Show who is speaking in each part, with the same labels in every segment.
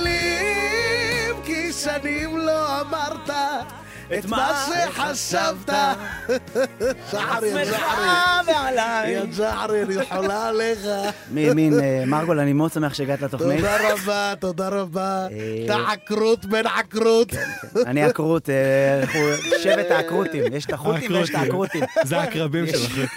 Speaker 1: מילים, כי שנים לא אמרת את מה שחשבת. זחר יא
Speaker 2: עצמך
Speaker 1: זחר,
Speaker 2: ועליי.
Speaker 1: יא זחר, אני חולה עליך.
Speaker 3: מימין, אה, מרגול, אני מאוד שמח שהגעת לתוכנית.
Speaker 1: תודה רבה, תודה רבה.
Speaker 3: אה, כן,
Speaker 1: אתה עקרות בן עקרות.
Speaker 3: אני עקרות, אה, אנחנו שבט העקרותים. יש את החות'ים ויש את העקרותים.
Speaker 4: זה העקרבים
Speaker 3: יש.
Speaker 4: שלך.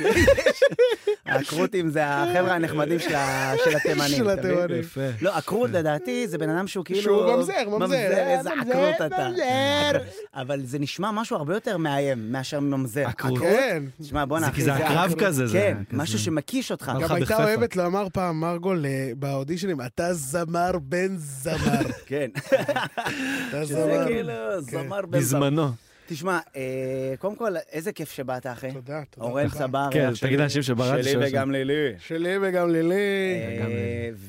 Speaker 3: העקרותים זה החבר'ה הנחמדים של ה- של התימנים.
Speaker 1: של
Speaker 3: אתה מבין?
Speaker 1: התימנים.
Speaker 4: יפה.
Speaker 3: לא, עקרות לדעתי זה בן אדם שהוא כאילו...
Speaker 1: שהוא ממזר, ממזר,
Speaker 3: איזה
Speaker 1: ממזר,
Speaker 3: עקרות אתה.
Speaker 1: ממזר.
Speaker 3: אבל זה נשמע משהו הרבה יותר מאיים מאשר ממזר.
Speaker 4: עקרות.
Speaker 1: כן.
Speaker 3: תשמע, בואנה,
Speaker 4: זה
Speaker 3: אחי,
Speaker 4: כי זה הקרב
Speaker 3: עקרות.
Speaker 4: כזה, זה
Speaker 3: כן,
Speaker 4: כזה.
Speaker 3: משהו שמקיש אותך.
Speaker 4: גם
Speaker 1: גם
Speaker 4: הלכה
Speaker 1: הייתה
Speaker 4: בכפפה.
Speaker 1: אוהבת לומר פעם מרגול אה, באודישנים, אתה זמר בן זמר.
Speaker 3: כן.
Speaker 1: אתה
Speaker 3: זה
Speaker 1: זמר. כן.
Speaker 3: כאילו זמר בן זמר.
Speaker 4: בזמנו.
Speaker 3: תשמע, אה, קודם כל, איזה כיף שבאת, אחי.
Speaker 1: תודה, תודה.
Speaker 3: אורן
Speaker 1: רבה.
Speaker 3: סבא,
Speaker 4: כן, תגיד
Speaker 3: אח שלי.
Speaker 4: לאנשים כן, שבראת
Speaker 3: שלי
Speaker 4: שלוש.
Speaker 3: וגם לילי.
Speaker 1: שלי וגם לילי.
Speaker 3: אה,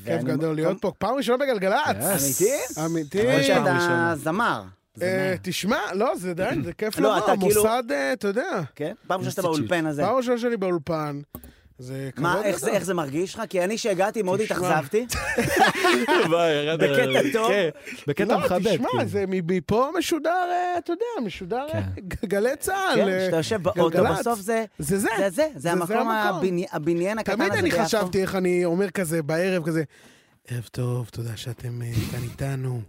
Speaker 1: כיף
Speaker 3: ואני-
Speaker 1: גדול להיות פה. פעם ראשונה בגלגלצ.
Speaker 3: אמיתי?
Speaker 1: אמיתי.
Speaker 3: למרות
Speaker 4: פעם
Speaker 3: שאתה
Speaker 4: ראשונה.
Speaker 3: זמר.
Speaker 1: אה,
Speaker 3: זמר.
Speaker 1: תשמע, לא, זה די, זה כיף
Speaker 3: לא,
Speaker 1: לבוא.
Speaker 3: אתה כאילו-
Speaker 1: המוסד, אה, אתה יודע.
Speaker 3: כן? פעם ראשונה שאתה
Speaker 4: איזה צ'יל.
Speaker 3: באולפן הזה.
Speaker 1: פעם ראשונה שלי באולפן. זה כבוד
Speaker 3: מה, איך זה-
Speaker 1: גדול.
Speaker 3: איך זה מרגיש לך? כי אני שהגעתי מאוד התאכזבתי.
Speaker 4: ביי, ירד
Speaker 3: בקטע
Speaker 4: ה-
Speaker 3: טוב.
Speaker 4: כן, בקטע
Speaker 1: לא,
Speaker 4: מכבד.
Speaker 1: תשמע,
Speaker 4: כאילו.
Speaker 1: זה מפה משודר, אה, אתה יודע, משודר אה, גלי צה"ל.
Speaker 3: כן,
Speaker 1: אה,
Speaker 3: כשאתה יושב באוטו,
Speaker 1: גלגלצ.
Speaker 3: בסוף זה...
Speaker 1: זה זה.
Speaker 3: זה זה, זה המקום, הבני- הבניין הקטן הזה
Speaker 1: תמיד אני
Speaker 3: ביפו.
Speaker 1: חשבתי איך אני אומר כזה בערב כזה, ערב טוב, תודה שאתם אה, כאן איתנו.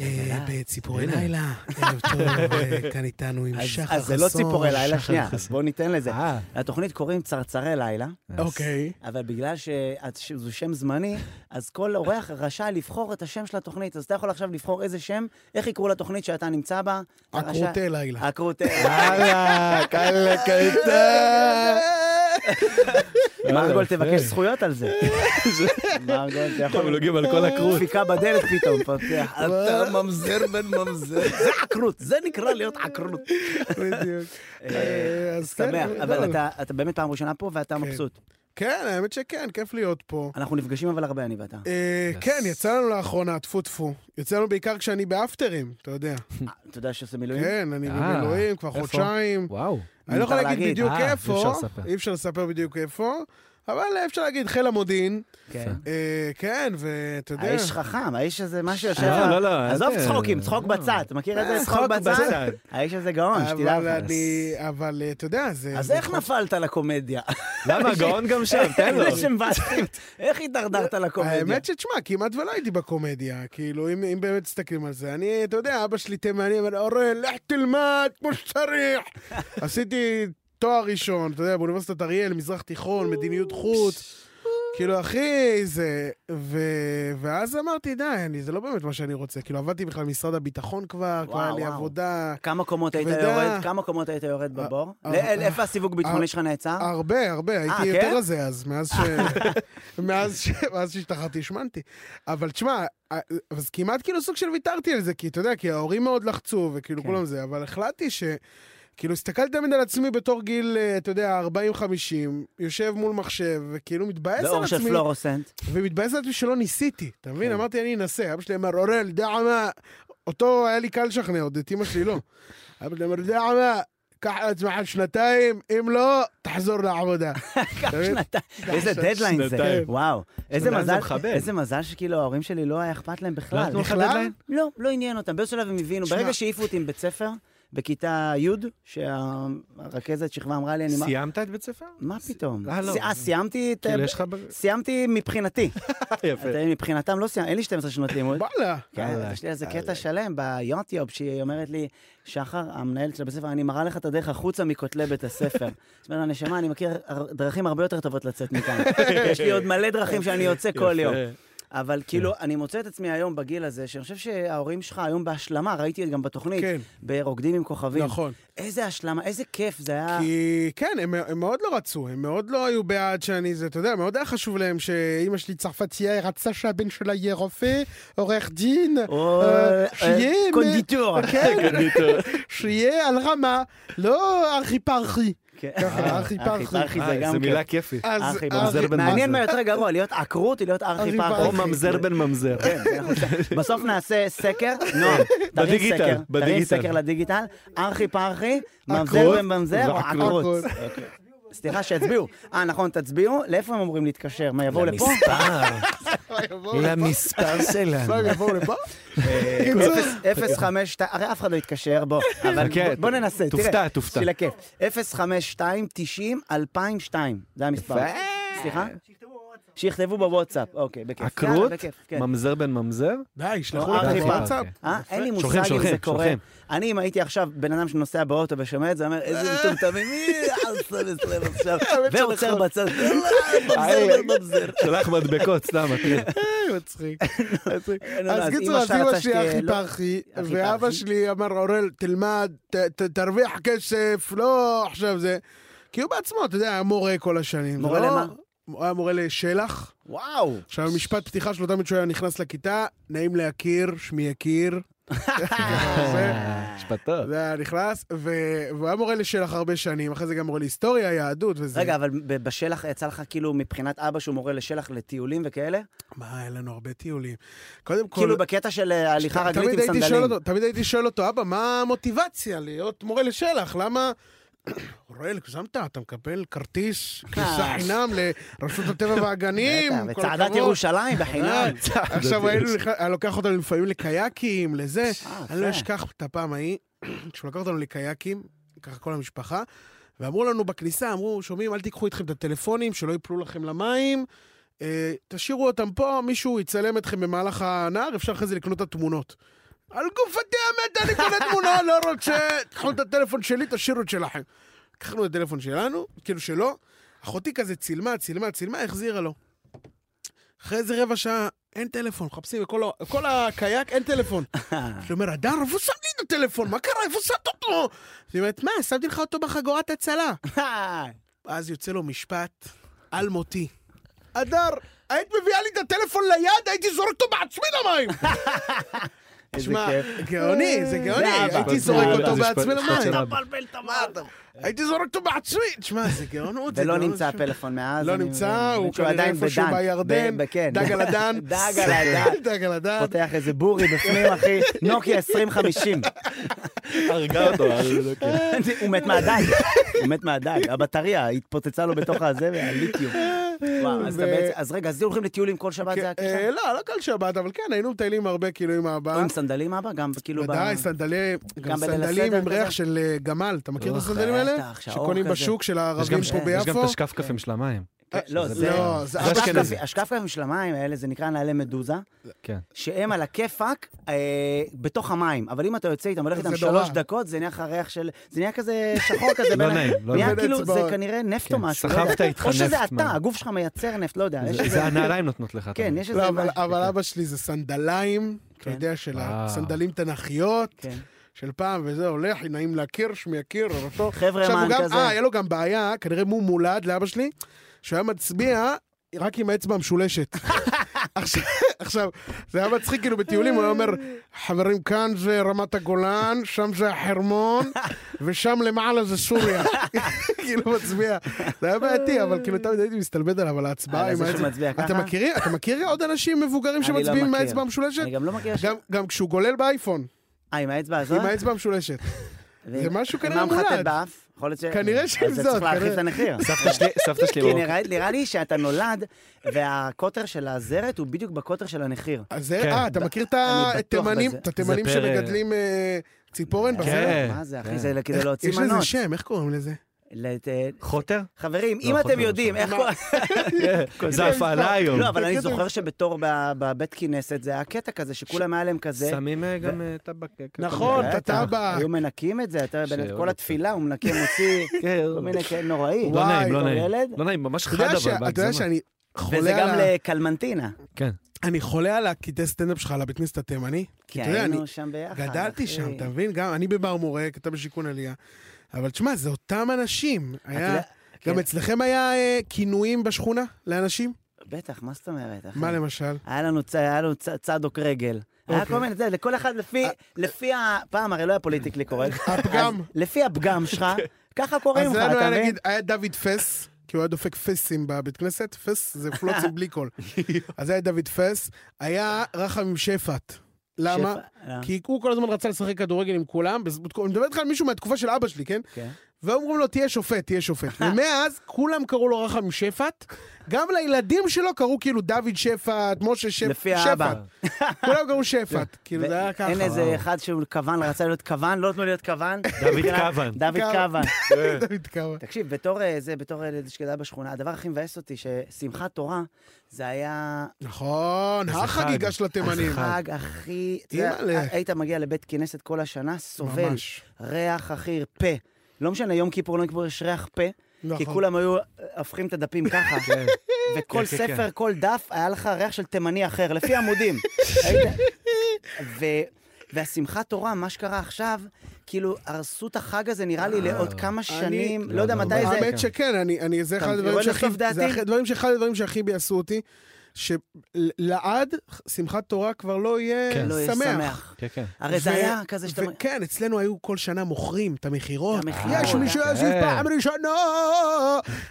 Speaker 1: אה, בציפורי לילה, ערב טוב, אה, כאן איתנו עם
Speaker 3: אז-
Speaker 1: שחר חסון.
Speaker 3: אז זה לא ציפורי לילה,
Speaker 1: שחר
Speaker 3: שנייה,
Speaker 1: חסון.
Speaker 3: אז בואו ניתן לזה.
Speaker 4: אה.
Speaker 3: לתוכנית קוראים צרצרי לילה,
Speaker 1: אוקיי.
Speaker 3: אבל בגלל שאת- שזה שם זמני, אז כל אורח רשאי לבחור את השם של התוכנית. אז אתה יכול עכשיו לבחור איזה שם, איך יקראו לתוכנית שאתה נמצא בה. אתה רשאי-
Speaker 1: עקרותי לילה.
Speaker 3: עקרותי.
Speaker 4: אה, יאללה, קל לקייטה.
Speaker 3: מרגול תבקש זכויות על זה. מרגול, אתה יכול...
Speaker 4: תמלוגים על כל הכרות.
Speaker 3: דפיקה בדלת פתאום, פותח. אתה ממזר בן ממזר. זה עקרות, זה נקרא להיות עקרות.
Speaker 1: בדיוק. אה, אז כן,
Speaker 3: שמח,
Speaker 1: גדול.
Speaker 3: אבל אתה- אתה באמת פעם ראשונה פה ואתה מבסוט.
Speaker 1: כן, האמת שכן, כיף להיות פה.
Speaker 3: אנחנו נפגשים אבל הרבה, אני ואתה.
Speaker 1: אה, כן, יצא לנו לאחרונה, טפו טפו. יצא לנו בעיקר כשאני באפטרים, אתה יודע.
Speaker 3: אה, אתה יודע שעושה מילואים?
Speaker 1: כן, אני
Speaker 4: אה,
Speaker 1: במילואים כבר
Speaker 4: איפה?
Speaker 1: חודשיים.
Speaker 4: וואו.
Speaker 1: אני לא יכול
Speaker 3: מותר
Speaker 1: להגיד
Speaker 3: להגיד.
Speaker 1: בדיוק
Speaker 4: אה, אי
Speaker 1: איפה,
Speaker 4: אפשר לספר.
Speaker 1: אי אפשר לספר בדיוק איפה, אבל אפשר להגיד חיל המודיעין.
Speaker 3: כן.
Speaker 1: אה, כן, ואתה יודע.
Speaker 3: האיש חכם, האיש הזה, מה שיושב...
Speaker 4: לא,
Speaker 3: לה-
Speaker 4: לא, לא, אל
Speaker 3: עזוב
Speaker 4: ת-
Speaker 3: צחוקים, צחוק בצד. אתה מכיר את זה? צחוק
Speaker 4: אה. צחוק
Speaker 3: בצד.
Speaker 4: בצד.
Speaker 3: האיש הזה גאון, שתדע
Speaker 1: אבל
Speaker 3: לך.
Speaker 1: אני, אבל אה, אתה יודע, זה...
Speaker 3: אז
Speaker 1: זה
Speaker 3: איך
Speaker 1: יכול-
Speaker 3: נפלת לקומדיה?
Speaker 4: למה, הגאון גם שם, תן לו.
Speaker 3: זה שמבאסים. איך הידרדרת לקומדיה?
Speaker 1: האמת שתשמע, כמעט ולא הייתי בקומדיה, כאילו, אם, אם באמת מסתכלים על זה. אני, אתה יודע, אבא שלי תימני, אבל אורן, לך תלמד כמו שצריך. עשיתי תואר ראשון, אתה יודע, באוניברסיטת אריאל, מזרח תיכון, מדיניות חוץ. כאילו, אחי, זה... ו... ואז אמרתי, די, אני, זה לא באמת מה שאני רוצה. כאילו, עבדתי בכלל במשרד הביטחון כבר, כבר היה לי
Speaker 3: וואו.
Speaker 1: עבודה.
Speaker 3: כמה קומות היית
Speaker 1: כבדה.
Speaker 3: יורד? כמה קומות היית יורד בבור?
Speaker 1: אה,
Speaker 3: לא,
Speaker 1: אה,
Speaker 3: איפה הסיווג ביטחוני שלך נעצר?
Speaker 1: הרבה, הרבה, הייתי
Speaker 3: אה, כן?
Speaker 1: יותר רזה אז, מאז ש... מאז ש... מאז שהשתחררתי השמנתי. אבל תשמע, אז כמעט כאילו סוג של ויתרתי על זה, כי אתה יודע, כי ההורים מאוד לחצו, וכאילו
Speaker 3: כן.
Speaker 1: כולם זה, אבל החלטתי ש... כאילו, הסתכלתי תמיד על עצמי בתור גיל, אה, אתה יודע, 40-50, יושב מול מחשב, וכאילו מתבאס
Speaker 3: זה
Speaker 1: על
Speaker 3: אור של
Speaker 1: עצמי,
Speaker 3: פלורוסנט.
Speaker 1: ומתבאס על עצמי שלא ניסיתי, אתה מבין?
Speaker 3: כן.
Speaker 1: אמרתי, אני אנסה. אבא שלי אמר, אורל, דע מה... אותו היה לי קל לשכנע, עוד את אמא שלי לא. אבא שלי אמר, דע מה, קח על עצמך שנתיים, אם לא, תחזור לעבודה.
Speaker 3: קח שנתיים. איזה
Speaker 1: שנתיים.
Speaker 3: דדליין זה. כן.
Speaker 4: שנתיים.
Speaker 3: וואו. איזה
Speaker 4: שנתיים זה
Speaker 3: מזל-
Speaker 4: מכבד.
Speaker 3: איזה מזל שכאילו ההורים שלי לא היה אכפת להם
Speaker 4: לא
Speaker 3: בכלל.
Speaker 4: נתנו לך
Speaker 1: בכלל?
Speaker 4: דדליין?
Speaker 3: לא, לא עניין אותם. באיזשהו שלב הם הבינו.
Speaker 1: שמע.
Speaker 3: ברגע שהעיפו אותי מבית ספר, בכיתה י', שהרכזת שכבה אמרה לי, אני... מה-
Speaker 4: סיימת את בית ספר?
Speaker 3: מה פתאום?
Speaker 4: אה, לא.
Speaker 3: אה, סיימתי את...
Speaker 4: כאילו, יש לך... ב-
Speaker 3: סיימתי מבחינתי.
Speaker 4: אה, יפה.
Speaker 3: אתה- מבחינתם לא סיימתי, אין לי 12 שנות לימוד.
Speaker 1: וואלה.
Speaker 3: כן, יש לי איזה קטע שלם ביוטיוב, שהיא אומרת לי, שחר, המנהלת של הבית הספר, אני מראה לך את הדרך החוצה מכותלי בית הספר. זאת אומרת, נשמה, אני מכיר הר- דרכים הרבה יותר טובות לצאת מכאן. יש לי עוד מלא דרכים שאני יוצא כל יום. אבל
Speaker 1: כן.
Speaker 3: כאילו, אני מוצא את עצמי היום בגיל הזה, שאני חושב שההורים שלך היום בהשלמה, ראיתי גם בתוכנית,
Speaker 1: כן.
Speaker 3: ברוקדים עם כוכבים.
Speaker 1: נכון.
Speaker 3: איזה השלמה, איזה כיף זה היה.
Speaker 1: כי כן, הם, הם מאוד לא רצו, הם מאוד לא היו בעד שאני זה, אתה יודע, מאוד היה חשוב להם שאימא שלי צרפתייה, היא רצה שהבן שלה יהיה רופא, עורך דין,
Speaker 3: או,
Speaker 1: אה,
Speaker 3: אה,
Speaker 1: שיהיה... מ-
Speaker 3: קונדיטור.
Speaker 1: כן, שיהיה על רמה, לא ארכיפרכי.
Speaker 3: כן.
Speaker 1: ככה, ארכיפרכי.
Speaker 3: ארכיפרכי זה
Speaker 4: אה,
Speaker 3: גם
Speaker 4: זו
Speaker 3: כיף.
Speaker 4: מילה כיפית.
Speaker 1: אז אה,
Speaker 3: ארכי
Speaker 1: ארכי-
Speaker 4: ממזר בן
Speaker 3: מעניין
Speaker 4: ממזר.
Speaker 3: מה יותר גרוע, להיות עקרות או להיות ארכי פרחי.
Speaker 4: או ממזר בן ממזר.
Speaker 3: כן, אנחנו- בסוף נעשה סקר, נועם, תרים
Speaker 4: בדיגיטל,
Speaker 3: סקר, תרים
Speaker 4: בדיגיטל.
Speaker 3: סקר לדיגיטל, ארכי פרחי, ממזר
Speaker 4: עקרות
Speaker 3: וממזר או
Speaker 4: ועקרות. אוקיי.
Speaker 3: עקרות. סליחה, שיצביעו. אה, נכון, תצביעו. לאיפה הם אמורים להתקשר? מה, יבואו לפה?
Speaker 4: למספר שלנו.
Speaker 1: לא, יבואו לפה?
Speaker 3: אפס חמש שתיים, הרי אף אחד לא יתקשר, בוא, אבל
Speaker 4: חכה,
Speaker 3: בוא- בוא ננסה, תראה.
Speaker 4: תופתע, תופתע.
Speaker 3: בשביל הכיף. 052 90 2002, זה המספר. סליחה? שיכתבו בוואטסאפ, אוקיי, בכיף. יאללה,
Speaker 4: עקרות,
Speaker 3: בכיף, כן.
Speaker 4: ממזר בן ממזר.
Speaker 1: די, שלחו
Speaker 3: אה,
Speaker 1: אותנו
Speaker 3: אוקיי.
Speaker 1: בוואטסאפ.
Speaker 3: אה, אין לי
Speaker 4: שולחים,
Speaker 3: מושג אם
Speaker 4: שולחים,
Speaker 3: זה קורה.
Speaker 4: שולחים.
Speaker 3: אני, אם הייתי עכשיו בן אדם שנוסע באוטו ושומע את זה, אומר, איזה מטומטמים, אה, עשו לסלב עכשיו, ועוצר בצד, "אה, ממזר, ממזר.
Speaker 4: שולח מדבקות, סתם, אחי.
Speaker 1: אה, מצחיק. מצחיק.
Speaker 3: לא,
Speaker 1: אז
Speaker 3: אז
Speaker 1: קיצור,
Speaker 3: אמא
Speaker 1: אז
Speaker 3: שלך
Speaker 1: אמא
Speaker 3: רצה
Speaker 1: שלי
Speaker 3: שתהיה-
Speaker 1: הכי
Speaker 3: לא-
Speaker 1: פרחי,
Speaker 3: הכי
Speaker 1: ואבא
Speaker 3: פרחי.
Speaker 1: שלי אמר, אורל, תלמד, ת- ת- תרוויח כסף, לא עכשיו זה. כי הוא בעצמו, אתה יודע, היה מורה כל השנים.
Speaker 3: מורה
Speaker 1: לא-
Speaker 3: למה?
Speaker 1: הוא היה מורה לשלח.
Speaker 3: וואו.
Speaker 1: עכשיו, משפט פתיחה שלו תמיד שהוא היה נכנס לכיתה, נעים להכיר, שמי יקיר.
Speaker 4: אה,
Speaker 1: זה-
Speaker 4: משפט טוב.
Speaker 1: זה היה נכנס, ו- והוא היה מורה לשלח הרבה שנים, אחרי זה גם מורה להיסטוריה, יהדות וזה.
Speaker 3: רגע, אבל ב- בשלח יצא לך כאילו מבחינת אבא שהוא מורה לשלח לטיולים וכאלה?
Speaker 1: מה, היה לנו הרבה טיולים. קודם כל...
Speaker 3: כאילו בקטע של אה, הליכה
Speaker 1: תמיד
Speaker 3: רגלית עם
Speaker 1: הייתי שואל
Speaker 3: סנדלים.
Speaker 1: אותו- תמיד הייתי שואל אותו, אבא, מה המוטיבציה להיות מורה לשלח? למה... אוראל, הגזמת, אתה מקבל כרטיס כניסה
Speaker 3: אה.
Speaker 1: חינם לרשות הטבע והגנים.
Speaker 3: בטח,
Speaker 1: כל
Speaker 3: וצעדת
Speaker 1: הכבוד.
Speaker 3: ירושלים בחינם.
Speaker 1: אה, עכשיו היינו, נכ- היה לוקח אותנו לפעמים לקייקים, לזה.
Speaker 3: אה,
Speaker 1: אני לא
Speaker 3: יפה.
Speaker 1: אשכח את הפעם ההיא, כשהוא לקח אותנו לקייקים, ככה כל המשפחה, ואמרו לנו בכניסה, אמרו, שומעים, אל תיקחו איתכם את הטלפונים, שלא ייפלו לכם למים, אה, תשאירו אותם פה, מישהו יצלם אתכם במהלך הנהר, אפשר אחרי זה לקנות את התמונות. על גופתי המתה, אני קונה תמונה, לא רוצה, תקחו את הטלפון שלי, תשאירו את שלכם. לקחנו את הטלפון שלנו, כאילו שלו, אחותי כזה צילמה, צילמה, צילמה, החזירה לו. אחרי איזה רבע שעה, אין טלפון, מחפשים בכל ה- כל הקייק, אין טלפון. אני אומר, אדר, איפה שם לי את הטלפון? מה קרה? איפה שמת אותו? היא אומרת, מה, שמתי לך אותו בחגורת הצלה. אז יוצא לו משפט על מותי. אדר, היית מביאה לי את הטלפון ליד, הייתי זורק אותו בעצמי למים.
Speaker 3: איזה
Speaker 1: תשמע,
Speaker 3: כיף.
Speaker 1: גאוני, זה גאוני, אה,
Speaker 3: זה אבא.
Speaker 1: הייתי זורק
Speaker 3: זה
Speaker 1: אותו
Speaker 4: אבא.
Speaker 1: בעצמי
Speaker 4: זה משפט של
Speaker 1: למים.
Speaker 4: אבא.
Speaker 1: הייתי זורק אותו בעצמי. תשמע, זה גאונות. זה
Speaker 3: ולא
Speaker 1: גאונות.
Speaker 3: נמצא הפלאפון מאז.
Speaker 1: לא
Speaker 3: אני
Speaker 1: נמצא,
Speaker 3: מבין.
Speaker 1: הוא כנראה
Speaker 3: עדיין
Speaker 1: איפשהו
Speaker 3: בדן.
Speaker 1: בירדן.
Speaker 3: ב- כן.
Speaker 1: דג על הדן.
Speaker 3: דג על הדן.
Speaker 1: דג על הדן.
Speaker 3: פותח איזה בורי בפנים, אחי. נוקיה 2050.
Speaker 4: הרגה אותו. אבל- כן.
Speaker 3: הוא מת מהדג. הוא מת מהדג. הבטריה התפוצצה לו בתוך הזה, והליתיום. וואו, אז
Speaker 1: ו-
Speaker 3: אתה בעצם... אז רגע, אז הולכים לטיולים כל שבת
Speaker 1: כן,
Speaker 3: זה
Speaker 1: אה,
Speaker 3: הקשר?
Speaker 1: לא, לא כל שבת, אבל כן, היינו מטיילים הרבה כאילו עם
Speaker 3: או
Speaker 1: האבא.
Speaker 3: עם סנדלים אבא? גם כאילו... ב-
Speaker 1: ודאי, סנדלי, גם
Speaker 3: גם בליל
Speaker 1: סנדלים
Speaker 3: הסדר
Speaker 1: עם ריח
Speaker 3: כזה?
Speaker 1: של אה, גמל, אתה מכיר את
Speaker 3: אוח,
Speaker 1: הסנדלים האלה?
Speaker 3: בטח, שהאור
Speaker 1: שקונים
Speaker 3: כזה.
Speaker 1: בשוק של
Speaker 4: יש גם
Speaker 1: הערבים פה
Speaker 4: יש גם
Speaker 1: ביפו?
Speaker 4: את השקפקפים של המים.
Speaker 3: כן, לא,
Speaker 4: שזה
Speaker 3: זה...
Speaker 1: לא, זה
Speaker 4: זה אשכנזי.
Speaker 3: השקפקפים- השקפקפים של המים האלה, זה נקרא נעלי מדוזה,
Speaker 1: לא.
Speaker 4: כן.
Speaker 1: אה,
Speaker 3: שהם על הכיפאק אה, בתוך המים. אבל אם אתה יוצא איתם, הולך
Speaker 1: זה
Speaker 3: איתם
Speaker 1: נורא.
Speaker 3: שלוש דקות, זה נהיה לך ריח של... זה נהיה כזה שחור
Speaker 4: לא
Speaker 3: כזה. בין ה-
Speaker 4: נעים, לא
Speaker 3: נהיה
Speaker 4: נעים.
Speaker 1: בין
Speaker 3: כאילו, זה
Speaker 1: האצבעות.
Speaker 3: כנראה נפט או
Speaker 4: כן,
Speaker 3: משהו. לא
Speaker 4: סחבת
Speaker 3: יודע.
Speaker 4: איתך
Speaker 3: או שזה
Speaker 4: נפט,
Speaker 3: אתה,
Speaker 4: מה?
Speaker 3: הגוף שלך מייצר נפט, לא יודע. יש
Speaker 4: זה-
Speaker 3: איזה-
Speaker 4: זה הנעליים נותנות לך. אתה
Speaker 3: כן,
Speaker 4: אומר.
Speaker 3: יש איזה...
Speaker 1: לא, אבל-
Speaker 3: משהו.
Speaker 1: אבל אבא שלי זה סנדליים, אתה
Speaker 3: כן.
Speaker 1: יודע, של
Speaker 4: וואו.
Speaker 1: הסנדלים תנכיות
Speaker 3: כן.
Speaker 1: של פעם, וזה הולך, נעים להכיר, שמי יכיר, לא אותו.
Speaker 3: חבר'ה,
Speaker 1: עכשיו, הוא
Speaker 3: מן
Speaker 1: גם-
Speaker 3: כזה.
Speaker 1: אה, היה לו גם בעיה, כנראה מום מולד לאבא שלי, שהוא היה מצביע רק עם האצבע המשולשת. עכשיו- עכשיו, זה היה מצחיק, כאילו בטיולים הוא היה אומר, חברים, כאן זה רמת הגולן, שם זה החרמון, ושם למעלה זה סוריה. כאילו מצביע. זה היה בעייתי, אבל כאילו תמיד הייתי מסתלבט עליו, על ההצבעה
Speaker 3: על
Speaker 1: עם
Speaker 3: אה, זה
Speaker 1: האצבע.
Speaker 3: שמצביע
Speaker 1: אתה
Speaker 3: ככה?
Speaker 1: מכיר, אתה מכיר עוד אנשים מבוגרים
Speaker 3: אני לא
Speaker 1: שמצביעים עם
Speaker 3: מכיר.
Speaker 1: האצבע המשולשת?
Speaker 3: אני גם לא מכיר... ש-
Speaker 1: גם- גם כשהוא גולל באייפון,
Speaker 3: אה, עם האצבע הזאת?
Speaker 1: עם האצבע המשולשת. זה משהו כנראה
Speaker 3: מה
Speaker 1: מולד.
Speaker 3: מחטט באף? יכול להיות ש...
Speaker 1: כנראה
Speaker 3: אז
Speaker 1: שעם
Speaker 3: אתה
Speaker 1: זאת,
Speaker 3: צריך להרחיב את
Speaker 1: כנראה.
Speaker 3: הנחיר.
Speaker 4: סבתא שלי- סבתא שלי,
Speaker 1: כן,
Speaker 4: לא.
Speaker 3: כי
Speaker 4: הוא-
Speaker 3: נראה- נראה לי שאתה נולד, והקוטר של הזרת הוא בדיוק בקוטר של הנחיר.
Speaker 1: אז זה,
Speaker 4: כן.
Speaker 1: אה, אתה מכיר את
Speaker 3: אני
Speaker 1: ה-
Speaker 3: בטוח
Speaker 1: את התימנים,
Speaker 3: בזה.
Speaker 1: את התימנים
Speaker 4: זה פרא.
Speaker 1: שמגדלים אה, ציפורן בזרע?
Speaker 4: כן.
Speaker 3: מה זה, אחי?
Speaker 4: כן.
Speaker 3: זה כדי להוציא
Speaker 1: יש לזה
Speaker 3: מנות.
Speaker 1: שם, איך קוראים לזה?
Speaker 3: לת- אה,
Speaker 4: חוטר?
Speaker 3: חברים,
Speaker 4: לא,
Speaker 3: אם
Speaker 4: חוטר
Speaker 3: אתם יודעים
Speaker 4: עכשיו.
Speaker 3: איך... כל-
Speaker 1: כן,
Speaker 4: זה הפעלה היום.
Speaker 3: לא, אבל אני
Speaker 1: בקטע-
Speaker 3: זוכר שבתור ב- בבית כנסת זה היה קטע כזה, שכולם היה להם כזה...
Speaker 4: שמים אה, גם אה, טבק. אה, ככה.
Speaker 1: נכון,
Speaker 3: בטח,
Speaker 1: את הטבק.
Speaker 3: היו מנקים את זה, אתה יודע,
Speaker 4: שאוהב
Speaker 3: כל
Speaker 4: אותו.
Speaker 3: התפילה הוא מנקה, מוציא
Speaker 4: כן,
Speaker 3: כל מיני כאלה נוראי.
Speaker 4: לא נעים,
Speaker 3: בתור
Speaker 4: לא נעים.
Speaker 3: ילד.
Speaker 4: לא נעים, ממש
Speaker 1: אתה
Speaker 4: חד
Speaker 1: יודע ש-
Speaker 4: אבל.
Speaker 1: אתה יודע
Speaker 4: בהגזמה.
Speaker 1: שאני
Speaker 3: וזה
Speaker 1: לא, חולה
Speaker 3: גם
Speaker 1: על ה...
Speaker 3: לקלמנטינה.
Speaker 4: כן.
Speaker 1: אני חולה על הקטעי סטנדאפ שלך, על הבית כנסת התימני. כי
Speaker 3: כי
Speaker 1: אתה יודע, אני
Speaker 3: היינו שם ביחד.
Speaker 1: גדלתי
Speaker 3: אחי.
Speaker 1: שם, אתה מבין? גם אני בבר מורק, אתה בשיכון עלייה. אבל תשמע, זה אותם אנשים. היה-
Speaker 3: יודע-
Speaker 1: גם
Speaker 3: כן.
Speaker 1: אצלכם היה אה, כינויים בשכונה לאנשים?
Speaker 3: בטח, מה זאת אומרת, אחי?
Speaker 1: מה למשל?
Speaker 3: היה לנו, צ... היה לנו צ... צדוק רגל. היה
Speaker 1: אוקיי. אה,
Speaker 3: כל מיני, זה, לכל אחד לפי, לפי ה... פעם הרי לא היה פוליטיקלי קורקט.
Speaker 1: הפגם. אוקיי.
Speaker 3: אז לפי הפגם שלך, ככה קוראים
Speaker 1: אז
Speaker 3: לך,
Speaker 1: לנו
Speaker 3: אתה
Speaker 1: היה
Speaker 3: מבין?
Speaker 1: נגיד, היה דוד פס, כי הוא היה דופק פסים בבית כנסת, פס זה פלוצים בלי קול. אז היה דוד פס, היה רחם עם שפט. למה?
Speaker 3: שפע- לא,
Speaker 1: כי הוא כל הזמן רצה לשחק כדורגל עם כולם, בז- בתקו- אני מדבר איתך על מישהו מהתקופה של אבא שלי, כן?
Speaker 3: כן.
Speaker 1: ואומרים לו, תהיה שופט, תהיה שופט. ומאז כולם קראו לו רחם שפט, גם לילדים שלו קראו כאילו דוד שפט, משה שפט,
Speaker 3: לפי האבא.
Speaker 1: שפט. כולם קראו שפט, כאילו זה היה ככה.
Speaker 3: ואין איזה אחד שהוא כוון, רצה להיות כוון, לא נתנו להיות כוון.
Speaker 4: דוד
Speaker 1: כן.
Speaker 4: כן. כוון.
Speaker 3: דוד
Speaker 1: כוון.
Speaker 3: כוון.
Speaker 1: דוד קרא.
Speaker 3: תקשיב, בתור אה, זה, בתור ילד שגדל בשכונה, הדבר הכי מבאס אותי, ששמחת תורה, זה היה
Speaker 1: נכון,
Speaker 4: איזה
Speaker 1: החגיגה
Speaker 4: חג.
Speaker 1: של התימנים.
Speaker 3: החג הכי... אתה
Speaker 1: אימא'לה.
Speaker 3: יודע, היית מגיע לבית כנסת כל השנה, סובל
Speaker 1: ממש.
Speaker 3: ריח הכי פה. לא משנה, יום כיפור, לא יום כיפור, יש ריח פה, כי
Speaker 1: נכון.
Speaker 3: כולם היו אה, הופכים את הדפים ככה. וכל
Speaker 4: כן, כן, כן.
Speaker 3: ספר, כל דף, היה לך ריח של תימני אחר, לפי עמודים. היית- ו- והשמחת תורה, מה שקרה עכשיו, כאילו, הרסו את החג הזה, נראה לי, לעוד כמה שנים, לא יודע
Speaker 4: לא,
Speaker 3: מתי זה...
Speaker 1: האמת שכן, אני, אני, זה
Speaker 3: אתה
Speaker 1: אחד הדברים
Speaker 3: יורד
Speaker 1: שהכי,
Speaker 3: לסוף דעתי?
Speaker 1: זה אחד הדברים שאחד הדברים שהכי ביאסו אותי, שלעד שמחת תורה כבר לא יהיה
Speaker 4: כן.
Speaker 3: לא יהיה
Speaker 1: שמח.
Speaker 3: שמח.
Speaker 4: כן, כן.
Speaker 3: הרי זה
Speaker 1: ו-
Speaker 3: היה כזה שאתה... אומר,
Speaker 1: וכן, אצלנו היו כל שנה מוכרים את המכירות.
Speaker 3: את המכירות,
Speaker 1: יש מישהו
Speaker 3: אה.
Speaker 1: יוסיף פעם ראשונה!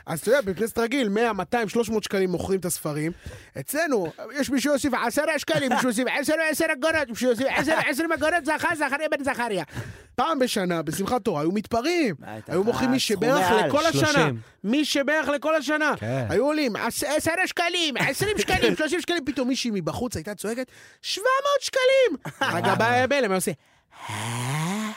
Speaker 1: אז אתה יודע, בכנסת רגיל, 100, 200, 300 שקלים מוכרים את הספרים. אצלנו, יש מישהו יוסיף 10 שקלים, מישהו יוסיף 10, 10 אגורות, מישהו יוסיף 10, 10 אגורות, זכר, זכריה בן זכריה. פעם בשנה, בשמחת תורה, היו מתפרעים.
Speaker 3: מה, הייתה
Speaker 1: היו
Speaker 3: לך
Speaker 1: מוכרים מי
Speaker 3: סכומי
Speaker 1: שבערך
Speaker 3: על,
Speaker 1: לכל השנה.
Speaker 4: 30.
Speaker 1: מי שבערך לכל השנה.
Speaker 4: כן.
Speaker 1: היו עולים 10 שקלים, 20 שקלים, 30 שקלים, פתאום מישהי מבחוץ הייתה צועקת, 700 שקלים! הגבאי הבלם היה עושה, "אה,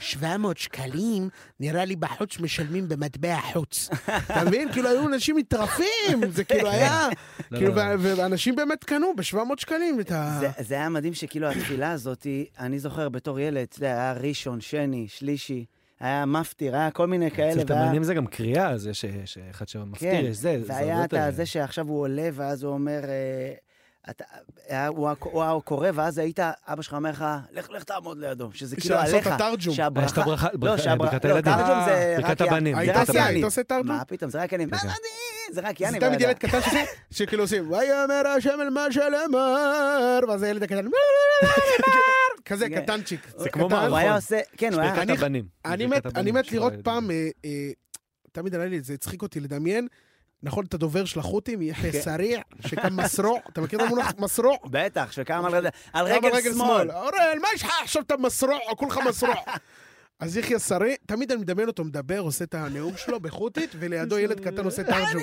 Speaker 1: 700 שקלים, נראה לי בחוץ משלמים במטבע חוץ. אתה מבין? כאילו היו אנשים מטרפים, זה כאילו היה,
Speaker 4: לא,
Speaker 1: כאילו,
Speaker 4: לא.
Speaker 1: וה- ואנשים באמת קנו ב-700 שקלים את ה...
Speaker 3: זה- זה היה מדהים שכאילו התפילה הזאת, אני זוכר בתור ילד, אתה יודע, היה ראשון, שני, שלישי, היה מפטיר, היה כל מיני
Speaker 1: כן,
Speaker 3: כאלה.
Speaker 4: אצל
Speaker 3: והיה-
Speaker 4: תימנים זה גם קריאה, זה ש- שאחד
Speaker 3: כן,
Speaker 4: שמפטיר, יש זה, זה הרבה
Speaker 3: והיה את
Speaker 4: יותר...
Speaker 3: זה שעכשיו הוא עולה, ואז הוא אומר... אה, אתה- היה- הוא ה- הוא ה- הוא קורא, ואז היית, אבא שלך אומר לך, לך, לך תעמוד לידו, שזה כאילו
Speaker 1: שעשות
Speaker 3: עליך.
Speaker 1: את התרג'ום.
Speaker 3: שהברכה-
Speaker 4: אה, יש את הברכה-
Speaker 3: לא,
Speaker 4: ברכה-
Speaker 3: שהברכה-
Speaker 4: ברכת
Speaker 3: לא,
Speaker 4: הילדים. אה,
Speaker 3: תרג'ום זה
Speaker 4: ברכת
Speaker 3: רק יאני.
Speaker 4: הבנים,
Speaker 3: זה
Speaker 4: ברכת
Speaker 3: רק
Speaker 4: הבנים.
Speaker 3: יאני.
Speaker 1: אתה עושה תרג'ום?
Speaker 3: מה פתאום, זה רק יאני. מה
Speaker 4: כן.
Speaker 3: אני? לא זה רק
Speaker 1: זה
Speaker 3: יאני.
Speaker 1: תמיד
Speaker 3: בידיים.
Speaker 1: ילד קטן שעושה, שכאילו עושים, ויאמר השם אל מה שלמר, ואז הילד הקטן, כזה
Speaker 3: כן.
Speaker 1: קטנצ'יק.
Speaker 4: זה כמו
Speaker 1: קטן.
Speaker 3: הוא
Speaker 4: מערכון.
Speaker 3: היה עושה, כן, הוא היה...
Speaker 4: ברכת
Speaker 1: אה, אני-
Speaker 4: הבנים.
Speaker 1: אני מת,
Speaker 4: ברכת הבנים
Speaker 1: אני מת
Speaker 4: של
Speaker 1: לראות
Speaker 4: הילדים.
Speaker 1: פעם, אה, אה, תמיד עלה לי, זה הצחיק אותי לדמיין, נכון, את הדובר של החות'ים, יחיא
Speaker 3: כן.
Speaker 1: סריע, שקם מסרוע, אתה מכיר את המונח מסרוע?
Speaker 3: בטח, שקם על רגל- על
Speaker 1: קם על
Speaker 3: רגל שמאל.
Speaker 1: אורן, מה יש לך עכשיו אתה מסרוע, כולך מסרוע. אז יחיא סריע, תמיד אני מדמיין אותו מדבר, עושה את הנאום שלו בחות'ית, ולידו ילד קטן עושה תרג'ום.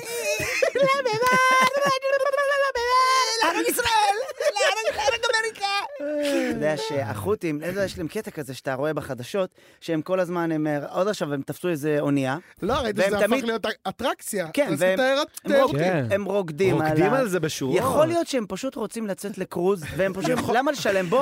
Speaker 3: לעם ישראל, לעם אמריקה. אתה יודע שהחות'ים, איזה- יש להם קטע כזה שאתה רואה בחדשות, שהם כל הזמן, הם אה, עוד עכשיו הם תפסו איזה אונייה.
Speaker 1: לא, ראיתי
Speaker 3: והם
Speaker 1: שזה הפך
Speaker 3: תמיד-
Speaker 1: להיות אטרקציה.
Speaker 3: כן,
Speaker 1: אז
Speaker 3: והם-
Speaker 1: תיירת-
Speaker 3: הם
Speaker 1: תיירות-
Speaker 3: רוקדים,
Speaker 4: כן.
Speaker 3: הם רוקדים על
Speaker 4: רוקדים
Speaker 3: ה-
Speaker 4: על זה בשורות.
Speaker 3: יכול להיות שהם פשוט רוצים לצאת לקרוז, והם פשוט, למה לשלם? בוא,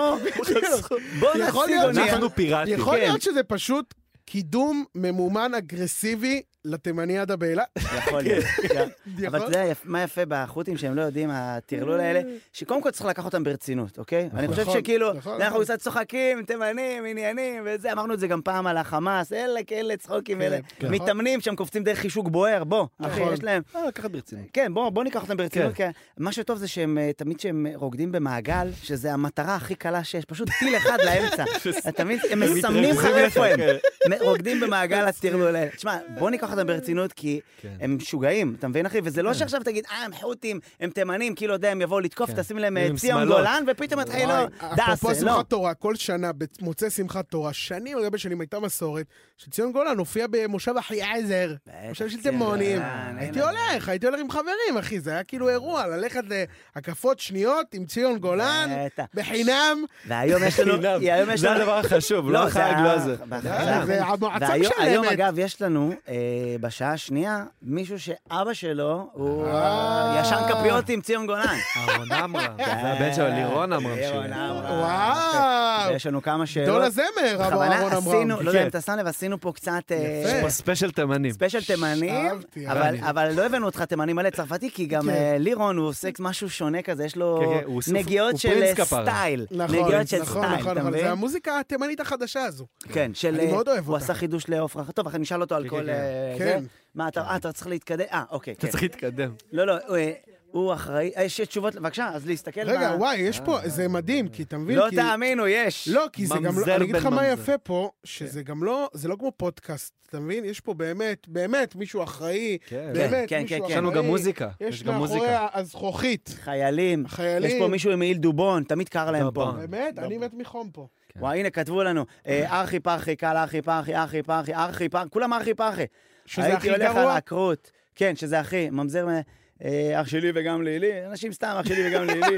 Speaker 3: בוא נציג
Speaker 1: יכול להיות
Speaker 3: אונייה.
Speaker 4: אנחנו פיראטים.
Speaker 1: יכול
Speaker 4: כן.
Speaker 1: להיות שזה פשוט קידום ממומן אגרסיבי לתימני עדה באילת.
Speaker 3: יכול להיות. כן.
Speaker 1: יכול?
Speaker 3: אבל אתה יודע יפ- מה יפה בחות'ים שהם לא יודעים, הטרלול האלה, שקודם כל צריך לקח אותם ברצינות, אוקיי? אני חושב
Speaker 1: אה. נכון,
Speaker 3: שכאילו,
Speaker 1: נכון,
Speaker 3: אנחנו
Speaker 1: נכון.
Speaker 3: קצת צוחקים, תימנים, עניינים וזה, אמרנו את זה גם פעם על החמאס, אלה כאלה צחוקים,
Speaker 1: כן,
Speaker 3: אלה
Speaker 1: כן.
Speaker 3: מתאמנים שם קופצים דרך חישוק בוער, בוא, אחי,
Speaker 1: נכון.
Speaker 3: יש להם...
Speaker 4: אה, לקחת ברצינות.
Speaker 3: כן, בוא, בוא ניקח אותם ברצינות, כי מה שטוב זה שהם, אה, תמיד שהם רוקדים במעגל, שזה המטרה הכי קלה שיש, פשוט טיל אחד לאמצע. אתה מבין? הם מסמנים לך
Speaker 4: מתרכזים
Speaker 3: איפה הם.
Speaker 4: יותר,
Speaker 3: מ- רוקדים במעגל הטרלול האלה. תשמע, בוא ניקח אותם ברצינות, כי
Speaker 4: כן.
Speaker 3: הם משוגעים, אתה מבין, אחי? וזה לא שעכשיו תגיד, אה, הם חות'ים, הם תימנים, כאילו, אתה יודע, הם יבואו לתקוף,
Speaker 4: כן.
Speaker 3: תשים להם
Speaker 4: הם
Speaker 3: אה,
Speaker 4: עם
Speaker 3: ציון
Speaker 4: שמלות.
Speaker 3: גולן, ופתאום יתחילו,
Speaker 1: וואי, אפרופו
Speaker 3: דאסה, אה, לא.
Speaker 1: שמחת תורה, כל שנה, במוצאי שמחת תורה, שנים על גבי שנים הייתה מסורת, שציון גולן הופיע במושב אחיעזר,
Speaker 3: בטח, כן, אה,
Speaker 1: מושב של
Speaker 3: ציון
Speaker 1: תימונים.
Speaker 3: גולן,
Speaker 1: הייתי
Speaker 3: אין
Speaker 1: הולך, הייתי הולך עם חברים, אחי, זה היה כאילו אירוע, ללכת להקפות שניות עם ציון גולן,
Speaker 3: בטח.
Speaker 1: בחינם.
Speaker 3: והיום יש לנו,
Speaker 4: חינם.
Speaker 3: כאילו, היום יש
Speaker 4: זה
Speaker 3: לנו,
Speaker 4: הדבר החשוב, לא החג, לא הזה.
Speaker 3: בחזרה.
Speaker 1: זה המועצה
Speaker 3: והיום- אה, היום,
Speaker 1: משלמת.
Speaker 3: אגב, יש לנו, אה, בשעה השנייה, מישהו שאבא שלו הוא
Speaker 1: אה.
Speaker 3: ישן כפיות עם ציון גולן.
Speaker 4: אהרון עמרם, זה הבן שלו, לירון עמרם
Speaker 3: כן. לירון
Speaker 4: שלי.
Speaker 3: עמרם.
Speaker 1: וואו.
Speaker 3: ויש לנו כמה
Speaker 1: גדול
Speaker 3: שאלות.
Speaker 1: הזמר, אבא אהרון
Speaker 3: בכוונה
Speaker 1: עמרם.
Speaker 3: עשינו, לא
Speaker 4: כן.
Speaker 3: יודע אם אתה שם לב, עשינו פה קצת אה,
Speaker 1: יפה.
Speaker 4: יש פה ספיישל תימנים.
Speaker 3: ספיישל תימני,
Speaker 1: אהבתי,
Speaker 3: אבל-
Speaker 1: אהבתי.
Speaker 3: אבל לא הבאנו אותך תימני מלא צרפתי, כי גם
Speaker 1: כן.
Speaker 3: אה, לירון הוא עושה משהו שונה כזה, יש לו
Speaker 4: כן, כן, הוא עושה-
Speaker 3: נגיעות
Speaker 4: הוא
Speaker 3: של
Speaker 4: פרינס
Speaker 3: אה,
Speaker 4: כפרה.
Speaker 3: סטייל.
Speaker 1: נכון,
Speaker 3: נגיעות של
Speaker 1: נכון,
Speaker 3: סטייל,
Speaker 1: נכון,
Speaker 3: אתה
Speaker 1: אבל
Speaker 3: מבין?
Speaker 1: זה המוזיקה התימנית החדשה הזו.
Speaker 3: כן, של...
Speaker 1: אני
Speaker 3: אה,
Speaker 1: מאוד אוהב
Speaker 3: הוא
Speaker 1: אותה.
Speaker 3: עשה חידוש לעופרה. טוב, אחי, נשאל אותו על
Speaker 4: כן,
Speaker 3: כל...
Speaker 4: כן,
Speaker 3: אה,
Speaker 1: כן.
Speaker 3: זה.
Speaker 1: כן.
Speaker 3: מה, אתה אה, אתה צריך להתקדם? אה, אוקיי,
Speaker 4: אתה
Speaker 3: כן.
Speaker 4: צריך להתקדם.
Speaker 3: לא, לא, הוא, אה, הוא אחראי... אה, יש תשובות? בבקשה, אז להסתכל...
Speaker 1: רגע,
Speaker 3: כן, מה- אה.
Speaker 1: וואי, יש פה, זה מדהים, כי אתה מבין,
Speaker 3: לא
Speaker 1: כי...
Speaker 3: תאמינו, יש.
Speaker 1: לא, כי זה גם
Speaker 4: ממזר
Speaker 1: לא, אני אגיד
Speaker 4: בן
Speaker 1: לך מה
Speaker 4: ממזר.
Speaker 1: יפה פה,
Speaker 3: כן.
Speaker 1: שזה גם לא, זה לא כמו פודקאסט, אתה מבין? יש פה באמת, באמת מישהו אחראי,
Speaker 4: כן.
Speaker 1: באמת
Speaker 3: כן,
Speaker 1: מישהו
Speaker 3: כן,
Speaker 1: אחראי.
Speaker 3: כן.
Speaker 4: יש לנו גם מוזיקה.
Speaker 1: יש
Speaker 4: יש גם
Speaker 1: מאחורי
Speaker 4: מוזיקה.
Speaker 1: הזכוכית.
Speaker 3: חיילים.
Speaker 1: חיילים.
Speaker 3: יש פה מישהו עם מעיל דובון, תמיד קר להם פה.
Speaker 4: דובון.
Speaker 1: באמת?
Speaker 3: לא
Speaker 1: אני
Speaker 3: פה.
Speaker 1: מת מחום פה.
Speaker 3: וואי, הנה, כתבו לנו, אה, ארכי פרחי, קל ארכי פרחי, ארכי פרחי, ארכי פרחי, כולם ארכי פרחי.
Speaker 1: שזה הכי
Speaker 3: הייתי הולך על
Speaker 1: גרוע?
Speaker 3: העקרות. כן, שזה הכי, ממזר אה, אה, אח שלי וגם לילי, אנשים סתם, אח שלי וגם לילי.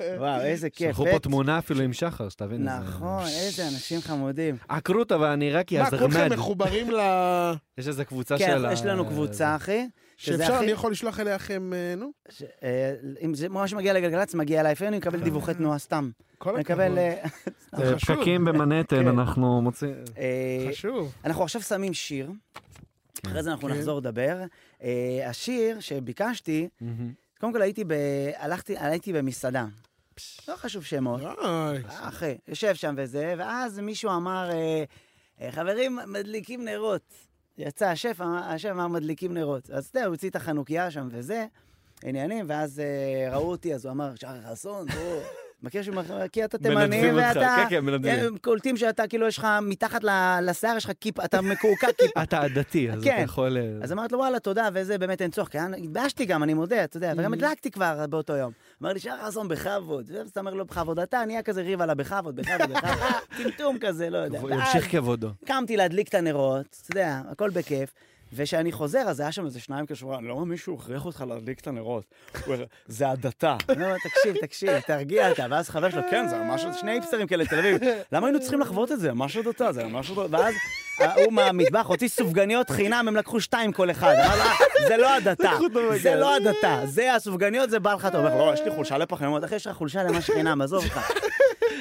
Speaker 3: וואו, איזה כיף.
Speaker 4: שלחו פה
Speaker 3: פט.
Speaker 4: תמונה אפילו עם שחר, שתבין. זה-
Speaker 3: כן, נכון, איזה אנשים חמודים.
Speaker 4: עקרו אותה, ואני רק
Speaker 1: מה, כולכם
Speaker 4: יזרמד.
Speaker 1: מחוברים ל...
Speaker 4: יש איזה קבוצה
Speaker 3: כן,
Speaker 4: של... ה-
Speaker 3: יש לנו
Speaker 1: אה,
Speaker 3: קבוצה, אחי. שזה
Speaker 1: שאפשר,
Speaker 3: הכי-
Speaker 1: אני יכול לשלוח אליכם, אה, נו,
Speaker 3: ש- אה, אם זה ממש מגיע לגלגלצ, מגיע אליי. לפעמים אני מקבל דיווחי תנועה סתם.
Speaker 1: אה. כל
Speaker 3: אני
Speaker 1: הכבוד.
Speaker 3: מקבל... אה,
Speaker 4: זה
Speaker 1: חשוב.
Speaker 4: פקקים במנהטן,
Speaker 3: כן.
Speaker 4: אנחנו מוצאים...
Speaker 3: אה,
Speaker 1: חשוב.
Speaker 3: אנחנו עכשיו שמים שיר, אחרי זה אנחנו
Speaker 1: כן.
Speaker 3: נחזור לדבר. אה, השיר שביקשתי, קודם כל הייתי ב... הלכתי, הייתי במסעדה. לא חשוב שמות. אה,
Speaker 1: די.
Speaker 3: אחי, יושב שם וזה, ואז מישהו אמר, אה, אה, חברים, מדליקים נרות. יצא השף, אמר- השף אמר, מדליקים נרות. אז אתה יודע, הוא הוציא את החנוכיה שם וזה, עניינים, ואז אה, ראו אותי, אז הוא אמר, שחר חסון, בוא. מכיר שהוא מכיר, כי אתה תימני,
Speaker 4: מנדבים אותך,
Speaker 3: ואתה...
Speaker 4: כן, כן, מנדבים.
Speaker 3: הם קולטים שאתה, כאילו, יש לך, מתחת ל- לשיער יש לך כיפה, אתה מקורקע כיפה.
Speaker 4: אתה עדתי, אז אתה
Speaker 3: כן.
Speaker 4: יכול... אה,
Speaker 3: אז אמרת לו, וואלה, תודה, וזה, באמת אין צורך, כי אני- התביישתי גם, אני מודה, אתה יודע, וגם הדלקתי כבר באותו יום. אמר לי, שחר חסון, בכבוד. ואז אתה אומר לו, בכבוד, אתה נהיה כזה ריב על הבכבוד, בכבוד, בכבוד, טמטום כזה, לא יודע.
Speaker 4: הוא
Speaker 3: ואז
Speaker 4: ימשיך כבודו.
Speaker 3: קמתי להדליק את הנרות, אתה יודע, הכל בכיף. וכשאני חוזר, אז היה שם איזה שניים כשבוע, למה מישהו הכריח אותך להדליק את הנרות? הוא אומר, זה הדתה. אני אומר, תקשיב, תקשיב, תרגיע אתה. ואז חבר שלו, כן, זה ממש שני היפסטרים כאלה תל אביב. למה היינו צריכים לחוות את זה? ממש הדתה, זה ממש הדתה. ואז ההוא מהמטבח הוציא סופגניות חינם, הם לקחו שתיים כל אחד. אמר לו, "אה, זה לא הדתה, זה לא הדתה, זה הסופגניות, זה בא לך טוב. הוא אומר, לא, יש לי חולשה לפחמימות, אחי, יש לך חולשה למה שחינם, עזוב אותך.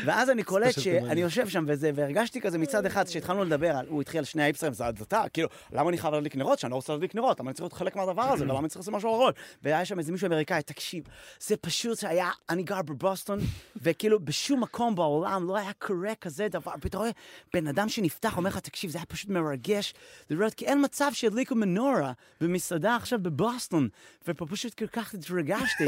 Speaker 3: ואז אני קולט שאני יושב שם וזה, והרגשתי כזה מצד אחד, שהתחלנו לדבר, על- הוא התחיל על שני האיפסרים, זה הדתה, כאילו, למה אני חייב להדליק נרות? שאני לא רוצה להדליק נרות, למה אני צריך להיות חלק מהדבר הזה, ולמה אני צריך לעשות משהו ארון? והיה שם איזה מישהו אמריקאי, תקשיב, זה פשוט שהיה, אני גר בבוסטון, וכאילו בשום מקום בעולם לא היה קורה כזה דבר, פתאום רואה בן אדם שנפתח, אומר לך, תקשיב, זה היה פשוט מרגש לראות, כי אין מצב שהדליקו מנורה במסעדה עכשיו בבוסטון, ופשוט כל כך התרגשתי.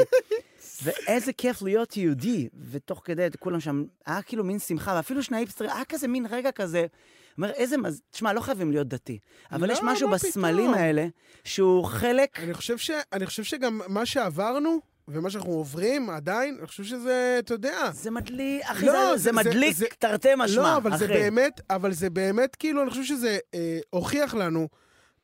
Speaker 3: ואיזה כיף להיות יהודי, ותוך כדי כולם שם, היה כאילו מין שמחה, ואפילו שני היפסטרים, היה כזה מין רגע כזה, אומר, איזה מז... תשמע, לא חייבים להיות דתי, אבל
Speaker 1: לא,
Speaker 3: יש משהו
Speaker 1: מה
Speaker 3: בסמלים
Speaker 1: פתאום?
Speaker 3: האלה, שהוא חלק...
Speaker 1: אני חושב, ש... אני חושב שגם מה שעברנו, ומה שאנחנו עוברים עדיין, אני חושב שזה, אתה יודע...
Speaker 3: זה מדליק, אחי,
Speaker 1: לא,
Speaker 3: זה, זה,
Speaker 1: זה-
Speaker 3: מדליק
Speaker 1: זה-
Speaker 3: תרתי משמע,
Speaker 1: לא, אבל
Speaker 3: אחי.
Speaker 1: זה באמת, אבל זה באמת, כאילו, אני חושב שזה אה, הוכיח לנו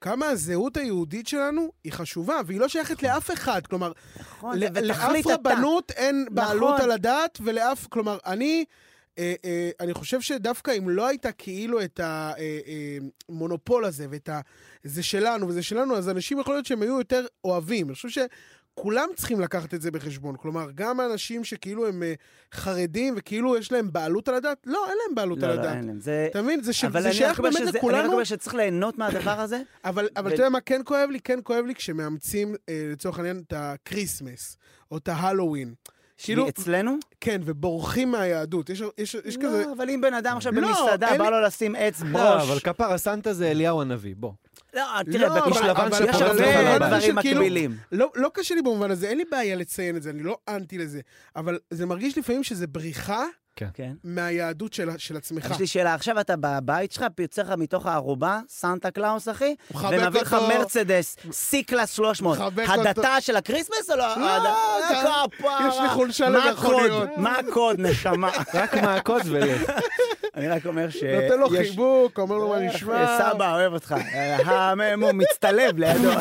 Speaker 1: כמה הזהות היהודית שלנו היא חשובה, והיא לא שייכת לאף אחד. כלומר,
Speaker 3: נכון,
Speaker 1: ל-
Speaker 3: זה-
Speaker 1: לאף
Speaker 3: ותכלית אתה.
Speaker 1: רבנות אין בעלות
Speaker 3: נכון.
Speaker 1: על הדת, ולאף, כלומר, אני... אה, אה, אני חושב שדווקא אם לא הייתה כאילו את המונופול הזה ואת ה... זה שלנו וזה שלנו, אז אנשים יכול להיות שהם היו יותר אוהבים. אני חושב שכולם צריכים לקחת את זה בחשבון. כלומר, גם האנשים שכאילו הם אה, חרדים וכאילו יש להם בעלות על הדת, לא, אין להם בעלות
Speaker 3: לא,
Speaker 1: על
Speaker 3: לא,
Speaker 1: הדת.
Speaker 3: אין להם, זה...
Speaker 1: אתה מבין? זה ש-
Speaker 3: אבל
Speaker 1: זה
Speaker 3: אני רק
Speaker 1: שייך
Speaker 3: אומר
Speaker 1: באמת
Speaker 3: שזה- אני רק
Speaker 1: לכולנו.
Speaker 3: אומר שצריך ליהנות מהדבר הזה.
Speaker 1: אבל, אבל
Speaker 3: ו-
Speaker 1: אתה יודע מה כן כואב לי? כן כואב לי כשמאמצים, אה, לצורך העניין, את הקריסמס, או את ההלואוין. כאילו,
Speaker 3: אצלנו?
Speaker 1: כן, ובורחים מהיהדות. יש, יש, יש כזה...
Speaker 3: לא, אבל אם בן אדם עכשיו
Speaker 1: לא,
Speaker 3: במסעדה,
Speaker 1: אין
Speaker 3: בא
Speaker 1: לי-
Speaker 3: לו לשים עץ בראש.
Speaker 4: לא, אבל כפרה סנטה זה אליהו הנביא, בוא.
Speaker 3: לא, תראה,
Speaker 1: לא,
Speaker 3: בגוש
Speaker 1: אבל-
Speaker 3: לבן
Speaker 1: אבל-
Speaker 3: יש
Speaker 4: אבל-
Speaker 3: הרבה
Speaker 4: אבל-
Speaker 3: דברים
Speaker 1: שכאילו-
Speaker 3: מקבילים.
Speaker 1: לא, לא קשה לי במובן הזה, אין לי בעיה לציין את זה, אני לא אנטי לזה. אבל זה מרגיש לפעמים שזה בריחה
Speaker 3: כן.
Speaker 1: מהיהדות של, של עצמך.
Speaker 3: יש לי שאלה, עכשיו אתה בבית שלך, יוצא לך מתוך הערובה, סנטה קלאוס, אחי,
Speaker 1: הוא מחבק
Speaker 3: ומביא לך
Speaker 1: אותו.
Speaker 3: מרצדס, C-Class 300.
Speaker 1: מחבק
Speaker 3: הדתה של הקריסמס או לא?
Speaker 1: לא,
Speaker 3: הד- אה,
Speaker 1: אתה-
Speaker 3: כפרה.
Speaker 1: יש לי חולשה
Speaker 3: מה
Speaker 1: למכוניות.
Speaker 3: הקוד? מה הקוד, נשמה?
Speaker 4: רק מהקוד ולך.
Speaker 3: אני רק אומר ש...
Speaker 1: נותן לו
Speaker 3: יש- אה,
Speaker 1: חיבוק, אומר לו מה נשמע.
Speaker 3: סבא, אוהב אותך. הממו מצטלב לידו.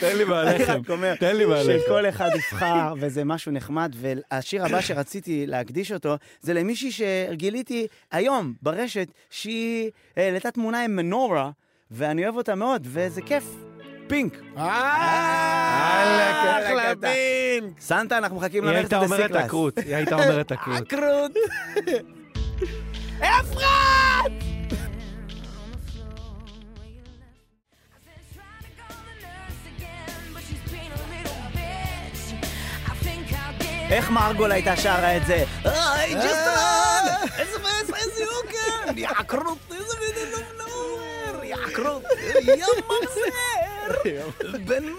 Speaker 4: תן לי
Speaker 3: אני
Speaker 4: בעליכם.
Speaker 3: רק אומר,
Speaker 4: תן לי בעליכם.
Speaker 3: שכל אחד יבחר, וזה משהו נחמד, והשיר הבא שרציתי להקדיש אותו, זה למישהי שגיליתי היום ברשת, שהיא העלתה תמונה עם מנורה, ואני אוהב אותה מאוד, וזה כיף. פינק.
Speaker 1: אה,
Speaker 3: אה,
Speaker 1: אחלה
Speaker 3: לקטע.
Speaker 1: בינק.
Speaker 3: סנטה, אנחנו מחכים
Speaker 4: היא
Speaker 3: למרצדס
Speaker 4: הייתה אומרת
Speaker 3: C-Class.
Speaker 4: עקרות, היא הייתה אומרת עקרות.
Speaker 3: עקרות. אפרת!
Speaker 2: I've been trying to call the nurse again, but she's been a little bitch. I think I'll get
Speaker 3: איך מרגול הייתה שרה את זה? היי, ג'סטרן! איזה באס, איזה יוקר! יא עקרות, איזה מידן אוף נאוור! יא עקרות, יא ממזר! בן ממזר!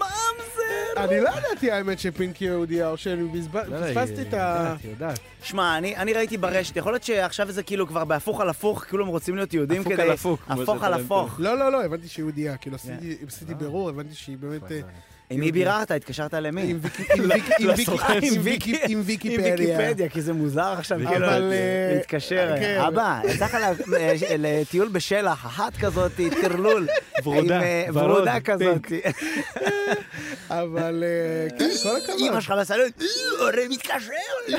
Speaker 1: אני לא ידעתי האמת שפינק יהודייה, או שאני בזבז-
Speaker 4: לא, לא,
Speaker 1: פספסתי
Speaker 4: היא-
Speaker 1: את ה...
Speaker 4: יודעת, היא יודעת.
Speaker 3: שמע, אני אני ראיתי ברשת, יכול להיות שעכשיו זה כאילו כבר בהפוך על הפוך, כאילו הם רוצים להיות יהודים
Speaker 4: הפוך
Speaker 3: כדי...
Speaker 4: על הפוך, כמו
Speaker 3: הפוך
Speaker 4: שזה
Speaker 3: על
Speaker 4: טרנטו.
Speaker 3: הפוך. כן.
Speaker 1: לא, לא, לא, הבנתי שהיא יהודייה. כאילו, עשיתי- עשיתי בירור, הבנתי שהיא באמת... אה,
Speaker 3: עם מי ביררת? התקשרת למי?
Speaker 1: עם ויקי- עם ויקי- עם ויקי-
Speaker 3: לסוכן.
Speaker 1: עם ויקי- עם
Speaker 3: לא, עם
Speaker 1: ויקיפדיה.
Speaker 3: ויקיפדיה, כי זה מוזר עכשיו,
Speaker 1: אבל,
Speaker 3: כאילו,
Speaker 1: אה,
Speaker 3: להתקשר.
Speaker 1: כן.
Speaker 3: אבא, יצאך ל- אה, ש- לטיול בשלח, אחת כזאת, טרלול.
Speaker 4: ורודה,
Speaker 3: עם, אה,
Speaker 4: ורוד,
Speaker 3: ורודה כזאת.
Speaker 1: אבל אה, כן, כל הכבוד.
Speaker 3: אמא שלך בסלון, "אה, הורה מתקשר.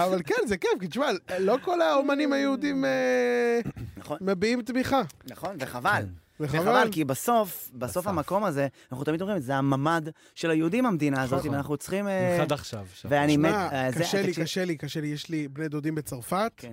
Speaker 1: אבל כן, זה כיף, כי תשמע, לא כל האומנים היהודים אה,
Speaker 3: נכון.
Speaker 1: מביעים תמיכה.
Speaker 3: נכון, וחבל.
Speaker 1: וחבל.
Speaker 3: וחבל, כי בסוף, בסוף המקום הזה, אנחנו תמיד אומרים, זה הממ"ד של היהודים, המדינה הזאת,
Speaker 4: נכון.
Speaker 3: ואנחנו צריכים... אה,
Speaker 4: במיוחד עכשיו. שם.
Speaker 3: ואני מת...
Speaker 1: תשמע,
Speaker 3: אה, זה-
Speaker 1: קשה לי,
Speaker 3: תקשיב-
Speaker 1: קשה לי, קשה לי. יש לי בני דודים בצרפת,
Speaker 3: כן.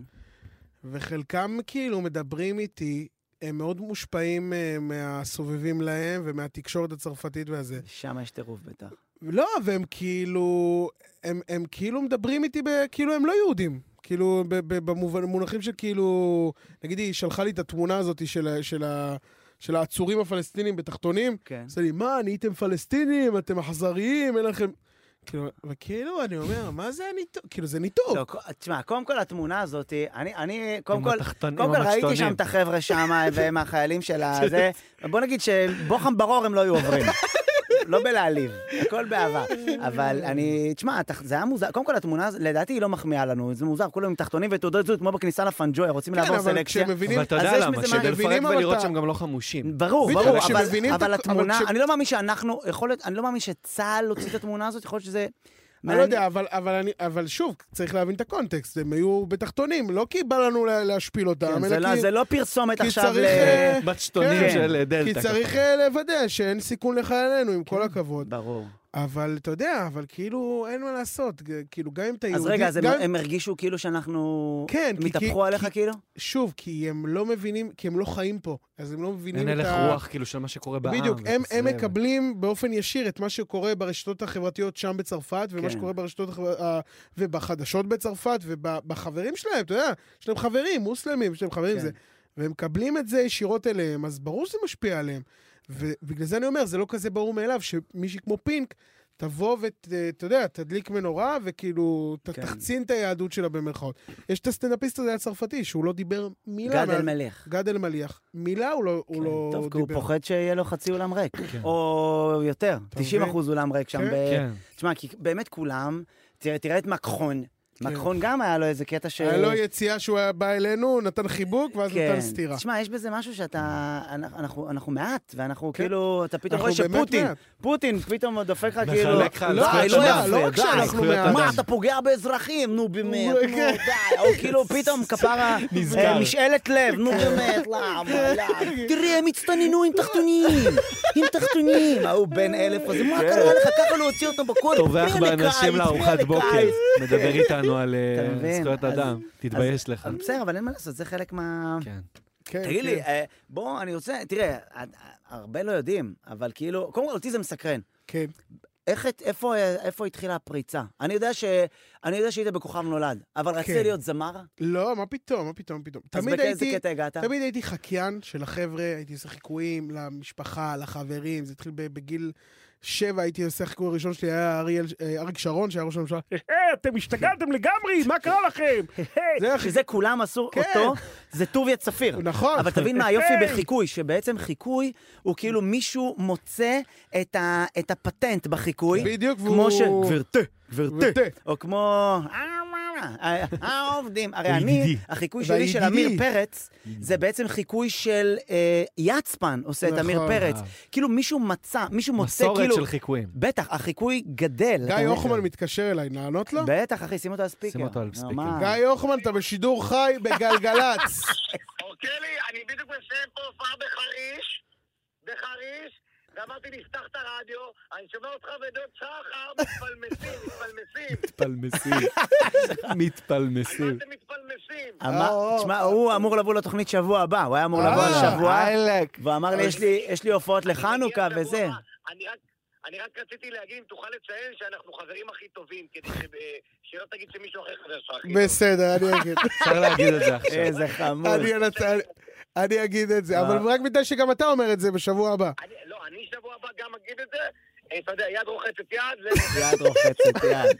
Speaker 1: וחלקם כאילו מדברים איתי, הם מאוד מושפעים אה, מהסובבים להם ומהתקשורת הצרפתית והזה.
Speaker 3: שם יש טירוף בטח.
Speaker 1: לא, והם כאילו, הם, הם כאילו מדברים איתי, ב, כאילו הם לא יהודים. כאילו, ב- ב- במובן- במונחים של כאילו, נגיד היא שלחה לי את התמונה הזאת של, ה- של, ה- של העצורים הפלסטינים בתחתונים.
Speaker 3: כן.
Speaker 1: עושה לי, מה, נהייתם פלסטינים, אתם אכזריים, אין לכם... כאילו, וכאילו, אני אומר, מה זה הניתוק? כאילו, זה ניתוק.
Speaker 3: לא, ק- תשמע, קודם כל התמונה הזאת, אני, אני, קודם
Speaker 4: עם
Speaker 3: כל,
Speaker 4: התחתונים,
Speaker 3: קודם כל
Speaker 4: עם
Speaker 3: ראיתי
Speaker 4: המצתונים.
Speaker 3: שם את החבר'ה שם, והם החיילים של הזה, בוא נגיד שבוחם ברור הם לא היו עוברים. לא בלהעליב, הכל באהבה. אבל אני, תשמע, התח- זה היה מוזר, קודם כל התמונה, הזו, לדעתי היא לא מחמיאה לנו, זה מוזר, כולם עם תחתונים ותעודות זהות, כמו בכניסה לפנג'ויה, רוצים
Speaker 1: כן,
Speaker 3: לעבור
Speaker 1: אבל
Speaker 3: סלקציה.
Speaker 1: כשמבינים...
Speaker 4: אבל אתה
Speaker 3: אז
Speaker 4: יודע
Speaker 3: יש
Speaker 4: למה,
Speaker 3: מזה
Speaker 4: כדי
Speaker 3: מה-
Speaker 1: מבינים,
Speaker 4: לפרק
Speaker 1: אבל
Speaker 4: ולראות
Speaker 1: אתה-
Speaker 4: שם גם לא חמושים.
Speaker 3: ברור,
Speaker 1: בדיוק,
Speaker 3: ברור,
Speaker 1: אבל
Speaker 3: אבל,
Speaker 1: כשמבינים את
Speaker 3: אבל
Speaker 1: הת- אבל
Speaker 3: התמונה,
Speaker 1: כש-
Speaker 3: אני לא מאמין שאנחנו, יכול להיות, אני לא מאמין שצה"ל הוציא את התמונה הזאת, יכול להיות שזה...
Speaker 1: אני לא יודע, אבל, אבל, אני, אבל שוב, צריך להבין את הקונטקסט, הם היו בתחתונים, לא כי בא לנו לה- להשפיל אותם,
Speaker 3: כן,
Speaker 1: אלא
Speaker 3: זה לא-
Speaker 1: כי...
Speaker 3: זה לא פרסומת
Speaker 1: כי
Speaker 3: עכשיו
Speaker 1: צריך,
Speaker 3: ל...
Speaker 1: אה,
Speaker 4: בצ'טונים
Speaker 3: כן.
Speaker 4: של
Speaker 1: כי
Speaker 4: דלתא.
Speaker 1: צריך אה, לוודא שאין סיכון לחיילינו, עם
Speaker 3: כן.
Speaker 1: כל הכבוד.
Speaker 3: ברור.
Speaker 1: אבל אתה יודע, אבל כאילו, אין מה לעשות, ג- כאילו, גם אם אתה יהודי...
Speaker 3: אז רגע, אז הם-
Speaker 1: גם-
Speaker 3: הם הרגישו כאילו שאנחנו...
Speaker 1: כן, כי-
Speaker 3: הם התהפכו
Speaker 1: כי-
Speaker 3: עליך
Speaker 1: כי-
Speaker 3: כאילו?
Speaker 1: שוב, כי הם לא מבינים, כי הם לא חיים פה, אז הם לא מבינים
Speaker 4: אין
Speaker 1: את ה...
Speaker 4: הלך רוח כאילו של מה שקורה בעם.
Speaker 1: בדיוק,
Speaker 4: ואת
Speaker 1: הם, הם
Speaker 4: הסבל.
Speaker 1: מקבלים באופן ישיר את מה שקורה ברשתות החברתיות שם בצרפת, ומה
Speaker 3: כן.
Speaker 1: שקורה ברשתות החבר... ה- ובחדשות בצרפת, ובחברים שלהם, אתה יודע, יש להם חברים, מוסלמים, יש להם חברים,
Speaker 3: כן.
Speaker 1: זה, והם מקבלים את זה ישירות אליהם, אז ברור שזה משפיע עליהם. ובגלל זה אני אומר, זה לא כזה ברור מאליו שמישהי כמו פינק תבוא ואתה יודע, תדליק מנורה וכאילו ת-
Speaker 3: כן.
Speaker 1: תחצין את היהדות שלה במרכאות. יש את הסטנדאפיסט הזה הצרפתי, שהוא לא דיבר מילה.
Speaker 3: גד
Speaker 1: מה-
Speaker 3: אלמליח.
Speaker 1: גד אלמליח. מילה הוא לא, הוא
Speaker 3: כן,
Speaker 1: לא
Speaker 3: טוב, כי הוא
Speaker 1: דיבר.
Speaker 3: פוחד שיהיה לו חצי אולם ריק.
Speaker 4: כן.
Speaker 3: או יותר,
Speaker 1: אתה
Speaker 3: 90
Speaker 1: מבין?
Speaker 3: אחוז אולם ריק שם.
Speaker 1: כן,
Speaker 3: ב-
Speaker 4: כן.
Speaker 3: תשמע, כי באמת כולם, תראה תראה את מקחון. מקחון גם היה לו איזה קטע ש...
Speaker 1: כן. היה לו יציאה שהוא היה בא אלינו, הוא נתן חיבוק, ואז נתן סטירה.
Speaker 3: כן. תשמע, יש בזה משהו שאתה... אנחנו- אנחנו אנחנו מעט, ואנחנו
Speaker 1: כן.
Speaker 3: כאילו, אתה פתאום
Speaker 1: אנחנו
Speaker 3: רואה
Speaker 1: באמת
Speaker 3: שפוטין,
Speaker 1: מעט.
Speaker 3: פוטין פתאום דופק לך
Speaker 4: מחלק
Speaker 3: כאילו...
Speaker 4: לך על
Speaker 3: לא,
Speaker 4: זכויות
Speaker 3: לא
Speaker 4: אדם.
Speaker 3: יפה,
Speaker 1: לא רק
Speaker 3: די.
Speaker 1: שאנחנו
Speaker 4: זכויות
Speaker 1: מעט.
Speaker 4: אדם.
Speaker 3: מה, אתה פוגע באזרחים? נו באמת, נו
Speaker 1: כן.
Speaker 3: די. או כאילו פתאום כפרה,
Speaker 4: נזכר.
Speaker 3: אה, משאלת לב, נו באמת, למה? למה? תראה, הם הצטננו עם תחתונים, עם תחתונים. ההוא בן אלף הזה, מה קרה לך? ככה להוציא אותם בכל...
Speaker 4: כן. טובח
Speaker 3: פלא קיץ,
Speaker 4: באנשים לארוחת
Speaker 3: פלא
Speaker 4: בוקר,
Speaker 3: קיץ.
Speaker 4: מדבר איתנו על אה,
Speaker 3: אתה מבין?
Speaker 4: זכויות
Speaker 3: אז-
Speaker 4: אדם. תתבייש לך.
Speaker 3: אבל בסדר, אבל אין מה לעשות, זה חלק מה...
Speaker 4: כן.
Speaker 1: כן,
Speaker 3: תגיד לי,
Speaker 1: כן.
Speaker 3: אה, בוא, אני רוצה, תראה, אה, הרבה לא יודעים, אבל כאילו, קודם כל אותי זה מסקרן.
Speaker 1: כן.
Speaker 3: איך, את- איפה, אה, איפה התחילה הפריצה? אני יודע, ש, אני יודע שהיית בכוכב נולד, אבל רצית
Speaker 1: כן.
Speaker 3: להיות זמר?
Speaker 1: לא, מה פתאום, מה פתאום, מה פתאום.
Speaker 3: אז
Speaker 1: תמיד
Speaker 3: באיזה
Speaker 1: הייתי...
Speaker 3: קטע הגעת?
Speaker 1: תמיד הייתי חקיין של החבר'ה, הייתי עושה חיקויים למשפחה, לחברים, זה התחיל ב- בגיל שבע, הייתי עושה החיקוי הראשון שלי, היה אריאל, אה, אריק שרון, שהיה ראש הממשלה, "אה, אתם השתגעתם לגמרי, מה קרה לכם? זה החיק-
Speaker 3: שזה כולם עשו
Speaker 1: כן.
Speaker 3: אותו, זה טוביה צפיר.
Speaker 1: נכון.
Speaker 3: אבל תבין מה היופי
Speaker 1: כן.
Speaker 3: בחיקוי, שבעצם חיקוי הוא כאילו מישהו מוצא את, ה, את הפטנט בחיקוי.
Speaker 1: בדיוק,
Speaker 3: כמו ש...
Speaker 1: והוא-
Speaker 3: גברתי, גברתי.
Speaker 1: גברתי.
Speaker 3: או כמו... "אה, העובדים. הרי אני,
Speaker 4: וידידי.
Speaker 3: החיקוי שלי של עמיר
Speaker 1: וידידי.
Speaker 3: פרץ, זה בעצם חיקוי של אה, יצפן עושה את עמיר
Speaker 1: נכון.
Speaker 3: פרץ. כאילו מישהו מצא, מישהו מוצא
Speaker 4: מסורת
Speaker 3: כאילו...
Speaker 4: של חיקויים.
Speaker 3: בטח, החיקוי גדל. אתה
Speaker 1: גיא
Speaker 3: מבין?
Speaker 1: אוחמן מתקשר אליי, לענות לו?
Speaker 3: בטח, אחי, שים אותו על ספיקר.
Speaker 4: שים אותו על
Speaker 3: נו,
Speaker 4: ספיקר.
Speaker 3: מה?
Speaker 1: גיא אוחמן, אתה בשידור חי בגלגלצ.
Speaker 5: אורקלי, אני בדיוק מסיים פה הופעה בחריש, בחריש, ואמרתי, נפתח את הרדיו, אני שומע אותך ודוד שחר, מתפלמסים, מתפלמסים.
Speaker 4: מתפלמסים.
Speaker 5: מה
Speaker 4: מתפלמסים.
Speaker 5: אתם מתפלמסים?
Speaker 3: אמר,
Speaker 1: אה,
Speaker 3: תשמע, הוא אמור לבוא לתוכנית שבוע הבא, הוא היה אמור
Speaker 1: אה,
Speaker 3: לבוא על שבוע,
Speaker 4: אלק.
Speaker 3: ואמר לי, "יש לי- יש לי הופעות לחנוכה
Speaker 5: אני
Speaker 3: וזה.
Speaker 5: השבוע, אני רק... אני רק רציתי להגיד, אם תוכל לציין שאנחנו חברים הכי טובים, כדי ש... אה, שלא תגיד שמישהו אחר חבר שלך הכי טוב.
Speaker 1: בסדר, אני אגיד.
Speaker 4: אפשר להגיד את זה עכשיו.
Speaker 3: איזה חמוד.
Speaker 1: אני אנצל... אני אגיד את זה, אבל רק בגלל שגם אתה אומר את זה בשבוע הבא.
Speaker 5: אני, לא, אני שבוע הבא גם אגיד את זה, אה, אתה יודע, יד רוחצת יד, ו...
Speaker 3: יד רוחצת יד.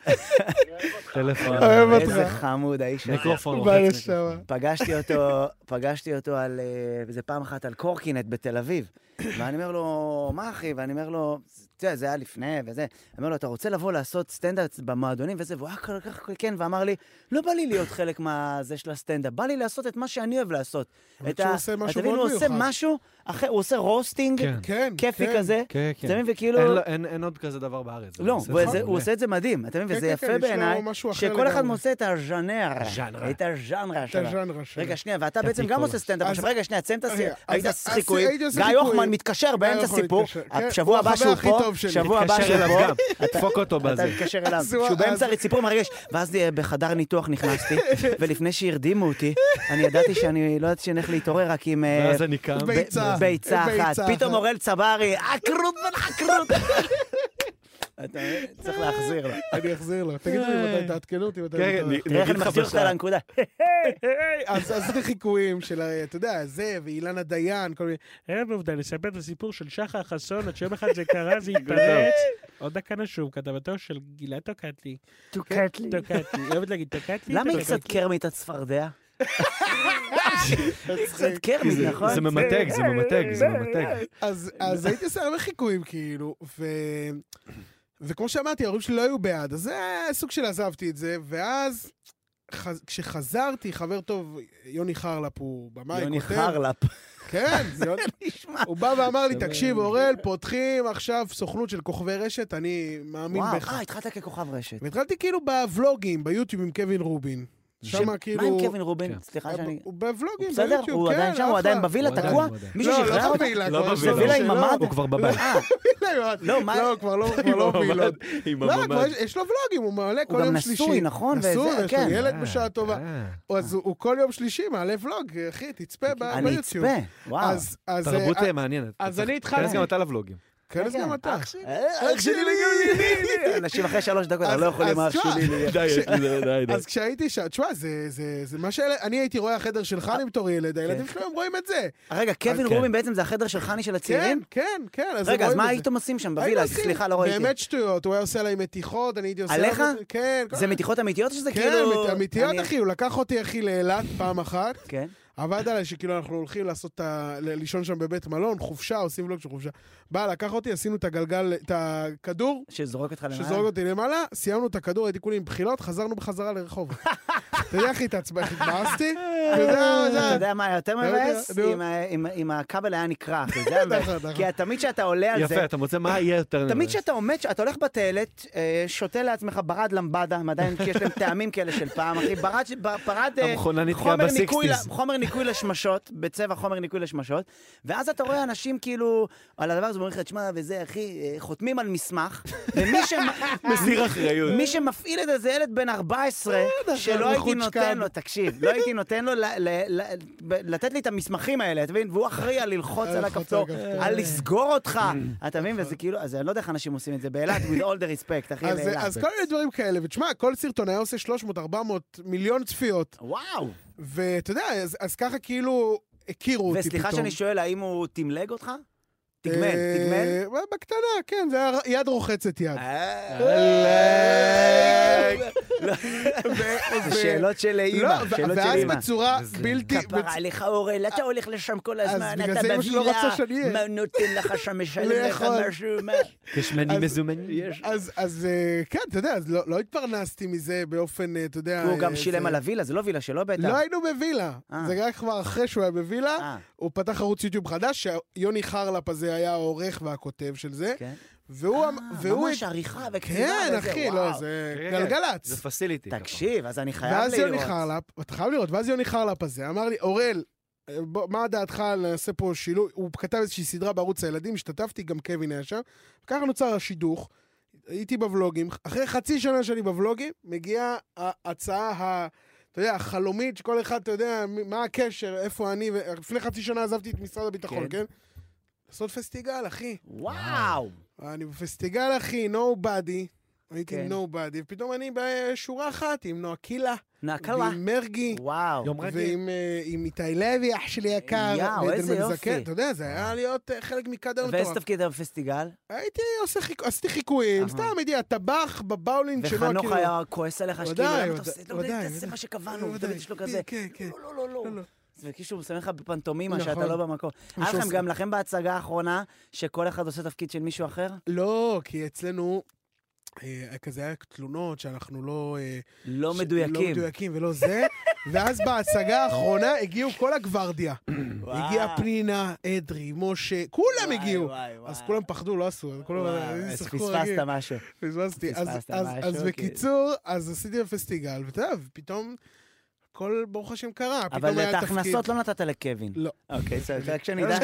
Speaker 5: אני אוהב אותך.
Speaker 4: טלפון.
Speaker 1: אוהב אותך.
Speaker 3: איזה חמוד האיש הזה.
Speaker 4: מיקרופון
Speaker 1: מה
Speaker 4: רוחץ.
Speaker 1: יש שם?
Speaker 3: פגשתי אותו, פגשתי אותו על, אה, איזה פעם אחת על קורקינט בתל אביב. ואני אומר לו, מה אחי? ואני אומר לו, אתה יודע, זה היה לפני וזה. אני אומר לו, אתה רוצה לבוא לעשות סטנדאפ במועדונים וזה? והוא היה כל כך כן, ואמר לי, לא בא לי להיות חלק מהזה של הסטנדאפ, בא לי לעשות את מה שאני אוהב לעשות.
Speaker 1: אבל
Speaker 3: את
Speaker 1: כשהוא
Speaker 3: ה-
Speaker 1: עושה משהו
Speaker 3: אתה מבין,
Speaker 1: מאוד
Speaker 3: הוא עושה
Speaker 1: מיוחד.
Speaker 3: משהו, אחר- הוא עושה רוסטינג,
Speaker 4: כן.
Speaker 1: כן,
Speaker 3: כיפי
Speaker 1: כן.
Speaker 3: כזה.
Speaker 4: כן,
Speaker 3: אתה מבין,
Speaker 4: כן.
Speaker 3: וכאילו...
Speaker 4: אין לו- אין אין עוד כזה דבר בארץ. זה
Speaker 3: כאילו- לא,
Speaker 4: בסדר.
Speaker 3: וזה- הוא
Speaker 4: מעולה.
Speaker 3: עושה את זה מדהים, אתה מבין?
Speaker 1: אוקיי. כן, כן,
Speaker 3: וזה
Speaker 1: כן,
Speaker 3: יפה
Speaker 1: יש לו
Speaker 3: בעיניי,
Speaker 1: משהו אחר
Speaker 3: שכל אחד
Speaker 1: לגמרי.
Speaker 3: מוצא את הז'אנר,
Speaker 4: ז'אנרה.
Speaker 3: את הז'אנרה
Speaker 1: את
Speaker 3: שלו.
Speaker 1: הז'אנר שלו.
Speaker 3: רגע, שנייה, ואתה בעצם גם
Speaker 4: תיקו.
Speaker 3: עושה סטנדאפ.
Speaker 1: אז-
Speaker 3: עכשיו, רגע, שנייה, תסיים את הסי-
Speaker 1: רגע,
Speaker 3: היית
Speaker 1: אז- אז-
Speaker 3: סיכויים.
Speaker 1: הייתי עושה
Speaker 3: גיא
Speaker 1: סיכויים.
Speaker 3: הוחמן מתקשר באמצע
Speaker 1: הוחמן
Speaker 3: סיפור.
Speaker 1: מתקשר, כן.
Speaker 3: השבוע
Speaker 1: הוא
Speaker 3: הבא
Speaker 1: החבר
Speaker 3: שהוא
Speaker 1: הכי
Speaker 3: פה,
Speaker 1: טוב שלי.
Speaker 3: שבוע הבא
Speaker 4: תתקשר
Speaker 3: שהוא
Speaker 4: אליו גם,
Speaker 3: פה,
Speaker 4: תדפוק אותו
Speaker 3: אתה
Speaker 4: בזה.
Speaker 3: מתקשר אליו.
Speaker 1: אז הוא-
Speaker 3: שהוא באמצע
Speaker 1: אז-
Speaker 3: סיפור מרגש. ואז אה, בחדר ניתוח נכנסתי, ולפני שהרדימו אותי, אני ידעתי שאני לא ידעתי שאני הולך להתעורר רק עם... אה,
Speaker 4: ואז אני קם.
Speaker 1: ב- ביצה.
Speaker 3: ב- ביצה
Speaker 1: ביצה
Speaker 3: אחת.
Speaker 1: אחת.
Speaker 3: פתאום אורל צברי, עקרות בן עקרות. אתה צריך להחזיר לו.
Speaker 1: אני אחזיר לו. תגידו לי מתי, תעדכנו אותי מתי.
Speaker 4: כן,
Speaker 1: אני
Speaker 4: כן,
Speaker 1: מתארח.
Speaker 4: נ-
Speaker 3: תראה איך
Speaker 4: נגיד
Speaker 3: אני
Speaker 4: לך
Speaker 3: מחזיר אותך
Speaker 4: בשעה.
Speaker 3: לנקודה.
Speaker 1: אז אז זה חיקויים של, ה- אתה יודע, זה, ואילנה דיין, כל מיני...
Speaker 6: אין עובדה, לספר את הסיפור של שחר חסון, עד שיום אחד זה קרה, זה התפרץ. עוד דקה נשוב, כתבתו של גילה טוקטלי.
Speaker 3: טוקטלי.
Speaker 6: כן, טוקטלי, אוהבת להגיד טוקטלי.
Speaker 3: למה היא
Speaker 6: טוקטלי.
Speaker 3: קצת קרמית הצפרדע? קצת קרמית, נכון?
Speaker 4: זה ממתג, זה ממתג, זה ממתג.
Speaker 1: אז אז הייתי עושה הרבה חיקויים, כאילו, ו... וכמו שאמרתי, ההורים שלי לא היו בעד, אז זה סוג של עזבתי את זה, ואז חז- כשחזרתי, חבר טוב, יוני חרלפ, הוא במאי כותב.
Speaker 3: יוני חרלפ.
Speaker 1: כן, זה יוני.
Speaker 3: נשמע.
Speaker 1: הוא בא ואמר לי, תקשיב, אורל, פותחים עכשיו סוכנות של כוכבי רשת, אני מאמין
Speaker 3: וואו,
Speaker 1: בך.
Speaker 3: אה, התחלת ככוכב רשת.
Speaker 1: והתחלתי כאילו בוולוגים, ביוטיוב עם קווין רובין. שם כאילו... אה,
Speaker 3: מה עם קווין רובין?
Speaker 4: כן.
Speaker 3: סליחה שאני...
Speaker 1: הוא בוולוגים,
Speaker 3: בסדר?
Speaker 1: ביוטיוב, כן,
Speaker 3: הוא עדיין שם? הוא
Speaker 1: אחלה.
Speaker 3: עדיין בווילה
Speaker 4: הוא עדיין,
Speaker 3: תקוע?
Speaker 4: הוא עדיין.
Speaker 3: מישהו
Speaker 1: לא,
Speaker 3: שחרר
Speaker 1: לא
Speaker 3: אותו?
Speaker 1: בווילה,
Speaker 4: לא
Speaker 1: כבר יש
Speaker 4: בווילה.
Speaker 1: לו
Speaker 3: בווילה עם
Speaker 1: שאלות.
Speaker 3: ממ"ד?
Speaker 4: הוא כבר בבית.
Speaker 3: אה,
Speaker 1: לא,
Speaker 3: לא, מה-
Speaker 1: לא, כבר לא, כבר לא וילות.
Speaker 4: עם
Speaker 1: לא, כבר
Speaker 4: הממ"ד.
Speaker 1: יש- יש לו ולוגים, הוא מעלה כל
Speaker 3: גם
Speaker 1: יום
Speaker 3: נשוי,
Speaker 1: שלישי.
Speaker 3: נכון?
Speaker 1: נשוי,
Speaker 3: וזה,
Speaker 1: יש לו
Speaker 3: כן.
Speaker 1: ילד
Speaker 4: אה,
Speaker 1: בשעה טובה.
Speaker 4: אה.
Speaker 1: אז הוא הוא כל יום שלישי מעלה ולוג, אחי, תצפה ב-
Speaker 3: אני
Speaker 1: ביוטיוב.
Speaker 3: אצפה, וואו.
Speaker 1: אז- אז...
Speaker 4: תרבות
Speaker 1: אה,
Speaker 4: אה, מעניינת.
Speaker 1: אז אני
Speaker 4: תיכנס
Speaker 1: התחלתי.
Speaker 4: גם אתה לבלוגים.
Speaker 1: כנס גם אתה.
Speaker 3: כן, אה, אח שלי לגמרי. אנשים אחרי שלוש דקות,
Speaker 1: אז-
Speaker 3: אני לא יכול
Speaker 1: אז
Speaker 3: עם אח
Speaker 1: תשמע,
Speaker 3: שלי לגמרי.
Speaker 4: די, די, די.
Speaker 1: אז כשהייתי שם, תשמע, זה- זה זה מה שאני הייתי רואה החדר של
Speaker 3: אה,
Speaker 1: חני בתור ילד, הילדים
Speaker 3: כן.
Speaker 1: שלו הם רואים את זה.
Speaker 3: רגע, קווין
Speaker 4: כן.
Speaker 3: רובין בעצם זה החדר של חני של
Speaker 1: כן,
Speaker 3: הצעירים?
Speaker 1: כן, כן. הם
Speaker 3: רגע, אז
Speaker 1: רואים
Speaker 3: מה
Speaker 1: את זה.
Speaker 3: הייתם עושים שם
Speaker 1: היינו
Speaker 3: בווילה?
Speaker 1: עושים
Speaker 3: סליחה, לא ראיתי.
Speaker 1: באמת שטויות, הוא היה עושה עליי מתיחות, אני הייתי עושה...
Speaker 3: עליך?
Speaker 1: לה מתיחות, כן. כל
Speaker 3: זה
Speaker 1: מיני-
Speaker 3: מתיחות אמיתיות או שזה
Speaker 1: כן,
Speaker 3: כאילו...
Speaker 1: מת- אמיתיות,
Speaker 3: אני-
Speaker 1: אחי, הוא לקח אותי, אחי, לאילת פעם אחת.
Speaker 3: כן.
Speaker 1: עבד עליי שכאילו אנחנו הולכים לעשות את ה... ל- לישון שם בבית מלון, חופשה, עושים ולוג של חופשה. בא, לקח אותי, עשינו את הגלגל, את הכדור,
Speaker 3: שזורק אותך למעלה?
Speaker 1: שזורק אותי למעלה, סיימנו את הכדור, הייתי כולי עם בחילות, חזרנו בחזרה לרחוב. אתה יודע, אחי, התעצבן- התבאסתי, וזה...
Speaker 3: אה, אתה
Speaker 1: זה-
Speaker 3: יודע מה היה יותר
Speaker 1: לא יודע,
Speaker 3: מבאס?
Speaker 1: נו.
Speaker 3: אם ה- אם- אם הכבל היה נקרע, אחי, זה היה
Speaker 1: נכון,
Speaker 3: מבאס.
Speaker 1: נכון.
Speaker 3: כי תמיד כשאתה עולה על זה...
Speaker 4: יפה, אתה מוצא מה יהיה יותר...
Speaker 3: תמיד כשאתה עומד, אתה הולך בטיילת, אה, שותה לעצמך ברד למבדה, הם עדיין, כי יש להם טעמים כאלה של פעם, אחי, ברד, ש- ב- ברד, אה,
Speaker 4: המכונה נתקעה
Speaker 3: חומר ניקוי
Speaker 4: בסיקסטיז.
Speaker 3: ל- חומר ניקוי לשמשות, בצבע חומר ניקוי לשמשות, ואז אתה רואה אנשים כאילו, על הדבר הזה, אומרים לך, תשמע, וזה, אחי, אה, חותמים על מסמך, ומי ש...
Speaker 4: מסיר אחריות.
Speaker 3: מי שמפעיל את זה זה ילד בן 14, שלא
Speaker 1: אחי,
Speaker 3: הייתי
Speaker 1: מחוץ
Speaker 3: נותן
Speaker 1: כאן.
Speaker 3: לו, תקשיב, לא הייתי נותן לו ל- ל- ל- ב- לתת לי את המסמכים האלה, אתה מבין? והוא אחראי על ללחוץ
Speaker 1: על אה,
Speaker 3: על
Speaker 1: ללחוץ על
Speaker 3: הכפתור,
Speaker 1: הכפתור. אה. נכון.
Speaker 3: על לסגור אותך, אתה מבין? וזה כאילו, אז אני לא יודע איך אנשים עושים את זה באילת, with all the respect, אחי,
Speaker 1: אז-
Speaker 3: באילת.
Speaker 1: אז כל מיני דברים כאלה, ותשמע, כל סרטון היה עושה 300, 400 מיליון צפיות,
Speaker 3: וואו,
Speaker 1: ואתה יודע, אז- אז ככה כאילו הכירו אותי פתאום.
Speaker 3: וסליחה שאני שואל, האם הוא תמלג אותך? תגמל,
Speaker 1: אה,
Speaker 3: תגמל.
Speaker 1: בקטנה, כן, זה היה יד רוחצת
Speaker 3: אה,
Speaker 1: יד. לא, אה,
Speaker 3: זה שאלות של אימא,
Speaker 1: לא,
Speaker 3: שאלות של
Speaker 1: ואז
Speaker 3: אימא.
Speaker 1: בצורה
Speaker 4: וזה-
Speaker 1: בלתי...
Speaker 3: כפרה עליך אורל, אתה הולך לשם כל הזמן,
Speaker 1: בגלל
Speaker 3: אתה
Speaker 1: זה אמא שלי לא
Speaker 3: בווילה,
Speaker 1: רוצה שאני אהיה. לא
Speaker 3: מה נותן לך שם, משלם לך
Speaker 1: לאכול.
Speaker 3: משהו, מה...
Speaker 4: יש מני מזומנים.
Speaker 1: אז, אז אה, כן, אתה יודע, אז לא, לא התפרנסתי מזה באופן, אה, אתה יודע...
Speaker 3: הוא גם
Speaker 1: אה,
Speaker 3: שילם
Speaker 1: זה-
Speaker 3: על הווילה, זה לא וילה שלו בטח.
Speaker 1: לא היינו בווילה.
Speaker 3: אה.
Speaker 1: זה היה כבר אחרי שהוא היה בווילה,
Speaker 3: אה,
Speaker 1: הוא פתח ערוץ יוטיוב חדש, שיוני חרלפ הזה היה העורך והכותב של זה,
Speaker 3: כן.
Speaker 1: והוא... אמ- והוא...
Speaker 3: אה, ממש עריכה וכתיבה
Speaker 1: כן,
Speaker 3: וזה,
Speaker 1: אחי,
Speaker 3: וואו.
Speaker 1: לא, זה
Speaker 4: כן, כן.
Speaker 1: גלגלצ.
Speaker 4: זה פסיליטי.
Speaker 3: תקשיב, אז אני חייב
Speaker 1: ואז יוני
Speaker 3: לראות.
Speaker 1: חרלפ, אתה חייב לראות, ואז יוני חרלפ הזה אמר לי, אורל, אה, בוא, מה דעתך, נעשה פה שילוב, הוא כתב איזושהי סדרה בערוץ הילדים, השתתפתי, גם קווין היה שם, וככה נוצר השידוך, הייתי בוולוגים, אחרי חצי שנה שאני בוולוגים, מגיעה ההצעה ה... אתה יודע, החלומית, שכל אחד, אתה יודע, מ- מה הקשר, איפה אני, ו- לפני חצי שנה עזבתי את משרד הביטחון,
Speaker 3: כן.
Speaker 1: כן? לעשות פסטיגל, אחי.
Speaker 3: וואו.
Speaker 1: אני בפסטיגל, אחי, נובדי. הייתי עם
Speaker 3: כן.
Speaker 1: נובדי, ופתאום אני בשורה אחת עם נועה קילה.
Speaker 3: נקלה.
Speaker 1: ועם מרגי,
Speaker 3: וואו.
Speaker 4: יום רגיל.
Speaker 1: ועם אה, עם איתי לוי, אח שלי יקר,
Speaker 3: יאו,
Speaker 1: ועדן
Speaker 3: איזה יופי.
Speaker 1: מזקן. אתה יודע, זה היה להיות אה, חלק מקאדר
Speaker 3: ואיזה
Speaker 1: מטורף.
Speaker 3: תפקיד היה בפסטיגל?
Speaker 1: הייתי עושה חיק- עשיתי חיקויים,
Speaker 3: אהה.
Speaker 1: סתם, הייתי הטבח בבאולינג שלו, כאילו...
Speaker 3: וחנוך היה כועס עליך, שכאילו,
Speaker 1: ודאי,
Speaker 3: למה אתה
Speaker 1: ודאי,
Speaker 3: עושה? לא,
Speaker 1: ודאי,
Speaker 3: תעשה
Speaker 1: ודאי.
Speaker 3: מה שקבענו,
Speaker 1: ודאי,
Speaker 3: תמיד יש לו
Speaker 1: כן,
Speaker 3: כזה.
Speaker 1: כן, כן.
Speaker 3: לא, לא, לא, לא.
Speaker 1: לא.
Speaker 3: וכאילו הוא שם לך בפנטומימה
Speaker 1: נכון.
Speaker 3: שאתה לא במקום. היה לכם
Speaker 1: שעושה-
Speaker 3: גם לכם בהצגה האחרונה, שכל אחד עושה תפקיד של מישהו אחר?
Speaker 1: לא, כי אצלנו... אה, כזה היה תלונות שאנחנו לא... אה,
Speaker 3: לא
Speaker 1: ש- לא
Speaker 3: מדויקים.
Speaker 1: מדויקים ולא זה. ואז בהצגה האחרונה הגיעו כל הגוורדיה.
Speaker 3: וואו.
Speaker 1: הגיעה פנינה, אדרי, משה, כולם
Speaker 3: וואי,
Speaker 1: הגיעו.
Speaker 3: וואי, וואי.
Speaker 1: אז כולם פחדו, לא עשו, אז כולם
Speaker 3: וואו, אז
Speaker 1: שיחקו רגיל. אה,
Speaker 3: פספסת משהו.
Speaker 1: פספסתי. אז-
Speaker 3: פספסת
Speaker 1: אז-
Speaker 3: משהו, כאילו.
Speaker 1: אז
Speaker 3: כי-
Speaker 1: בקיצור, אז עשיתי פסטיגל, ואתה יודע, פתאום הכל ברוך השם קרה, פתאום
Speaker 3: אבל את
Speaker 1: היה תפקיד.
Speaker 3: ההכנסות לא נתת לקווין.
Speaker 1: לא.
Speaker 3: אוקיי, בסדר, רק כן. שנדע.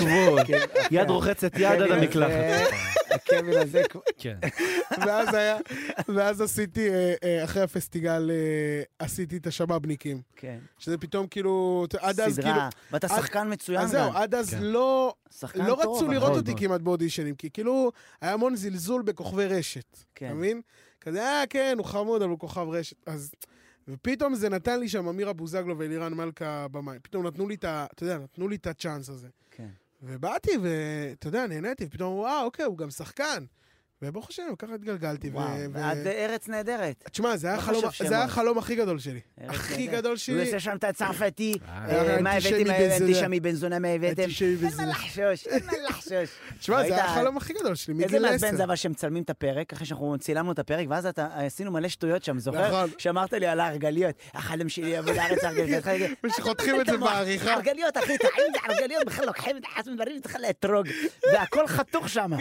Speaker 4: יד רוחצת יד
Speaker 3: כן,
Speaker 4: עד המקלחת.
Speaker 3: הקווין הזה...
Speaker 6: כן.
Speaker 1: ואז היה, ואז עשיתי, אה, אה, אחרי הפסטיגל, אה, עשיתי את השבאבניקים.
Speaker 3: כן.
Speaker 1: שזה פתאום כאילו, עד אז כאילו...
Speaker 3: סדרה. ואתה
Speaker 1: עד-
Speaker 3: שחקן מצוין
Speaker 1: אז זהו,
Speaker 3: גם.
Speaker 1: עד אז
Speaker 6: כן.
Speaker 1: לא, לא
Speaker 3: שחקן טוב,
Speaker 1: רצו
Speaker 3: אבל-
Speaker 1: לראות
Speaker 4: מאוד,
Speaker 1: אותי
Speaker 4: מאוד.
Speaker 1: כמעט באודישנים, כי כאילו, היה המון זלזול בכוכבי רשת.
Speaker 3: כן.
Speaker 1: אתה מבין? כזה, אה, כן, הוא חמוד, אבל הוא כוכב רשת. אז... ופתאום זה נתן לי שם אמירה בוזגלו ואלירן מלכה במים. פתאום נתנו לי את ה... אתה יודע, נתנו לי את הצ'אנס הזה.
Speaker 3: כן.
Speaker 1: ובאתי, ואתה יודע, נהניתי, ופתאום אמרו, אה, אוקיי, הוא גם שחקן. וברוך השם, ככה התגלגלתי. ו-
Speaker 3: וואו,
Speaker 1: ו-
Speaker 3: ועד ארץ נהדרת.
Speaker 1: תשמע, זה היה
Speaker 3: לא
Speaker 1: החלום-
Speaker 3: חשוב
Speaker 1: זה היה
Speaker 3: שמות.
Speaker 1: החלום הכי גדול שלי.
Speaker 3: ארץ
Speaker 1: הכי
Speaker 3: נהדרת.
Speaker 1: גדול
Speaker 3: הוא
Speaker 1: שלי.
Speaker 3: עושה שם את הצרפתי,
Speaker 1: אה,
Speaker 3: אה, מה
Speaker 1: אנטישמי
Speaker 3: הבאתם, מה
Speaker 1: בן זונה.
Speaker 3: הבאתם שם מבן זונה, מה הבאתם?
Speaker 1: אנטישמי בן
Speaker 3: אין מה
Speaker 1: זונה.
Speaker 3: לחשוש, אין מה לחשוש.
Speaker 1: תשמע,
Speaker 3: ראית?
Speaker 1: זה היה החלום הכי גדול שלי,
Speaker 3: איזה
Speaker 1: מגיל
Speaker 3: מעצבן זה
Speaker 1: עשר.
Speaker 3: אבל שמצלמים את הפרק, אחרי שאנחנו צילמנו את הפרק, ואז אתה, עשינו מלא שטויות שם, זוכר?
Speaker 1: נכון.
Speaker 3: שאמרת לי על הארגליות, החלום שלי יבוא לארץ הארגליות.
Speaker 1: ושחותכים את זה בעריכה.
Speaker 3: ארגליות, אחי, טעים זה ארגליות, בכלל לוקחים את החס מדברים וצריך לאתרוג, והכל חתוך שם.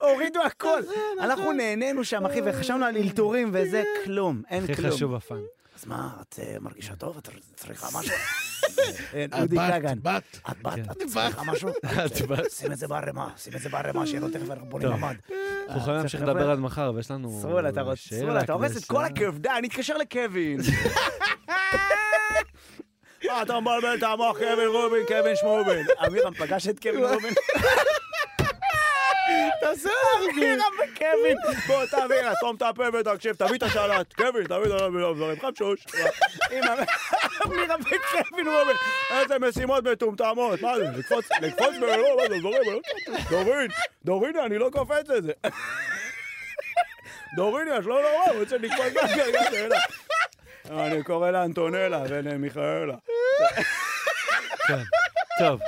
Speaker 3: הורידו הכל.
Speaker 1: נכון,
Speaker 3: אנחנו נהנינו שם, אחי, וחשבנו על אלתורים וזה כלום, אין
Speaker 4: הכי
Speaker 3: כלום.
Speaker 4: חשוב הפאן.
Speaker 3: אז מה, את אה, מרגישה טוב? את צריכה משהו? אה, אודי כגן.
Speaker 1: בת.
Speaker 3: את באת? את צריכה משהו?
Speaker 4: את באת.
Speaker 3: שים את זה בערימה, שים את זה בערימה, שיהיה לו תכף אנחנו בונים ממ"ד.
Speaker 4: אנחנו
Speaker 3: אה,
Speaker 4: יכולים להמשיך לדבר עד מחר, ויש לנו...
Speaker 3: סרול, אתה רוצה,
Speaker 4: שאלה
Speaker 3: סרול, אתה הורס את
Speaker 4: כבשה.
Speaker 3: כל הכיף, די, אני אתקשר לקווין. מה, אתה מבלבל את המוח, קווין רובין, קווין שמובין. אמירם פגש את קווין רובין. לא. תעשה לנו אמירם וקווין. בוא, לא תביא לה, תום את הפה ותקשיב, תביא את השלט. לא, קווין, תביא את הדברים, חמשוש. הנה, אמירם וקווין רובין. איזה משימות מטומטמות. מה זה, לקפוץ, לקפוץ באירוע, מה זה, דברים. דורין, דורין, אני לא קופץ לזה. דוריני, את לא נורא, רוצה לקפוץ מהגרגל. אני קורא לה אנטונלה ולמיכאלה.
Speaker 4: כן. טוב,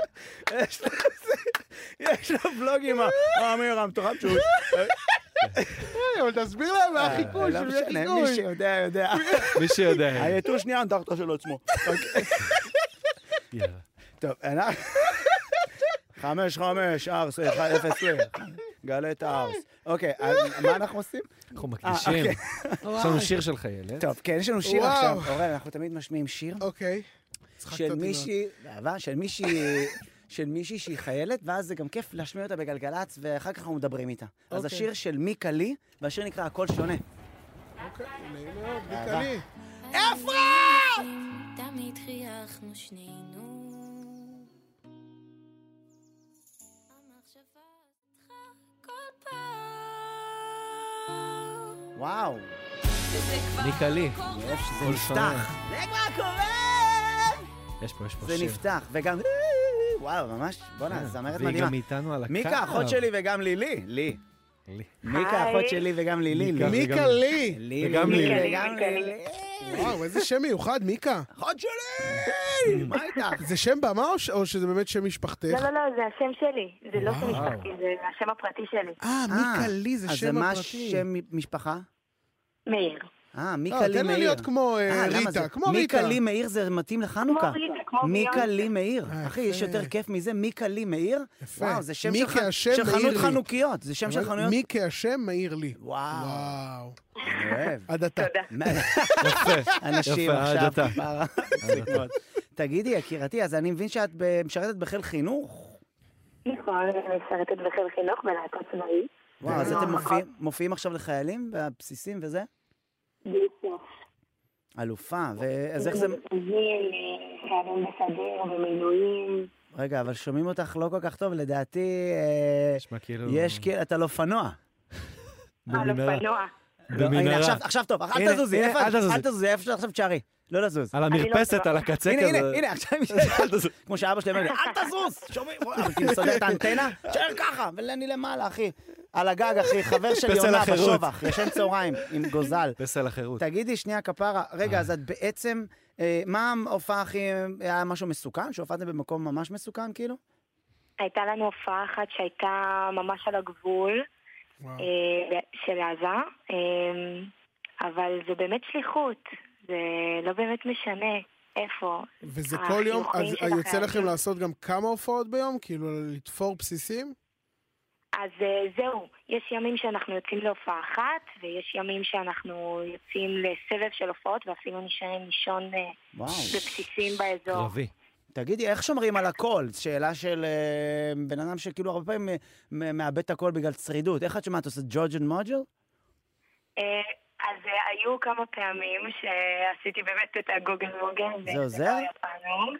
Speaker 3: יש לה בלוגים, אמירם, תחפשו.
Speaker 1: אבל תסביר להם מה החיקוי,
Speaker 3: לא
Speaker 1: של מי
Speaker 3: משנה, מי
Speaker 1: החיקוי.
Speaker 3: שיודע, יודע.
Speaker 4: מי שיודע.
Speaker 3: היתוש נהיה אנדרטה של עצמו. אוקיי.
Speaker 4: יאללה.
Speaker 3: טוב, אנחנו... חמש, חמש, ארס, אה, אחד, אפס, גלה את הארס. אוקיי, אז מה אנחנו עושים?
Speaker 4: אנחנו
Speaker 3: אה,
Speaker 4: מקדישים.
Speaker 3: אוקיי.
Speaker 4: יש לנו שיר של חיילת.
Speaker 3: טוב, כן, יש לנו שיר
Speaker 1: וואו.
Speaker 3: עכשיו. אורן, אנחנו תמיד משמיעים שיר.
Speaker 1: אוקיי. צחקת
Speaker 3: של
Speaker 1: אותי מאוד.
Speaker 3: מישהי, בעבר, של מישהי, של מישהי שהיא חיילת, ואז זה גם כיף להשמיע אותה בגלגלצ, ואחר כך אנחנו מדברים איתה. אז
Speaker 1: אוקיי.
Speaker 3: השיר של מיקה לי, והשיר נקרא הכל שונה.
Speaker 1: אוקיי, נעים מאוד, ביקלי.
Speaker 2: אפרת! תמיד חייכנו שנינו. המחשבה אותך כל פעם.
Speaker 3: וואו,
Speaker 2: וזה כבר
Speaker 4: מיקה לי.
Speaker 2: קורה.
Speaker 3: יש, זה
Speaker 4: הכל
Speaker 3: נפתח.
Speaker 4: שונה.
Speaker 3: זה כבר קורה!
Speaker 4: יש פה, יש פה
Speaker 3: זה
Speaker 4: שיר.
Speaker 3: נפתח, וגם... וואו, ממש, בואנה,
Speaker 4: כן.
Speaker 3: זמרת
Speaker 4: והיא
Speaker 3: מדהימה.
Speaker 4: גם איתנו על הקו.
Speaker 3: מיקה, אחות שלי וגם לילי. לי.
Speaker 4: לי.
Speaker 3: מיקה, אחות שלי וגם לילי.
Speaker 4: מיקה.
Speaker 3: לי.
Speaker 1: מיקה לי!
Speaker 3: לי.
Speaker 4: וגם
Speaker 3: לי,
Speaker 4: לילי.
Speaker 3: וגם לילי.
Speaker 1: וואו, איזה שם מיוחד, מיקה.
Speaker 3: אחות שלי! מה איתך?
Speaker 1: זה שם במה או ש- או שזה באמת שם משפחתך?
Speaker 7: לא, לא, לא, זה השם שלי. זה לא שם משפחתי, זה השם הפרטי שלי.
Speaker 1: אה, מיקה לי זה
Speaker 3: אז
Speaker 1: שם
Speaker 3: מה
Speaker 1: הפרטי.
Speaker 3: שם משפחה?
Speaker 7: מאיר.
Speaker 3: אה,
Speaker 1: לא,
Speaker 3: מיקה לי מאיר.
Speaker 1: תן לה להיות כמו אה,
Speaker 3: אה, למה
Speaker 1: ריטה,
Speaker 3: זה?
Speaker 1: כמו ריטה.
Speaker 3: מיקה לי מאיר זה מתאים
Speaker 7: כמו
Speaker 3: לחנוכה.
Speaker 7: ריטה, אוקיי, כמו
Speaker 3: מיקה
Speaker 7: ביונסה.
Speaker 3: לי מאיר.
Speaker 1: אה,
Speaker 3: אחי,
Speaker 1: יפה.
Speaker 3: יש יותר כיף מזה? מיקה לי מאיר?
Speaker 1: יפה.
Speaker 3: וואו, זה שם של
Speaker 1: מיקה,
Speaker 3: ח-
Speaker 1: השם
Speaker 3: של
Speaker 1: מאיר
Speaker 3: חנות
Speaker 1: לי.
Speaker 3: חנוכיות. זה שם של
Speaker 1: אבל
Speaker 3: חנויות...
Speaker 1: מיקה השם מאיר לי.
Speaker 3: וואו.
Speaker 1: וואו.
Speaker 3: אני אוהב.
Speaker 1: עד עתה.
Speaker 7: תודה.
Speaker 3: אנשים
Speaker 4: יפה, לא עד
Speaker 3: עכשיו
Speaker 4: אתה.
Speaker 3: כפרה. מצחיק מאוד. תגידי, יקירתי, אז אני מבין שאת ב- משרתת בחיל חינוך?
Speaker 7: נכון, אני משרתת בחיל חינוך בלהקה צבאית.
Speaker 3: וואו, אז
Speaker 7: לא,
Speaker 3: אתם
Speaker 7: נכון.
Speaker 3: מופיעים- מופיעים עכשיו לחיילים בבסיסים וזה? אלופה, ואז איך זה...
Speaker 7: אה, חיילים בסדיר, במילואים.
Speaker 3: רגע, אבל שומעים אותך לא כל כך טוב, לדעתי... אה,
Speaker 4: נשמע כאילו...
Speaker 3: יש כאילו, אתה על אופנוע.
Speaker 7: על אופנוע.
Speaker 3: לא, הנה,
Speaker 4: במנהרה.
Speaker 3: עכשיו, עכשיו טוב, אל
Speaker 4: הנה,
Speaker 3: תזוזי,
Speaker 4: הנה,
Speaker 3: איפה-
Speaker 4: אל תזוזי.
Speaker 3: אל תזוזי, איפה שעכשיו תשארי, לא לזוז.
Speaker 4: על המרפסת, על הקצה
Speaker 3: הנה,
Speaker 4: כזה.
Speaker 3: הנה, הנה, עכשיו, כמו שאבא שלי אומר לי, אל תזוז, שומעים, וואו, כאילו סוגר את האנטנה, תשאר ככה, ואני למעלה, אחי. על הגג, אחי, חבר שלי
Speaker 4: פסל
Speaker 3: עונה
Speaker 4: החירות.
Speaker 3: בשובח, ישן צהריים עם גוזל.
Speaker 4: פסל החירות.
Speaker 3: תגידי, שנייה, כפרה, רגע, אז את בעצם, אה, אה, מה ההופעה הכי... היה משהו מסוכן? שהופעתם במקום ממש מסוכן, כאילו?
Speaker 7: הייתה לנו הופעה אחת שהייתה ממש על הגבול
Speaker 1: וואו.
Speaker 7: אה, של עזה, אה, אבל זה באמת שליחות, זה לא באמת משנה איפה.
Speaker 1: וזה
Speaker 7: אה,
Speaker 1: כל יום, אז
Speaker 7: החיוכים של
Speaker 1: יוצא לכם
Speaker 7: החיילים.
Speaker 1: לעשות גם כמה הופעות ביום? כאילו לתפור בסיסים?
Speaker 7: אז אה, זהו, יש ימים שאנחנו יוצאים להופעה אחת, ויש ימים שאנחנו יוצאים לסבב של הופעות, ואפילו נשארים לישון אה,
Speaker 3: וואו.
Speaker 7: בבסיסים באזור.
Speaker 4: קרבי.
Speaker 3: תגידי, איך שומרים על הכל? זו שאלה של אה, בן אדם שכאילו הרבה פעמים אה, מ- מאבד את הכל בגלל צרידות. איך את שומעת? עושה ג'ורג'ן מוג'ל?
Speaker 7: אה, אז אה, היו כמה פעמים שעשיתי באמת את הגוגל מוגל.
Speaker 3: זה עוזר?
Speaker 7: לא היה תענוג.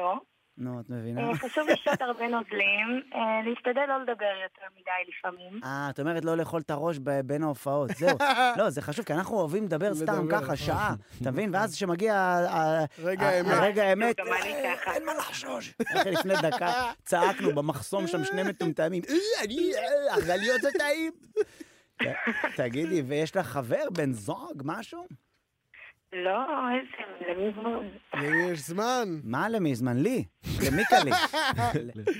Speaker 7: לא.
Speaker 3: נו, את מבינה?
Speaker 7: אה, חשוב לשתות הרבה נוזלים, אה, להשתדל לא לדבר יותר מדי לפעמים.
Speaker 3: אה, את אומרת לא לאכול את הראש ב- בין ההופעות, זהו. לא, זה חשוב, כי אנחנו אוהבים לדבר סתם
Speaker 1: לדבר,
Speaker 3: ככה, שעה, אתה מבין? ואז כשמגיע ה-
Speaker 1: רגע
Speaker 3: ה-
Speaker 1: האמת.
Speaker 3: הרגע האמת, אה,
Speaker 7: גם אני ככה.
Speaker 3: אין מה לחשוש. אחרי לפני דקה צעקנו במחסום שם שני מטומטמים, "אה, אני, אה, הגליות זה טעים. ת- תגידי, ויש לך חבר, בן זוג, משהו?
Speaker 7: לא, איזה, זה מזמור.
Speaker 3: לא.
Speaker 1: למי יש זמן?
Speaker 3: מה למי זמן? לי. למיקה לי.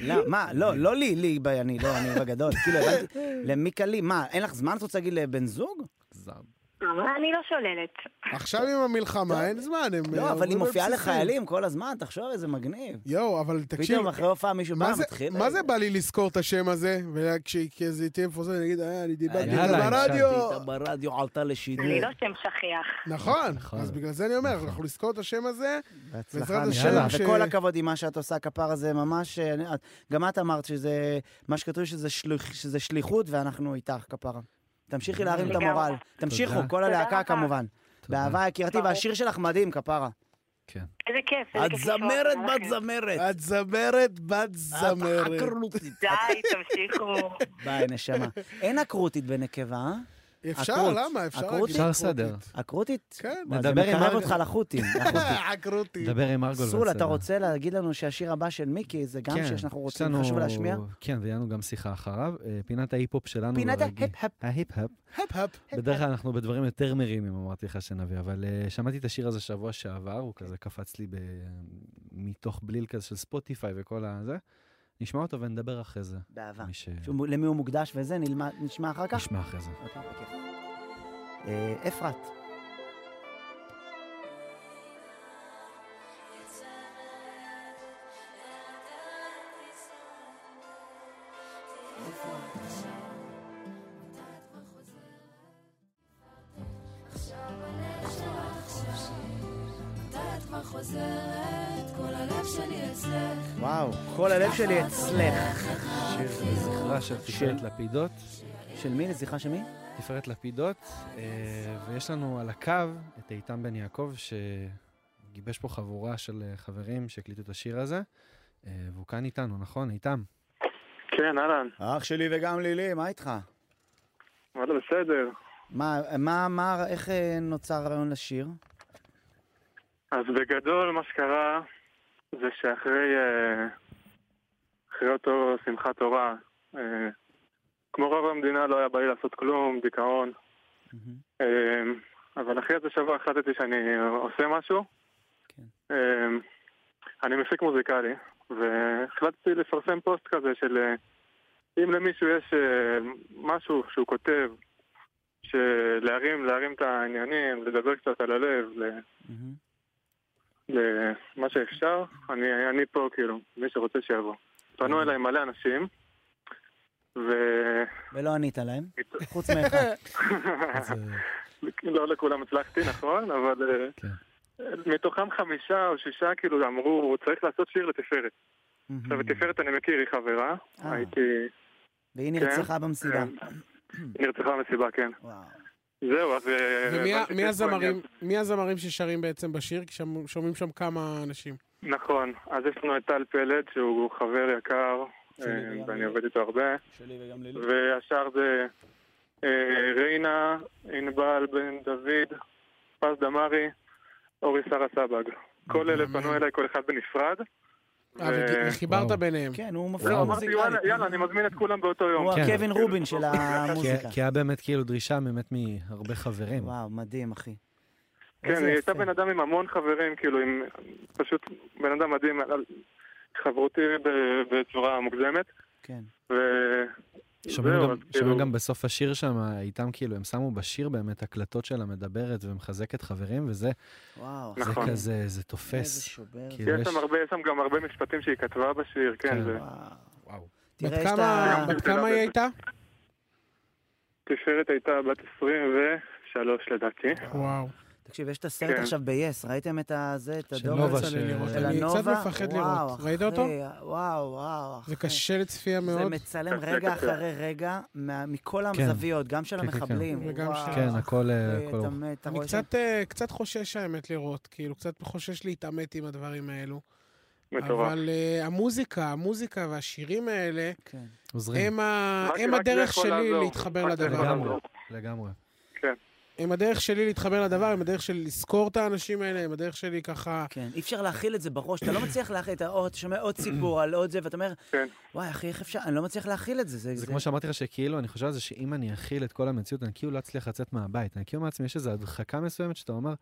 Speaker 3: לא, מה, לא, לא לי, לי, ב- אני לא, אני בגדול. כאילו, הבנתי, למיקה לי, מה, אין לך זמן? את רוצה להגיד לבן זוג? לא,
Speaker 7: אבל אני לא שוללת.
Speaker 1: עכשיו עם המלחמה אין זמן, הם...
Speaker 3: לא,
Speaker 1: אה,
Speaker 3: אבל היא
Speaker 1: עוברים
Speaker 3: מופיעה
Speaker 1: לבסיסים.
Speaker 3: לחיילים כל הזמן, תחשוב איזה מגניב.
Speaker 1: יואו, אבל תקשיב,
Speaker 3: פתאום אחרי הופעה מישהו בא,
Speaker 1: מה זה-
Speaker 3: מתחיל... אה,
Speaker 1: מה זה בא לי לזכור את השם הזה? וכשזה תהיה מפורסם, אני אגיד, "אה, אני דיברתי
Speaker 3: יאללה,
Speaker 1: איתה ברדיו.
Speaker 3: הייתה ברדיו עלתה
Speaker 7: אני
Speaker 3: לשידור.
Speaker 7: לא שם שכיח.
Speaker 1: נכון,
Speaker 4: נכון.
Speaker 1: אז בגלל זה אני אומר, אנחנו נזכור את השם הזה. בעזרת
Speaker 3: מיכל.
Speaker 1: השם,
Speaker 3: יאללה.
Speaker 1: ש-
Speaker 3: וכל הכבוד עם מה שאת עושה, כפרה זה ממש... אה, את- גם את אמרת שזה... מה שכתוב שזה שליח- שזה שליחות, ואנחנו איתך, כפרה. תמשיכי להרים את
Speaker 7: לגמרי.
Speaker 3: המורל. תמשיכו,
Speaker 4: תודה.
Speaker 3: כל
Speaker 7: תודה
Speaker 3: הלהקה
Speaker 7: רבה.
Speaker 3: כמובן. באהבה יקירתי,
Speaker 7: ברור.
Speaker 3: והשיר שלך מדהים, כפרה.
Speaker 4: כן.
Speaker 7: איזה כיף. איזה
Speaker 3: את
Speaker 7: כיף לשמוע,
Speaker 3: זמרת
Speaker 7: תודה
Speaker 3: בת
Speaker 7: לכם.
Speaker 3: זמרת.
Speaker 1: את זמרת, בת
Speaker 3: את
Speaker 1: זמרת.
Speaker 3: עקרותית.
Speaker 7: די, תמשיכו.
Speaker 3: ביי, נשמה. אין עקרותית בנקבה, אה?
Speaker 1: אפשר,
Speaker 3: עקרות.
Speaker 1: למה? אפשר
Speaker 3: עקרות?
Speaker 1: להגיד
Speaker 4: אפשר
Speaker 1: עקרותית.
Speaker 4: לסדר.
Speaker 3: עקרותית?
Speaker 1: כן.
Speaker 3: מה, זה
Speaker 4: נדבר עם
Speaker 3: מקרב
Speaker 4: ארג-
Speaker 3: אותך לחות'ים.
Speaker 1: עקרותית.
Speaker 4: דבר עם ארגול.
Speaker 3: סול, אתה
Speaker 4: בסדר.
Speaker 3: רוצה להגיד לנו שהשיר הבא של מיקי זה גם
Speaker 4: כן,
Speaker 3: שיר שאנחנו
Speaker 4: יש
Speaker 3: רוצים,
Speaker 4: לנו-
Speaker 3: חשוב להשמיע?
Speaker 4: כן, ויהיה לנו גם שיחה אחריו. אה, פינת ההיפ-הופ שלנו.
Speaker 3: פינת
Speaker 4: ברגיל-
Speaker 3: ההיפ-הופ.
Speaker 4: ההיפ-הופ.
Speaker 1: הפ-הפ.
Speaker 4: בדרך כלל אנחנו בדברים יותר מרימים, אמרתי לך שנביא, אבל אה, שמעתי את השיר הזה שבוע שעבר, הוא
Speaker 3: כן.
Speaker 4: כזה קפץ לי ב- מתוך בליל כזה של ספוטיפיי וכל הזה. נשמע אותו ונדבר אחרי זה.
Speaker 3: באהבה.
Speaker 4: מי ש...
Speaker 3: שהוא- למי הוא מוקדש וזה, נלמד- נשמע אחר כך?
Speaker 4: נשמע אחרי זה.
Speaker 3: אוקיי, בכיף. אה, אפרת, וואו, כל הלב שלי אצלך.
Speaker 4: שיר לזכרה של תפארת לפידות.
Speaker 3: של מי? לזכרה של מי?
Speaker 4: תפארת לפידות, אה, ויש לנו על הקו את איתן בן יעקב, שגיבש פה חבורה של אה, חברים שהקליטו את השיר הזה, אה, והוא כאן איתנו, נכון, איתם?
Speaker 5: כן, אהלן.
Speaker 3: אח שלי וגם לילי, מה איתך?
Speaker 5: וואלה, בסדר.
Speaker 3: מה, מה, מה, איך אה, נוצר הרעיון לשיר?
Speaker 5: אז בגדול, מה שקרה זה שאחרי אה, אחרי אותו שמחת תורה, אה, כמו רוב המדינה לא היה בא לי לעשות כלום, דיכאון.
Speaker 3: מהמם.
Speaker 5: אה, אבל אחרי איזה שבוע החלטתי שאני עושה משהו.
Speaker 3: כן.
Speaker 5: אה, אני מפיק מוזיקלי, והחלטתי לפרסם פוסט כזה של אה, אם למישהו יש אה, משהו שהוא כותב, שלהרים, להרים את העניינים, לדבר קצת על הלב, ל-
Speaker 3: מהמם.
Speaker 5: למה שאפשר, אני, אני פה כאילו, מי שרוצה שיבוא. פנו אליי מלא אנשים, ולא
Speaker 3: ולא ענית להם, חוץ מאחד.
Speaker 4: אז, אה,
Speaker 5: לא לכולם הצלחתי, נכון, אבל אה,
Speaker 4: כן.
Speaker 5: מתוכם חמישה או שישה כאילו אמרו, צריך לעשות שיר לתפארת.
Speaker 1: Mm.
Speaker 3: מהמם.
Speaker 5: עכשיו, את תפארת אני מכיר, היא חברה,
Speaker 3: אה.
Speaker 5: הייתי,
Speaker 3: Mm-hmm. והיא
Speaker 5: כן.
Speaker 3: נרצחה במסיבה.
Speaker 5: היא נרצחה במסיבה, כן.
Speaker 3: וואו.
Speaker 5: זהו, אז... אה,
Speaker 1: ומי ה-
Speaker 5: הבנתי
Speaker 1: מי
Speaker 5: שיש פה
Speaker 1: הזמרים-
Speaker 5: עניין.
Speaker 1: מי הזמרים ששרים בעצם בשיר? כי שם- שומעים שם כמה אנשים.
Speaker 5: נכון, אז יש לנו את טל פלד, שהוא חבר יקר,
Speaker 3: שלי
Speaker 5: אה,
Speaker 3: וגם לי.
Speaker 5: ואני עובד איתו הרבה.
Speaker 3: שלי וגם לילי.
Speaker 5: והשאר זה אה, ריינה, ענבל בן דוד, פז דמארי, אורי שרה סבג. כל אלה פנו אליי, כל אחד בנפרד.
Speaker 1: אה,
Speaker 5: ו-
Speaker 1: וכי- וחיברת
Speaker 4: וואו.
Speaker 1: ביניהם.
Speaker 3: כן, הוא מופיע
Speaker 5: זהו, לא, אמרתי,
Speaker 3: מוזיקלית.
Speaker 5: "וואלה, יאללה, אני כן, מזמין את כולם באותו יום.
Speaker 3: הוא
Speaker 4: כן.
Speaker 3: הקווין רובין של המוזיקה.
Speaker 4: כי- כי היה באמת כאילו דרישה באמת מהרבה חברים.
Speaker 3: וואו, מדהים, אחי.
Speaker 5: כן,
Speaker 3: איזה
Speaker 5: היא
Speaker 3: יפה.
Speaker 5: הייתה בן אדם עם המון חברים, כאילו, עם... פשוט בן אדם מדהים, על- על- חברותי ב- בצורה מוגזמת,
Speaker 3: כן.
Speaker 5: ו...
Speaker 4: שומעים
Speaker 5: זהו,
Speaker 4: גם,
Speaker 5: אז
Speaker 4: שומעים
Speaker 5: כאילו-
Speaker 4: גם בסוף השיר שם, איתם כאילו, הם שמו בשיר באמת הקלטות שלה מדברת ומחזקת חברים, וזה
Speaker 3: וואו.
Speaker 4: זה
Speaker 5: נכון. כן.
Speaker 4: כזה, זה
Speaker 3: איזה
Speaker 4: תופס.
Speaker 3: שובר.
Speaker 4: כאילו,
Speaker 5: יש שם הרבה, יש שם גם הרבה משפטים שהיא כתבה בשיר,
Speaker 4: כן.
Speaker 5: כן, זה
Speaker 3: וואו.
Speaker 4: וואו.
Speaker 1: בת
Speaker 3: תראה, יש את
Speaker 1: כמה-
Speaker 3: ה...
Speaker 1: בת כמה היא הייתה?
Speaker 5: תפארת הייתה בת 23 לדעתי.
Speaker 1: וואו.
Speaker 3: תקשיב, יש את הסרט
Speaker 5: כן.
Speaker 3: עכשיו ב-yes, ראיתם את הזה, את
Speaker 4: של
Speaker 3: הדור
Speaker 4: נובה
Speaker 3: הזה?
Speaker 1: יצא לי
Speaker 4: של-
Speaker 1: לראות.
Speaker 4: של
Speaker 3: של
Speaker 1: אני קצת
Speaker 3: הנובה?
Speaker 1: מפחד
Speaker 3: וואו,
Speaker 1: לראות. ראית אותו?
Speaker 3: אחי, וואו, וואו.
Speaker 1: זה
Speaker 3: אחי.
Speaker 1: קשה לצפייה
Speaker 3: זה
Speaker 1: מאוד.
Speaker 3: מצלם
Speaker 5: קשה, קשה.
Speaker 3: רגע אחרי רגע מה- מכל
Speaker 4: כן.
Speaker 3: הזוויות, גם של
Speaker 4: כן, כן, כן.
Speaker 3: המחבלים.
Speaker 1: וגם
Speaker 3: וואו,
Speaker 1: של-
Speaker 4: כן, הכל... אה,
Speaker 3: אחי,
Speaker 4: הכל
Speaker 3: אתה
Speaker 4: ארוך.
Speaker 3: מת, אתה
Speaker 1: אני
Speaker 3: רואה
Speaker 1: קצת, אה, קצת חושש האמת לראות, כאילו, קצת חושש להתעמת עם הדברים האלו.
Speaker 5: מטורף.
Speaker 1: אבל אה, המוזיקה, המוזיקה והשירים האלה,
Speaker 3: שם- כן.
Speaker 4: עוזרים,
Speaker 1: הם ה-
Speaker 5: רק-
Speaker 1: אה, הם
Speaker 5: רק זה
Speaker 1: הדרך
Speaker 5: יכול
Speaker 1: שלי
Speaker 5: לעזור.
Speaker 1: להתחבר
Speaker 5: רק זה יכול
Speaker 1: לדבר.
Speaker 4: לגמרי.
Speaker 5: לעזור.
Speaker 4: לגמרי.
Speaker 1: הם הדרך שלי להתחבר לדבר, הם הדרך שלי לזכור את האנשים האלה, הם הדרך שלי ככה...
Speaker 3: כן, אי אפשר להכיל את זה בראש, אתה לא מצליח להכיל, אתה או, אתה שומע עוד
Speaker 4: כן.
Speaker 3: סיפור על עוד זה, ואתה אומר,
Speaker 5: כן.
Speaker 3: וואי, אחי, איך אפשר, אני לא מצליח להכיל את זה. זה
Speaker 4: זה
Speaker 3: זה-
Speaker 4: כמו שאמרתי לך, שכאילו, אני חושב על זה שאם אני אכיל את כל המציאות, אני כאילו לא אצליח לצאת מהבית. אני כאילו אומר לעצמי, יש איזו הדחקה מסוימת שאתה אומר,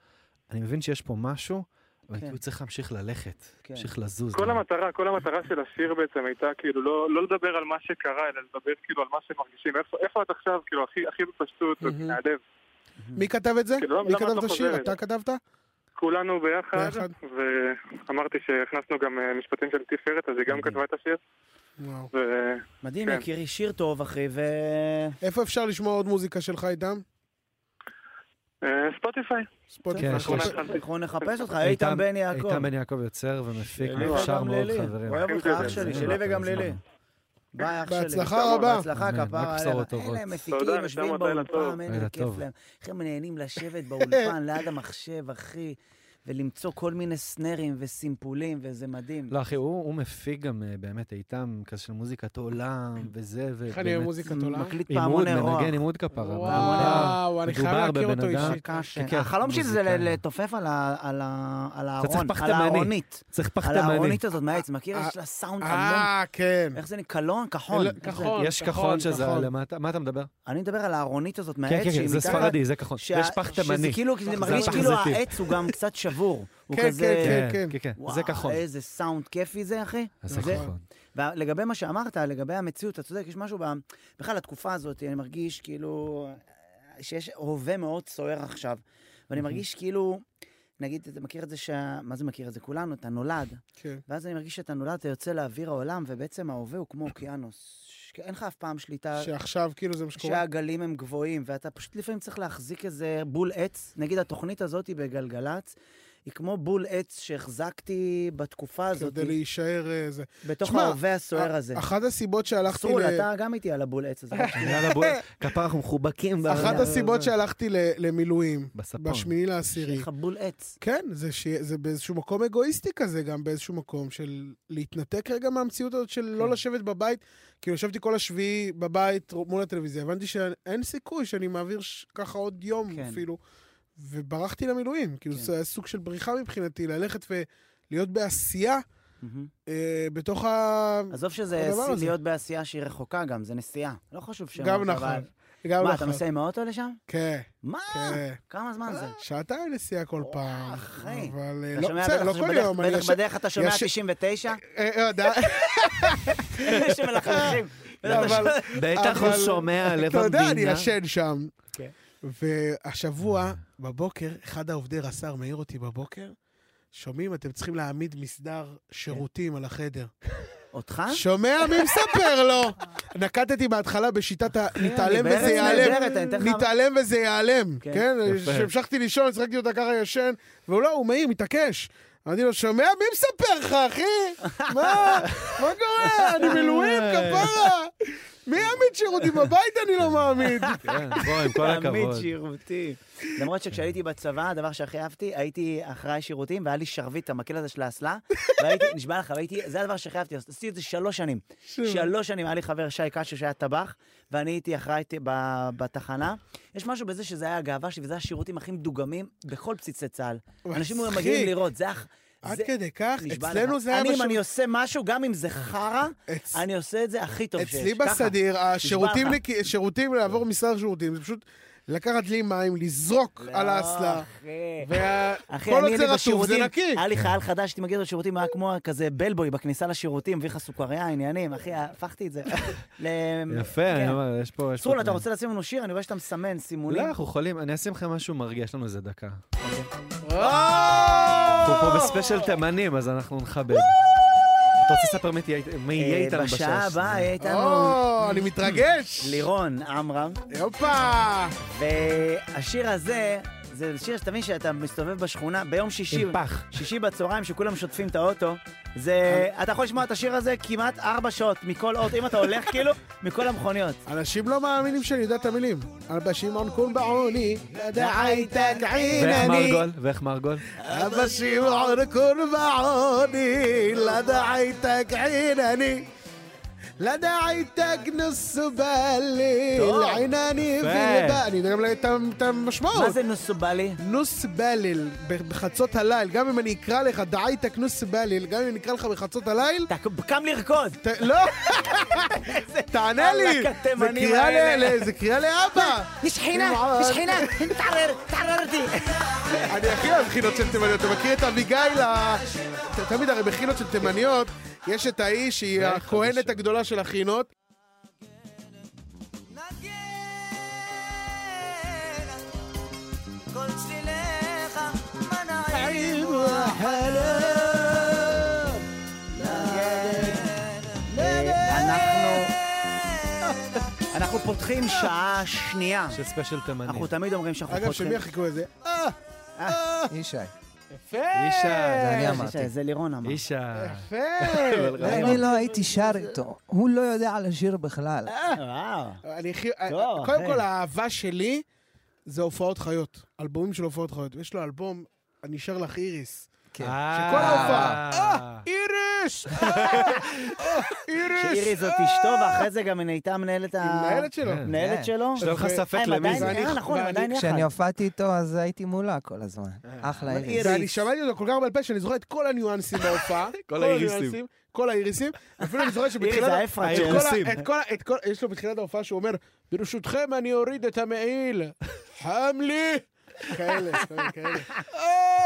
Speaker 4: אני מבין שיש פה משהו, אבל אני
Speaker 3: כן.
Speaker 4: כאילו צריך להמשיך ללכת,
Speaker 3: כן.
Speaker 4: להמשיך לזוז.
Speaker 5: כל
Speaker 4: אני-
Speaker 5: המטרה, כל המטרה של השיר בעצם הייתה כאילו לא, לא לדבר על מה שקרה, אלא לדבר כאילו על מה שמרגישים. איפה, איפה את עכשיו, כאילו, הכי, הכי בפשטות,
Speaker 1: מהמם.
Speaker 5: נעדב.
Speaker 1: מי כתב את זה?
Speaker 5: כאילו, למה-
Speaker 1: מי
Speaker 5: למה את
Speaker 1: כתב
Speaker 5: לא
Speaker 1: את השיר?
Speaker 5: חוזרת?
Speaker 1: אתה כתבת?
Speaker 5: כולנו ביחד,
Speaker 1: ביחד.
Speaker 5: ואמרתי שהכנסנו גם אה, משפטים של תפארת, אז היא גם כתבה את השיר.
Speaker 1: וואו.
Speaker 5: ו-
Speaker 3: מדהים,
Speaker 5: כן.
Speaker 3: יקירי, שיר טוב, אחי, ו...
Speaker 1: איפה אפשר לשמוע עוד מוזיקה שלך איתם?
Speaker 5: אה, ספוטיפיי.
Speaker 1: ספוטיפיי.
Speaker 5: כן.
Speaker 4: יש לי-
Speaker 3: אנחנו נחפש אותך, איתן בן יעקב.
Speaker 4: איתן בן יעקב יוצר ומפיק,
Speaker 3: שלי
Speaker 4: מוכשר
Speaker 3: וגם
Speaker 4: מאוד,
Speaker 3: לילי. כן,
Speaker 4: חברים. כן,
Speaker 3: אוהב אותך, אח שלי,
Speaker 4: זה
Speaker 3: שלי
Speaker 4: זה
Speaker 3: וגם
Speaker 4: זה
Speaker 3: לילי.
Speaker 4: זה.
Speaker 3: ביי, אח שלי.
Speaker 1: בהצלחה
Speaker 3: נשמה,
Speaker 1: רבה.
Speaker 3: בהצלחה,
Speaker 4: אמן,
Speaker 3: כפרה
Speaker 4: רק
Speaker 3: עליך.
Speaker 4: בשורות כן, טובות.
Speaker 3: אלה הם מפיקים,
Speaker 5: תודה, נשמה,
Speaker 3: יושבים
Speaker 5: לילה
Speaker 3: באולפן,
Speaker 5: טוב.
Speaker 3: איזה
Speaker 4: לילה
Speaker 3: כיף
Speaker 4: טוב.
Speaker 3: להם. איך הם נהנים לשבת באולפן, ליד המחשב, אחי, ולמצוא כל מיני סנרים וסימפולים, וזה מדהים.
Speaker 4: לא, אחי, הוא הוא מפיק גם אה, באמת איתם כזה של מוזיקת עולם וזה, ובאמת...
Speaker 1: איך אני אוהב מוזיקת עולם?
Speaker 3: מקליט
Speaker 4: עימוד,
Speaker 3: פעמוני רוח.
Speaker 4: מנגן עימוד כפרה.
Speaker 1: וואו, אני חייב
Speaker 4: מדובר
Speaker 1: להכיר
Speaker 4: בבן
Speaker 1: אותו
Speaker 4: אדם-
Speaker 1: אישית.
Speaker 3: קשה.
Speaker 4: כן,
Speaker 3: החלום שלי זה
Speaker 4: מוזיקאי.
Speaker 3: ל- לתופף על ה- על ה- על
Speaker 4: צריך
Speaker 3: הארון, על
Speaker 4: פחדמני.
Speaker 3: הארונית.
Speaker 4: צריך
Speaker 3: על
Speaker 4: פחדמני.
Speaker 3: הארונית הזאת מהעץ, מכיר?
Speaker 1: אה,
Speaker 3: יש לה סאונד המון.
Speaker 1: אה, כן.
Speaker 3: איך זה נקרא? קלון? כחול.
Speaker 1: אלא-
Speaker 3: איך זה?
Speaker 1: כחול.
Speaker 4: יש
Speaker 1: כחול,
Speaker 4: כחול שזה
Speaker 1: כחול.
Speaker 4: למטה, מה אתה מדבר?
Speaker 3: אני מדבר על הארונית הזאת
Speaker 4: כן,
Speaker 3: מהעץ
Speaker 4: כן,
Speaker 3: נכון. שהיא
Speaker 4: כן, זה
Speaker 3: מתחת-
Speaker 4: ספרדי, זה כחול.
Speaker 3: שה-
Speaker 4: יש פחתמני.
Speaker 3: שזה כאילו, זה מרגיש
Speaker 4: פח
Speaker 3: כאילו
Speaker 4: זיתי.
Speaker 3: העץ הוא גם קצת שבור. הוא
Speaker 1: כן,
Speaker 3: כזה...
Speaker 1: כן,
Speaker 4: כן, כן, כן,
Speaker 3: וואו,
Speaker 4: זה כחול.
Speaker 3: איזה סאונד כיפי זה, אחי.
Speaker 4: אז זה
Speaker 3: זה-
Speaker 4: כחול.
Speaker 3: ולגבי מה שאמרת, לגבי המציאות, אתה צודק, יש משהו ב... בכלל, התקופה הזאת, אני מרגיש כאילו שיש הווה מאוד סוער עכשיו. ואני מרגיש כאילו, נגיד, אתה מכיר את זה שה... מה זה מכיר את זה? כולנו, אתה נולד.
Speaker 1: כן.
Speaker 3: ואז אני מרגיש שאתה נולד, אתה יוצא לאוויר העולם, ובעצם ההווה הוא כמו אוקיינוס. ש- אין לך אף פעם שליטה...
Speaker 1: שעכשיו כאילו זה מה שקורה.
Speaker 3: שהגלים הם גבוהים, ואתה פשוט לפעמים צריך להחזיק איזה בול עץ. נגיד התוכנית הזאת היא בגלגלצ, היא כמו בול עץ שהחזקתי בתקופה הזאת,
Speaker 1: כדי להישאר אה, זה.
Speaker 3: בתוך
Speaker 1: שמע,
Speaker 3: ההווה הסוער
Speaker 1: אה,
Speaker 3: אוקיי. הזה.
Speaker 1: אחת הסיבות שהלכתי
Speaker 3: סרול,
Speaker 1: ל-
Speaker 3: אתה גם איתי על הבול עץ הזה.
Speaker 4: יאללה, בואי, כפר, אנחנו מחובקים. ב-
Speaker 1: אחת
Speaker 3: אה,
Speaker 4: זה-
Speaker 1: הסיבות
Speaker 4: זה-
Speaker 1: שהלכתי ל- למילואים,
Speaker 4: בספון.
Speaker 1: בשמיני
Speaker 3: יש
Speaker 1: לעשירי.
Speaker 3: לך בול עץ.
Speaker 1: כן, זה, ש... זה באיזשהו מקום אגואיסטי כזה, גם באיזשהו מקום של להתנתק רגע מהמציאות הזאת של
Speaker 3: כן.
Speaker 1: לא לשבת בבית. כאילו, ישבתי כל השביעי בבית מול הטלוויזיה, הבנתי שאין סיכוי שאני מעביר ש... ככה עוד יום
Speaker 3: כן.
Speaker 1: אפילו. וברחתי למילואים, כאילו,
Speaker 3: כן.
Speaker 1: זה היה סוג של בריחה מבחינתי, ללכת ולהיות בעשייה
Speaker 3: מהמם.
Speaker 1: אה, בתוך ה...
Speaker 3: עזוב שזה
Speaker 1: הדבר הזה.
Speaker 3: להיות בעשייה שהיא רחוקה גם, זה נסיעה. לא חשוב שמות,
Speaker 1: גם
Speaker 3: אבל-
Speaker 1: נכון. גם נכון.
Speaker 3: מה, אתה נוסע עם האוטו לשם?
Speaker 1: כן,
Speaker 3: מה?
Speaker 1: כן.
Speaker 3: כמה זמן זה?
Speaker 1: שעתיים נסיעה כל
Speaker 3: וואו,
Speaker 1: פעם.
Speaker 3: אחי.
Speaker 1: אבל אה,
Speaker 3: אתה
Speaker 1: לא,
Speaker 3: שומע
Speaker 1: בסדר,
Speaker 3: בטח
Speaker 1: לא כל
Speaker 3: שבדרך-
Speaker 1: יום. אני
Speaker 3: בטח
Speaker 1: יושב-
Speaker 3: בדרך אתה שומע
Speaker 1: ישן-
Speaker 3: 99?
Speaker 1: אה, אה, די.
Speaker 3: אלה שמלכלכים.
Speaker 1: אבל-
Speaker 4: בטח הוא
Speaker 1: אבל-
Speaker 4: שומע לב המדינה.
Speaker 1: אתה יודע, אני ישן שם.
Speaker 3: כן.
Speaker 1: והשבוע, בבוקר, אחד העובדי רס"ר מעיר אותי בבוקר, שומעים, אתם צריכים להעמיד מסדר שירותים על החדר.
Speaker 3: אותך?
Speaker 1: שומע מי מספר לו? נקטתי בהתחלה בשיטת ה... נתעלם
Speaker 3: בארץ
Speaker 1: וזה ייעלם.
Speaker 3: נהדרת, אה, אני אתן לך-
Speaker 1: נתעלם וזה ייעלם.
Speaker 3: כן.
Speaker 1: כן,
Speaker 4: יפה.
Speaker 1: כשהמשכתי לישון, שחקתי אותה ככה ישן, והוא לא, הוא מעיר, מתעקש. אמרתי לו, שומע? מי מספר לך, אחי? מה? מה קורה? אני מילואים, כפרה. מי יעמיד שירותים בבית אני לא מעמיד?
Speaker 4: כן, בוא, עם כל
Speaker 3: תמיד
Speaker 4: הכבוד.
Speaker 3: שירותים. למרות שכשהייתי בצבא, הדבר שהכי אהבתי, הייתי אחראי שירותים, והיה לי שרביט, המקל הזה של האסלה, והייתי, נשבע לך, והייתי, זה הדבר שהכי אהבתי, עשיתי את זה שלוש שנים. שלוש שנים, היה לי חבר שי קשו שהיה טבח, ואני הייתי אחראי ת- ב- בתחנה. יש משהו בזה שזה היה הגאווה שלי, וזה השירותים הכי מדוגמים בכל בסיסי צה"ל. אנשים היו
Speaker 1: מצחיק.
Speaker 3: מגיעים לראות, זה אח...
Speaker 1: עד
Speaker 3: זה-
Speaker 1: כדי כך?
Speaker 3: נשבע
Speaker 1: אצלנו
Speaker 3: לך.
Speaker 1: זה היה
Speaker 3: אני, אם אני
Speaker 1: משהו...
Speaker 3: עושה משהו, גם אם זה חרא,
Speaker 1: אצ-
Speaker 3: אני עושה את זה הכי טוב שיש.
Speaker 1: אצלי
Speaker 3: ככה.
Speaker 1: בסדיר, השירותים,
Speaker 3: לך.
Speaker 1: לק- שירותים לעבור מסדר שירותים, זה פשוט לקחת לי מים, לזרוק על האסלה,
Speaker 3: אחי. לא. אחי,
Speaker 1: וכל
Speaker 3: אני
Speaker 1: עוד זה
Speaker 3: לי
Speaker 1: רטוב זה
Speaker 3: בשירותים,
Speaker 1: נקי.
Speaker 3: היה לי חייל חדש, הייתי מגיע לשירותים, היה כמו כזה בלבוי בכניסה לשירותים, מביא לך סוכריה, אה, עניינים, אחי, הפכתי את זה. ל-
Speaker 4: יפה, אני
Speaker 3: כן.
Speaker 4: אומר, יש פה... יש פה
Speaker 3: צרול, אתה
Speaker 4: תנאים.
Speaker 3: רוצה לשים לנו שיר? אני רואה שאתה מסמן
Speaker 4: לא,
Speaker 3: סימונים.
Speaker 4: אנחנו יכולים, אני אשים לכם משהו מרגיע, יש לנו איזה דקה.
Speaker 1: אה!
Speaker 4: אנחנו פה בספיישל תימנים, אז אנחנו נכבד. אתה רוצה לספר מי תהיה- מי יהיה
Speaker 3: אה,
Speaker 4: איתנו בשש?
Speaker 3: בשעה הבאה יהיה איתנו
Speaker 1: או, אני מתרגש!
Speaker 3: לירון עמרם,
Speaker 1: הופה!
Speaker 3: והשיר הזה, זה שיר שתבין שאתה מסתובב בשכונה ביום שישי,
Speaker 4: עם פח.
Speaker 3: שישי בצהריים, שכולם שוטפים את האוטו, זה,
Speaker 4: אה.
Speaker 3: אתה יכול לשמוע את השיר הזה כמעט ארבע שעות מכל אוטו, אם אתה הולך כאילו, מכל המכוניות.
Speaker 4: אה,
Speaker 1: אנשים לא מאמינים שאני יודע את המילים. אבא שמעון קום בעוני, דעי
Speaker 4: ואיך
Speaker 1: תקעינני.
Speaker 4: מרגול? ואיך מרגול?
Speaker 1: אבא שמעון קום בעוני, לדעי תקעינני. לדעי תגנוס בליל,
Speaker 3: טוב.
Speaker 1: עינני
Speaker 4: יפה.
Speaker 1: ולבא. אני יודע גם את ה- את
Speaker 3: מה
Speaker 1: המשמעות.
Speaker 4: אוקיי.
Speaker 3: זה נוסובלי?
Speaker 1: נוס בליל, בחצות הליל, גם אם אני אקרא לך דעי תקנוס בליל, גם אם אני אקרא לך בחצות הליל,
Speaker 3: אתה קם לרקוד.
Speaker 1: ת- לא! תענה לי!
Speaker 3: וואלכ,
Speaker 1: זה
Speaker 3: התימנים
Speaker 1: קריאה
Speaker 3: האלה.
Speaker 1: ל- ל- זה קריאה לאבא!
Speaker 3: יש שכינה, יש שכינה, תערער, תערער אותי.
Speaker 1: אני הכי אוהב חינות של תימניות, אתה מכיר את אביגיל ה... ת- תמיד הרי בחינות של תימניות, יש את ההיא שהיא
Speaker 4: זה
Speaker 1: הכהנת
Speaker 4: חדשה.
Speaker 1: הגדולה של החינות.
Speaker 3: אנחנו... אנחנו פותחים שעה שנייה.
Speaker 4: של ספיישל תימנים.
Speaker 3: אנחנו תמיד אומרים שאנחנו
Speaker 1: אגב,
Speaker 3: פותחים...
Speaker 1: של מי החיקוי הזה? אה,
Speaker 8: ישי.
Speaker 4: אישה,
Speaker 8: זה אני
Speaker 3: אה,
Speaker 8: אמרתי.
Speaker 3: זה לירון אמר.
Speaker 4: אישה.
Speaker 1: יפה!
Speaker 8: אני לא הייתי שר איתו. הוא לא יודע על השיר בכלל.
Speaker 3: آه، וואו.
Speaker 1: אני הכי... אה,
Speaker 3: טוב,
Speaker 1: קודם
Speaker 3: אחי.
Speaker 1: כל, האהבה שלי זה הופעות חיות. אלבומים של הופעות חיות. יש לו אלבום, נשאר לך איריס.
Speaker 8: כן.
Speaker 4: אה,
Speaker 1: שכל ההופעה.
Speaker 4: אה,
Speaker 1: איריס! אה, אה, איריס!
Speaker 3: שאירי זאת אשתו, ואחרי זה גם היא נהייתה מנהלת ה...
Speaker 1: היא מנהלת שלו.
Speaker 4: כן.
Speaker 3: מנהלת
Speaker 8: כן.
Speaker 3: שלו.
Speaker 4: שלא לך
Speaker 1: אה,
Speaker 4: ספק
Speaker 3: אה, הם
Speaker 4: למי
Speaker 3: עדיין-
Speaker 4: זה.
Speaker 1: ואני-
Speaker 3: אה, נכון, הם
Speaker 1: ואני-
Speaker 3: עדיין יחד.
Speaker 8: כשאני הופעתי איתו, אז הייתי מולה כל הזמן.
Speaker 6: אה,
Speaker 8: אחלה
Speaker 3: אבל
Speaker 8: איריס.
Speaker 1: ואני
Speaker 3: איריס.
Speaker 1: שמעתי אותו כל כך הרבה פעמים, שאני זוכר את כל הניואנסים בהופעה.
Speaker 4: האיריסים.
Speaker 1: הניואנסים, כל האיריסים. אפילו אני זוכר
Speaker 3: איריס
Speaker 1: שבתחילת...
Speaker 3: זה האפרת
Speaker 1: את
Speaker 3: שלו.
Speaker 1: כל ה-
Speaker 4: האירוסים.
Speaker 1: את כל ה- את כל- יש לו בתחילת ההופעה שהוא אומר, ברשותכם אני אוריד את המעיל, חם לי! כאלה, כאלה, כאלה. אה!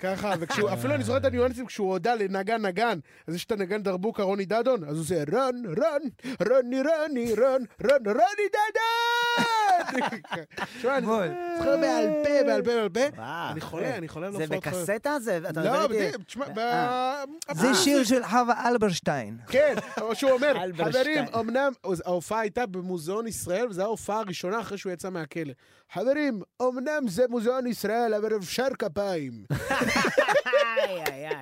Speaker 1: ככה, וכשהוא,
Speaker 3: אה.
Speaker 1: אפילו אני זוכר את הניואנסים כשהוא הודה לנגן נגן, אז יש את הנגן דרבוקה רוני דדון, אז הוא עושה רן, רן, רני, רני, רן, רן, רוני דדון! שמע, אני
Speaker 8: בול.
Speaker 1: זוכר בעל פה, בעל פה, בעל פה.
Speaker 3: וואו,
Speaker 1: אני
Speaker 3: אחי.
Speaker 1: חולה, אני לא חולה על
Speaker 3: זה
Speaker 1: הופעות חיות.
Speaker 3: בקסטה זה? אתה
Speaker 1: לא,
Speaker 3: מדבר איתי-
Speaker 1: בדיוק, תשמע, ב-
Speaker 3: אה.
Speaker 8: זה שיר של חווה אלברשטיין.
Speaker 1: כן, אבל שהוא אומר,
Speaker 3: אלברשטיין.
Speaker 1: חברים, אמנם אז ההופעה הייתה במוזיאון ישראל, וזו ההופעה הראשונה אחרי שהוא יצא מהכלא. חברים, אמנם זה מוזיאון ישראל, אבל אפשר כפיים.
Speaker 3: איי, איי, איי.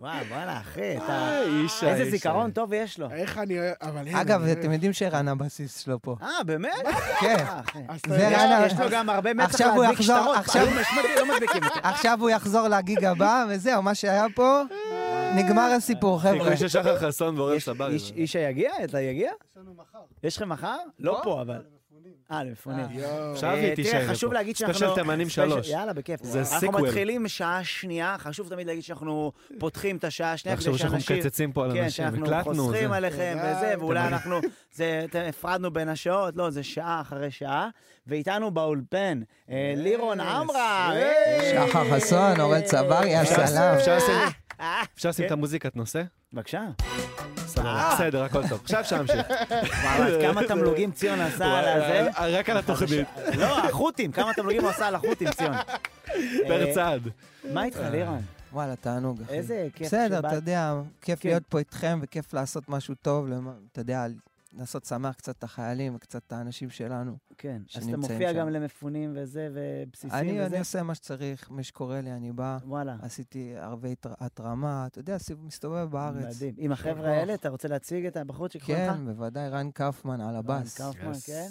Speaker 3: וואו, וואלה, אחי, אתה...
Speaker 4: אישה,
Speaker 3: איזה
Speaker 4: אישה.
Speaker 3: זיכרון טוב יש לו.
Speaker 1: איך אני... אבל הנה,
Speaker 8: אגב,
Speaker 6: אה,
Speaker 1: אני-
Speaker 8: אתם יודדים שרן הבסיס שלו פה.
Speaker 3: אה, באמת?
Speaker 8: כן.
Speaker 3: אה, אחי.
Speaker 1: אז
Speaker 8: זה
Speaker 1: אתה-
Speaker 8: רן-
Speaker 3: יש לו גם הרבה מצח
Speaker 8: עכשיו הוא
Speaker 3: להדביק
Speaker 8: יחזור,
Speaker 3: שטרות.
Speaker 8: עכשיו-
Speaker 3: לא משמע- לא מדביקים אותו.
Speaker 8: עכשיו הוא יחזור לגיג הבא, וזהו, מה שהיה פה, נגמר הסיפור, חבר'ה.
Speaker 6: אה,
Speaker 4: חיקוי של שחר חסון ואורן
Speaker 3: יש-
Speaker 4: שברי.
Speaker 3: איש- איש יגיע? אתה יגיע? יש לנו מחר. יש לכם מחר? לא פה, אבל. אה, למפונים.
Speaker 1: יואו.
Speaker 4: עכשיו היא
Speaker 3: אה,
Speaker 4: תישאר
Speaker 3: תראה, חשוב
Speaker 4: פה.
Speaker 3: להגיד שאנחנו...
Speaker 4: ספיישל תימנים
Speaker 3: ספיישל-
Speaker 4: שלוש.
Speaker 3: יאללה, בכיף.
Speaker 4: זה
Speaker 3: אנחנו
Speaker 4: סיקוול.
Speaker 3: מתחילים שעה שנייה, חשוב תמיד להגיד שאנחנו פותחים את השעה השנייה כדי
Speaker 4: תחשבו
Speaker 3: שאנשים...
Speaker 4: שאנחנו מקצצים פה על
Speaker 3: כן,
Speaker 4: אנשים,
Speaker 3: שאנחנו
Speaker 4: הקלטנו,
Speaker 3: חוסכים
Speaker 4: זה.
Speaker 3: עליכם וזה, ואולי אנחנו... זה, ת- הפרדנו בין השעות, לא, זה שעה אחרי שעה. ואיתנו באולפן, אה, לירון עמרם.
Speaker 6: אה,
Speaker 3: אה, היי!
Speaker 8: שחר חסון, אורן צברי, הסלאם.
Speaker 4: אפשר לשים-
Speaker 3: אה, אה.
Speaker 4: אפשר לשים את המוזיקת נושא?
Speaker 3: בבקשה.
Speaker 4: סבבה, בסדר, הכל טוב. עכשיו אפשר להמשיך.
Speaker 3: וואו, אז כמה תמלוגים ציון עשה על הזה?
Speaker 4: אה, רק על התוכנית,
Speaker 3: לא, החות'ים, כמה תמלוגים הוא עשה על החות'ים, ציון. אה,
Speaker 4: פר צעד.
Speaker 3: מה איתך, לירון?
Speaker 8: וואלה, תענוג, אחי.
Speaker 3: איזה כיף
Speaker 8: בסדר,
Speaker 3: שבאת.
Speaker 8: אתה יודע, כיף
Speaker 3: כן.
Speaker 8: להיות פה איתכם, וכיף לעשות משהו טוב, למ- אתה יודע, לעשות שמח קצת את החיילים וקצת את האנשים שלנו.
Speaker 3: כן, אז אתה
Speaker 8: שנמצאים
Speaker 3: מופיע
Speaker 8: שם.
Speaker 3: גם למפונים וזה, ובסיסים
Speaker 8: אני אני
Speaker 3: וזה.
Speaker 8: עושה מה שצריך, מי שקורא לי, אני בא.
Speaker 3: וואלה,
Speaker 8: עשיתי הרבה התר- התרמה, אתה יודע, סיב- מסתובב בארץ.
Speaker 3: מדהים. עם החבר'ה האלה, אתה רוצה להציג את הבחורצ'יק שלך?
Speaker 8: כן, בוודאי, רן קאופמן על הבאס,
Speaker 3: רן
Speaker 4: אה,
Speaker 3: קאופמן, כן.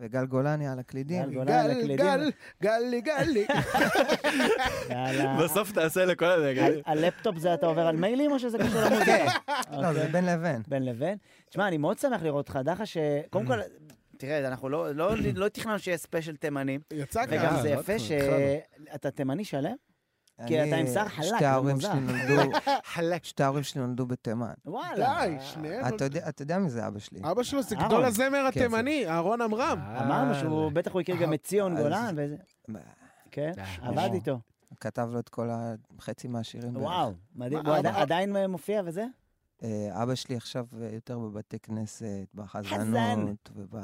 Speaker 8: וגל גולני על
Speaker 3: גל
Speaker 8: הקלידים.
Speaker 3: גולני על
Speaker 1: גל,
Speaker 3: הקלידים.
Speaker 1: גל, גלי, גלי.
Speaker 3: יאללה.
Speaker 4: בסוף תעשה לכל הדגל.
Speaker 3: על- הלפטופ זה אתה עובר על מיילים או שזה קשור למוזיקה?
Speaker 8: לא, זה
Speaker 3: אוקיי.
Speaker 8: בין לבין.
Speaker 3: בין לבין. תשמע, אני מאוד שמח לראות אותך, דחה ש... קודם כל,
Speaker 8: Mm.
Speaker 3: תראה, אנחנו לא- לא
Speaker 8: אה,
Speaker 3: לא תכננו שיהיה ספיישל תימנים,
Speaker 1: יצא
Speaker 3: וגם
Speaker 1: ככה.
Speaker 3: זה
Speaker 4: לא
Speaker 3: יפה
Speaker 4: תכננו, בכלל
Speaker 3: שאתה תימני שלם? כי
Speaker 9: אני-
Speaker 3: אתה עם שיער חלק,
Speaker 9: שתי
Speaker 3: זה
Speaker 9: ההורים
Speaker 3: מוזר.
Speaker 9: שלי נולדו,
Speaker 1: חלק.
Speaker 9: שתי ההורים שלי נולדו בתימן.
Speaker 3: וואלה.
Speaker 1: די,
Speaker 3: כן,
Speaker 1: שניהם.
Speaker 3: אוקיי.
Speaker 9: אתה יודע- אתה יודע מי זה אבא שלי.
Speaker 1: אבא שלו זה
Speaker 3: אהרון.
Speaker 1: גדול הזמר
Speaker 9: כן, זה-
Speaker 1: התימני, אהרון עמרם.
Speaker 3: אה,
Speaker 4: אה,
Speaker 3: אמרנו שהוא, בטח הוא הכיר גם את ציון
Speaker 9: אה, אז-
Speaker 3: גולן וזה. כן,
Speaker 4: אה,
Speaker 3: עבד
Speaker 9: אה.
Speaker 3: איתו.
Speaker 9: כתב לו את כל החצי מהשירים. בערך.
Speaker 3: וואו, מדהים.
Speaker 1: מה,
Speaker 3: הוא
Speaker 1: אבא-
Speaker 3: עדי- עדיין מופיע וזה?
Speaker 9: אה, אבא שלי עכשיו אה, יותר בבתי כנסת,
Speaker 3: חזן.
Speaker 9: בחזנות, וב...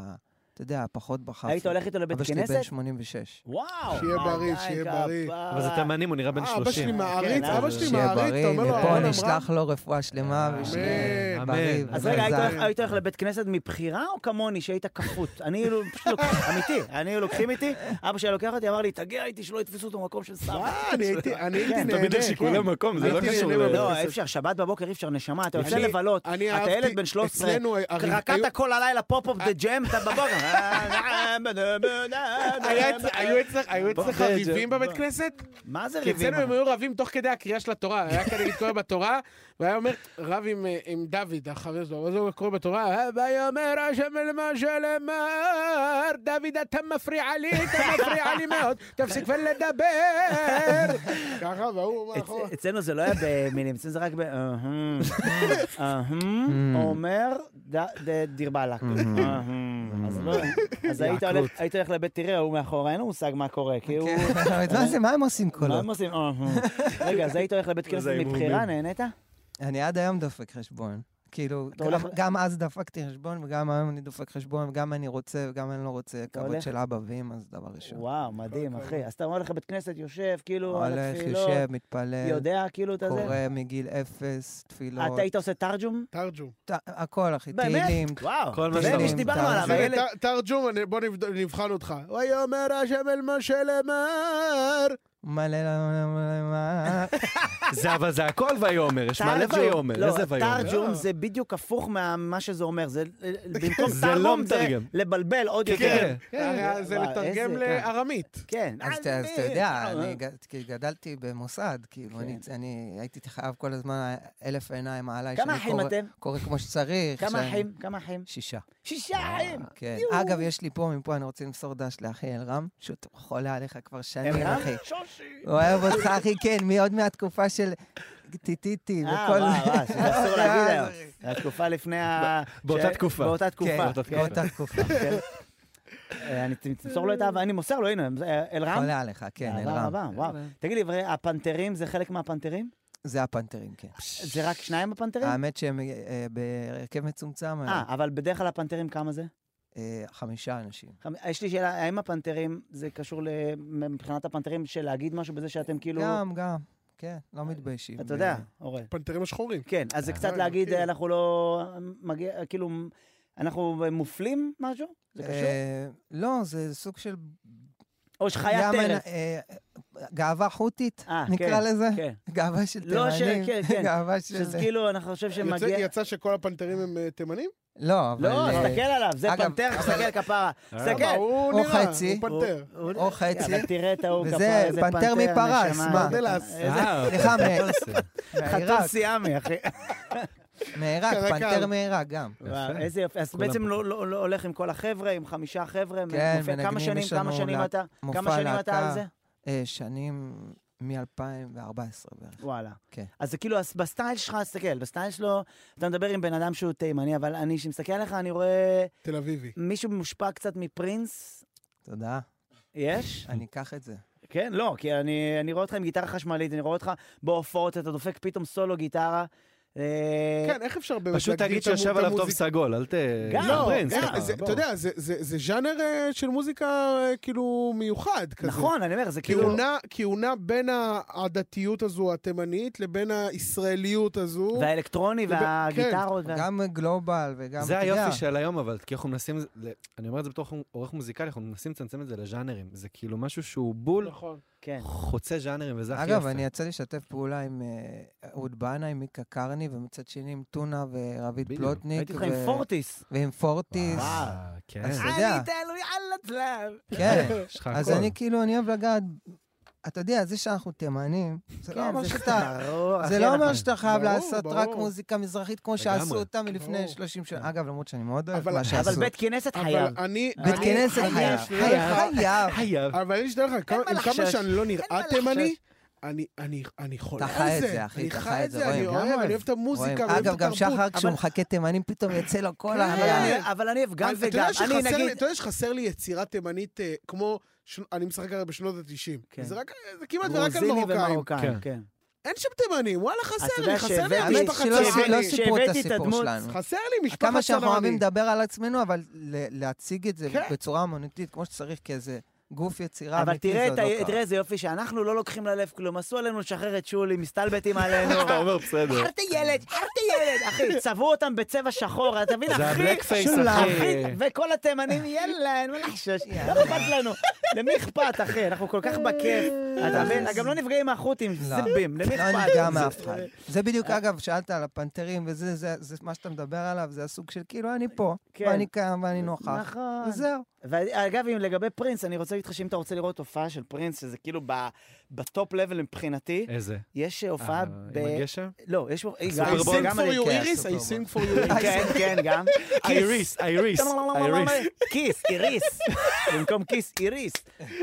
Speaker 9: אתה יודע, פחות בחפלות.
Speaker 3: היית הולך איתו לבית
Speaker 9: אבא שלי בן
Speaker 3: כנסת?
Speaker 9: 86.
Speaker 3: וואו.
Speaker 1: שיהיה
Speaker 3: אה,
Speaker 1: בריא,
Speaker 3: די,
Speaker 1: שיהיה בריא.
Speaker 3: כפרה.
Speaker 4: אבל זה תימנים, הוא נראה בן
Speaker 1: אה,
Speaker 4: 30.
Speaker 1: אבא שלי מעריץ,
Speaker 3: כן,
Speaker 1: אבא
Speaker 3: אז
Speaker 1: שלי
Speaker 9: שיהיה
Speaker 1: מעריץ, אתה
Speaker 9: בריא,
Speaker 1: אומר לו
Speaker 9: מפה
Speaker 1: אהרון עמרם.
Speaker 9: נשלח לו רפואה שלמה,
Speaker 4: אמן,
Speaker 9: ושיהיה
Speaker 4: אמן.
Speaker 9: בריא.
Speaker 4: אז
Speaker 3: אז
Speaker 9: וחזק.
Speaker 3: רגע, היית הולך- היית הולך לבית כנסת מבחירה או כמוני, שהיית כפות? אני אילו- פשוט לוקח, אמיתי, אני היו לוקחים איתי, אבא שלי לוקח אותי, אמר לי, תגיע איתי שלא יתפסו אותו במקום של סבא.
Speaker 1: אה, אני הייתי אני הייתי
Speaker 3: כן,
Speaker 1: נהנה.
Speaker 4: תמיד יש שיקולי
Speaker 1: כן.
Speaker 4: מקום, זה
Speaker 1: הייתי
Speaker 4: לא
Speaker 1: נהנה
Speaker 4: קשור
Speaker 1: בבית
Speaker 4: ל...
Speaker 3: לא,
Speaker 1: כנסת.
Speaker 3: אי אפשר, שבת בבוקר אי אפשר, נשמה, אתה יוצא
Speaker 1: אני-
Speaker 3: לבלות,
Speaker 1: אני
Speaker 3: אתה
Speaker 1: אהבתי-
Speaker 3: ילד בן 13,
Speaker 1: אצלנו הריב- היו-
Speaker 3: רקדת כל הלילה פופ-אפ דה ג'ם, אתה בבוקר.
Speaker 1: היה אצ- היו אצלך- היו אצלך
Speaker 4: בבית
Speaker 1: ריבים
Speaker 4: ג'ן,
Speaker 1: בבית כנסת?
Speaker 3: מה זה
Speaker 1: כי
Speaker 3: ריבים?
Speaker 1: אצלנו הם היו רבים תוך כדי הקריאה של התורה, היה כדי לקרוא בתורה, והיה אומר, רב עם, אה, עם דוד, החבר שלו, אז הוא קורא בתורה, ויאמר השם אל משה לאמר, דוד אתה מפריע לי, אתה מפריע לי מאוד, תפסיק כבר לדבר. ככה, והוא
Speaker 3: אצ-
Speaker 1: מאחור.
Speaker 3: אצלנו זה לא היה במילים, אצלנו זה רק ב... אהם, אהם, אומר ד- ד- דיר באלק. אהם. אז לא- אז היית הולך- היית הולך לבית, תראה, הוא מאחורה, אין לו מושג מה קורה, כי הוא...
Speaker 1: כן.
Speaker 9: כן. מה זה, מה הם עושים כל
Speaker 3: מה
Speaker 9: עוד?
Speaker 3: הם עושים? אהם. רגע, אז היית הולך לבית כנסת מבחירה, נהנית?
Speaker 9: אני עד היום דופק חשבון. כאילו,
Speaker 3: אתה
Speaker 9: גם-
Speaker 3: הולך-
Speaker 9: גם אז דפקתי חשבון, וגם היום אני דופק חשבון, וגם אני רוצה, וגם אני לא רוצה. כבוד
Speaker 3: הולך-
Speaker 9: של אבא ואמא זה דבר ראשון.
Speaker 3: וואו, מדהים, אחי. אז אתה הולך לבית כנסת, יושב, כאילו, על
Speaker 9: הולך,
Speaker 3: התפילות,
Speaker 9: יושב, מתפלל,
Speaker 3: יודע, כאילו, את הזה?
Speaker 9: קורא מגיל אפס, תפילות.
Speaker 3: אתה היית עושה תרג'ום?
Speaker 1: תרג'ום.
Speaker 9: ת- הכל, אחי,
Speaker 3: באמת?
Speaker 9: תהילים.
Speaker 3: וואו,
Speaker 4: כל מה
Speaker 3: זה
Speaker 4: שאתה
Speaker 3: מי
Speaker 4: רוצה.
Speaker 3: שדיברנו עליו,
Speaker 9: אבל
Speaker 1: הנה,
Speaker 3: הילד.
Speaker 1: ת- תרג'ום, אני- בוא נבד- נבחן אותך. ויאמר השם אל משה לאמר.
Speaker 9: מלא למה...
Speaker 4: זה אבל זה הכל ויאמר, יש מלא
Speaker 3: תרג'ום-
Speaker 4: ויאמר,
Speaker 3: לא,
Speaker 4: איזה ויאמר.
Speaker 3: תרג'ום זה בדיוק הפוך ממה שזה אומר. זה במקום
Speaker 4: זה לא
Speaker 3: תרגום זה
Speaker 4: מתרגם.
Speaker 3: לבלבל עוד יותר.
Speaker 4: כן.
Speaker 1: הרי זה
Speaker 3: וואי,
Speaker 1: לתרגם
Speaker 3: איזה-
Speaker 1: לארמית.
Speaker 3: כן. אה,
Speaker 9: אז אתה אז אתה יודע, אני ג- כי גדלתי במוסד, כאילו, אני- אני הייתי חייב כל הזמן אלף עיניים עליי,
Speaker 3: כן. כמה
Speaker 9: שאני
Speaker 3: אחים
Speaker 9: קורא-
Speaker 3: אתם?
Speaker 9: קורא כמו שצריך.
Speaker 3: כמה
Speaker 9: שאני-
Speaker 3: אחים? כמה אחים?
Speaker 9: שישה.
Speaker 3: שישה אחים!
Speaker 9: כן.
Speaker 3: יואו.
Speaker 9: אגב, יש לי פה, מפה אני רוצה למסור דש לאחי אלרם, פשוט חולה עליך כבר שנים,
Speaker 3: אלרם?
Speaker 9: אחי.
Speaker 8: שושי.
Speaker 9: הוא אוהב אותך, אחי, כן, מעוד מהתקופה של טיטיטי
Speaker 3: אה,
Speaker 9: וכל...
Speaker 3: וואו, וואו, שזה אסור להגיד
Speaker 9: אה,
Speaker 3: היום. התקופה לפני ה...
Speaker 4: באותה
Speaker 3: ש-
Speaker 4: תקופה.
Speaker 3: באותה תקופה.
Speaker 4: באותה
Speaker 3: כן.
Speaker 9: באותה תקופה.
Speaker 3: כן. אה, אני תמסור לו את ה... אני מוסר לו, הנה, אה, אלרם?
Speaker 9: חולה עליך, כן,
Speaker 3: אהבה
Speaker 9: אלרם.
Speaker 3: רבה, וואו. תגיד לי, אבל הפנתרים זה חלק מהפנתרים?
Speaker 9: זה הפנתרים, כן.
Speaker 3: זה רק שניים הפנתרים?
Speaker 9: האמת שהם אה, אה, בהרכב מצומצם, היום.
Speaker 3: אה, אבל בדרך כלל הפנתרים כמה זה?
Speaker 9: אה, חמישה אנשים.
Speaker 3: חמ- יש לי שאלה, האם הפנתרים, זה קשור ל- מבחינת הפנתרים של להגיד משהו בזה שאתם כאילו...
Speaker 9: גם, גם, כן, לא מתביישים.
Speaker 3: אתה יודע,
Speaker 9: אה, אוקיי.
Speaker 3: אורן.
Speaker 1: פנתרים השחורים.
Speaker 3: כן, אז זה
Speaker 4: אה,
Speaker 3: קצת
Speaker 1: אני
Speaker 3: להגיד,
Speaker 1: מכיר.
Speaker 3: אנחנו לא... מגיע, כאילו, אנחנו מופלים משהו? זה קשור?
Speaker 9: אה, לא, זה סוג של...
Speaker 3: או שחיית
Speaker 9: ים
Speaker 3: טרף.
Speaker 9: הנ- אה, גאווה חוטית,
Speaker 3: אה,
Speaker 9: נקרא
Speaker 3: כן,
Speaker 9: לזה.
Speaker 3: כן.
Speaker 9: גאווה של
Speaker 3: לא, ש-
Speaker 9: תימנים.
Speaker 3: כן, כן.
Speaker 9: גאווה של...
Speaker 3: שזה
Speaker 9: זה.
Speaker 3: כאילו, אנחנו חושב
Speaker 1: יוצא-
Speaker 3: שמגיע...
Speaker 1: יצא שכל הפנתרים הם אה, תימנים?
Speaker 9: לא, אבל...
Speaker 3: לא,
Speaker 9: אה,
Speaker 3: תסתכל עליו, זה
Speaker 9: אגב,
Speaker 3: פנתר,
Speaker 9: אבל- אה,
Speaker 3: תסתכל כפרה.
Speaker 1: מה,
Speaker 3: תסתכל.
Speaker 1: אה, הוא
Speaker 9: או
Speaker 1: נראה,
Speaker 9: חצי,
Speaker 1: הוא פנתר.
Speaker 3: הוא-
Speaker 9: או חצי.
Speaker 3: אבל תראה את ההוא
Speaker 9: וזה
Speaker 3: כפרה, איזה
Speaker 9: פנתר מפרס,
Speaker 3: נשמה.
Speaker 9: מה?
Speaker 1: דלס.
Speaker 3: איזה
Speaker 4: אה.
Speaker 9: סליחה, מ-
Speaker 3: חתול
Speaker 9: מעיראק,
Speaker 3: סיאמי, אחי.
Speaker 9: מעיראק,
Speaker 1: קרקל.
Speaker 9: פנתר מעיראק גם.
Speaker 3: וואו, איזה יופי. אז
Speaker 4: כולם
Speaker 3: בעצם
Speaker 4: פה.
Speaker 3: לא לא- לא הולך עם כל החבר'ה, עם חמישה חבר'ה,
Speaker 9: כן,
Speaker 3: מופיע-
Speaker 9: מנגנים,
Speaker 3: כמה שנים,
Speaker 9: יש
Speaker 3: כמה
Speaker 9: לנו
Speaker 3: שנים
Speaker 9: להק-
Speaker 3: אתה?
Speaker 9: מופע
Speaker 3: כמה שנים אתה על
Speaker 9: להקה.
Speaker 3: זה?
Speaker 9: אה, שנים מ-2014 בערך.
Speaker 3: וואלה.
Speaker 9: כן.
Speaker 3: אז זה כאילו, אז בסטייל שלך, תסתכל, בסטייל שלו, אתה מדבר עם בן אדם שהוא תימני, אבל אני, כשמסתכל עליך, אני רואה
Speaker 1: תל אביבי.
Speaker 3: מישהו מושפע קצת מפרינס.
Speaker 9: תודה,
Speaker 3: יש?
Speaker 9: אני אקח את זה.
Speaker 3: כן, לא, כי אני, אני רואה אותך עם גיטרה חשמלית, אני רואה אותך בהופעות, אתה דופק פתאום סולו גיטרה. אה,
Speaker 1: כן, איך אפשר באמת
Speaker 4: פשוט תגיד
Speaker 1: את המו-
Speaker 4: שישב
Speaker 1: את
Speaker 4: עליו טוב
Speaker 1: המוזיקה?
Speaker 4: סגול, אל ת...
Speaker 3: גם,
Speaker 4: זה
Speaker 1: לא,
Speaker 4: ברנס,
Speaker 1: איך-
Speaker 4: ככה,
Speaker 1: זה-
Speaker 4: בוא.
Speaker 1: אתה יודע, זה- זה זה ז'אנר אה, של מוזיקה אה, כאילו מיוחד כזה.
Speaker 3: נכון, אני אומר, זה
Speaker 1: כי
Speaker 3: כאילו...
Speaker 1: הוא נע- כי הוא נע בין העדתיות הזו התימנית לבין הישראליות הזו.
Speaker 3: והאלקטרוני
Speaker 1: כן.
Speaker 3: והגיטרות. וה-
Speaker 9: גם גלובל וגם,
Speaker 4: זה
Speaker 9: אתה יודע,
Speaker 4: היופי של היום, אבל כי אנחנו מנסים, ל- אני אומר את זה בתור עורך מוזיקלי, אנחנו מנסים לצמצם את זה לז'אנרים. זה כאילו משהו שהוא בול
Speaker 1: נכון.
Speaker 3: כן.
Speaker 4: חוצה ז'אנרים, וזה הכי יפה.
Speaker 9: אגב, אני יצא לי לשתף פעולה עם אה, אהוד בנה, עם מיקה קרני, ומצד שני עם טונה ורביד
Speaker 4: בדיוק.
Speaker 9: פלוטניק.
Speaker 3: הייתי איתך עם
Speaker 9: ו- לא,
Speaker 3: פורטיס.
Speaker 9: ועם פורטיס.
Speaker 4: אה, כן,
Speaker 9: אז אתה יודע,
Speaker 3: תלוי על הצלב.
Speaker 9: כן.
Speaker 4: יש לך
Speaker 9: אז
Speaker 4: הכל.
Speaker 9: אני כאילו, אני אוהב לגעת, אתה יודע, זה שאנחנו תימנים, זה
Speaker 3: כן,
Speaker 9: לא אומר שאתה... זה לא אומר שאתה חייב
Speaker 1: ברור,
Speaker 9: לעשות רק
Speaker 1: ברור.
Speaker 9: מוזיקה מזרחית כמו
Speaker 4: לגמרי. כן.
Speaker 9: שעשו אותה
Speaker 1: ברור.
Speaker 9: מלפני 30 שנה. אגב, למרות שאני מאוד אוהב
Speaker 1: אבל-
Speaker 9: מה שעשו.
Speaker 3: אבל בית כנסת חייב.
Speaker 1: אבל אני...
Speaker 9: בית
Speaker 1: אני-
Speaker 9: כנסת
Speaker 1: אני
Speaker 9: חייב.
Speaker 1: אשאל אותך-
Speaker 9: חייב.
Speaker 4: חייב.
Speaker 1: אבל אני אשתדל לך, כמה- עם כמה שאני לא נראה תימני, אני, אני, אני חולה
Speaker 9: אתה חי
Speaker 1: על
Speaker 9: את
Speaker 1: זה.
Speaker 9: זה, אחי,
Speaker 1: אני
Speaker 9: אתה
Speaker 1: חי
Speaker 9: חי
Speaker 1: את זה, אני
Speaker 9: רואים.
Speaker 1: אוהב,
Speaker 4: גם
Speaker 1: אני אוהב את המוזיקה, אני
Speaker 9: רואים.
Speaker 1: אוהב את
Speaker 9: אגב,
Speaker 1: התרבות.
Speaker 9: גם שחר, כשהוא
Speaker 1: אבל-
Speaker 9: מחכה תימנים, פתאום יוצא לו כל
Speaker 1: כן.
Speaker 9: ה...
Speaker 1: אה,
Speaker 3: אבל אני אוהב גם
Speaker 1: אז אתה
Speaker 3: וגם.
Speaker 1: יודע
Speaker 3: אני
Speaker 1: שחסר לי-
Speaker 3: נגיד...
Speaker 1: אתה יודע שחסר לי יצירה תימנית אה, כמו... ש- אני משחק הרי בשנות ה-90.
Speaker 3: כן.
Speaker 1: זה רק- זה כמעט ורק על מרוקאים.
Speaker 3: ומרוקאים,
Speaker 4: כן.
Speaker 3: כן.
Speaker 1: אין שם תימנים, וואלה, חסר
Speaker 3: אתה
Speaker 1: לי,
Speaker 3: יודע
Speaker 1: חסר לי
Speaker 3: שהבאתי-
Speaker 1: המשפחה
Speaker 9: שלא לא
Speaker 1: צלעני.
Speaker 3: ש-
Speaker 9: סיפרו את
Speaker 3: שהבאתי את
Speaker 9: הסיפור
Speaker 3: הדמות,
Speaker 9: שלנו.
Speaker 1: חסר לי משפחה צלעני.
Speaker 9: כמה שאנחנו אוהבים לדבר על עצמנו, אבל ל- להציג את זה
Speaker 1: כן.
Speaker 9: בצורה אמנותית, כמו שצריך, כאיזה גוף יצירה
Speaker 3: אבל
Speaker 9: אמיתי, זה
Speaker 3: תראה את
Speaker 9: עוד
Speaker 3: ה-
Speaker 9: לא
Speaker 3: תראה
Speaker 9: קרה.
Speaker 3: איזה יופי שאנחנו לא לוקחים ללב כלום. עשו עלינו לשחרר את שולי, מסתלבטים עלינו.
Speaker 4: אתה אומר בסדר.
Speaker 3: חרטי ילד, חרטי ילד. אחי, לא. צבעו אותם בצבע שחור, אתה מבין, אחי?
Speaker 4: זה הבלק פייס,
Speaker 3: שולה,
Speaker 4: אחי.
Speaker 3: וכל התימנים, יאללה, אין מה לחשוש. לא אכפת לנו. למי אכפת, אחי? אנחנו כל כך בכיף. אתה מבין? גם לא נפגעים מהחות'ים,
Speaker 9: לא.
Speaker 3: זיבים. למי
Speaker 9: לא
Speaker 3: אכפת?
Speaker 9: נפגע מאף אחד. זה
Speaker 3: אה.
Speaker 9: בדיוק, אגב, שאלת על הפנתרים וזה, זה- זה מה שאתה מדבר עליו, זה הסוג של כאילו, אני פה,
Speaker 3: כן.
Speaker 9: ואני קיים ואני נוכח,
Speaker 3: נכון.
Speaker 9: וזהו.
Speaker 3: ואגב, אם לגבי פרינס, אני רוצה להגיד לך שאם אתה רוצה לראות הופעה של פרינס, שזה כאילו ב- בטופ לבל מבחינתי,
Speaker 4: איזה?
Speaker 3: יש
Speaker 4: אה,
Speaker 3: הופעה
Speaker 4: עם
Speaker 3: ב...
Speaker 4: הגשם?
Speaker 3: לא, יש...
Speaker 1: I
Speaker 3: גם-
Speaker 1: sing
Speaker 3: גם
Speaker 1: for
Speaker 3: אני-
Speaker 1: you,
Speaker 3: כן.
Speaker 1: איריס, I
Speaker 9: סופר
Speaker 1: sing for you.
Speaker 3: כן, כן, גם.
Speaker 4: איריס, איריס, איריס.
Speaker 3: כיס, איריס. במקום כיס, איריס.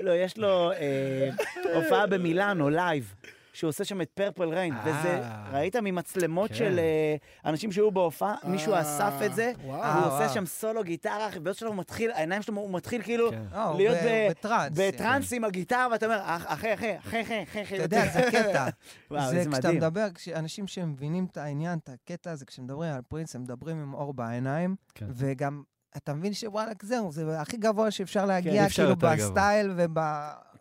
Speaker 3: לא, יש לו אה, הופעה במילאנו, לייב. שהוא עושה שם את פרפל ריין,
Speaker 4: אה.
Speaker 3: וזה, ראית ממצלמות
Speaker 4: כן.
Speaker 3: של אה, אנשים שהיו בהופעה, מישהו
Speaker 1: אה,
Speaker 3: אסף את זה,
Speaker 1: וואו.
Speaker 3: הוא עושה
Speaker 9: וואו.
Speaker 3: שם סולו גיטרה, אחי, והיד שלו הוא מתחיל, העיניים שלו, הוא מתחיל כאילו
Speaker 4: כן.
Speaker 9: אה, הוא
Speaker 3: להיות
Speaker 9: ב-
Speaker 3: ב-
Speaker 9: בטראנס.
Speaker 3: בטראנס עם הגיטרה, ואתה אומר, "אח- אחי, אחי, אחי, אחי, אחי, אחי,
Speaker 9: אתה יודע, זה קטע.
Speaker 3: וואו,
Speaker 9: זה
Speaker 3: איזה
Speaker 9: כשאתה
Speaker 3: מדהים.
Speaker 9: מדבר, כשאנשים שמבינים את העניין, את הקטע הזה, כשמדברים על פרינס, הם מדברים עם אור בעיניים,
Speaker 4: כן.
Speaker 9: וגם, אתה מבין שוואלק, זהו, זה הכי גבוה שאפשר
Speaker 3: אי
Speaker 9: להגיע,
Speaker 4: אפשר
Speaker 9: כאילו,
Speaker 4: יותר גבוה.
Speaker 9: בסטייל כאילו.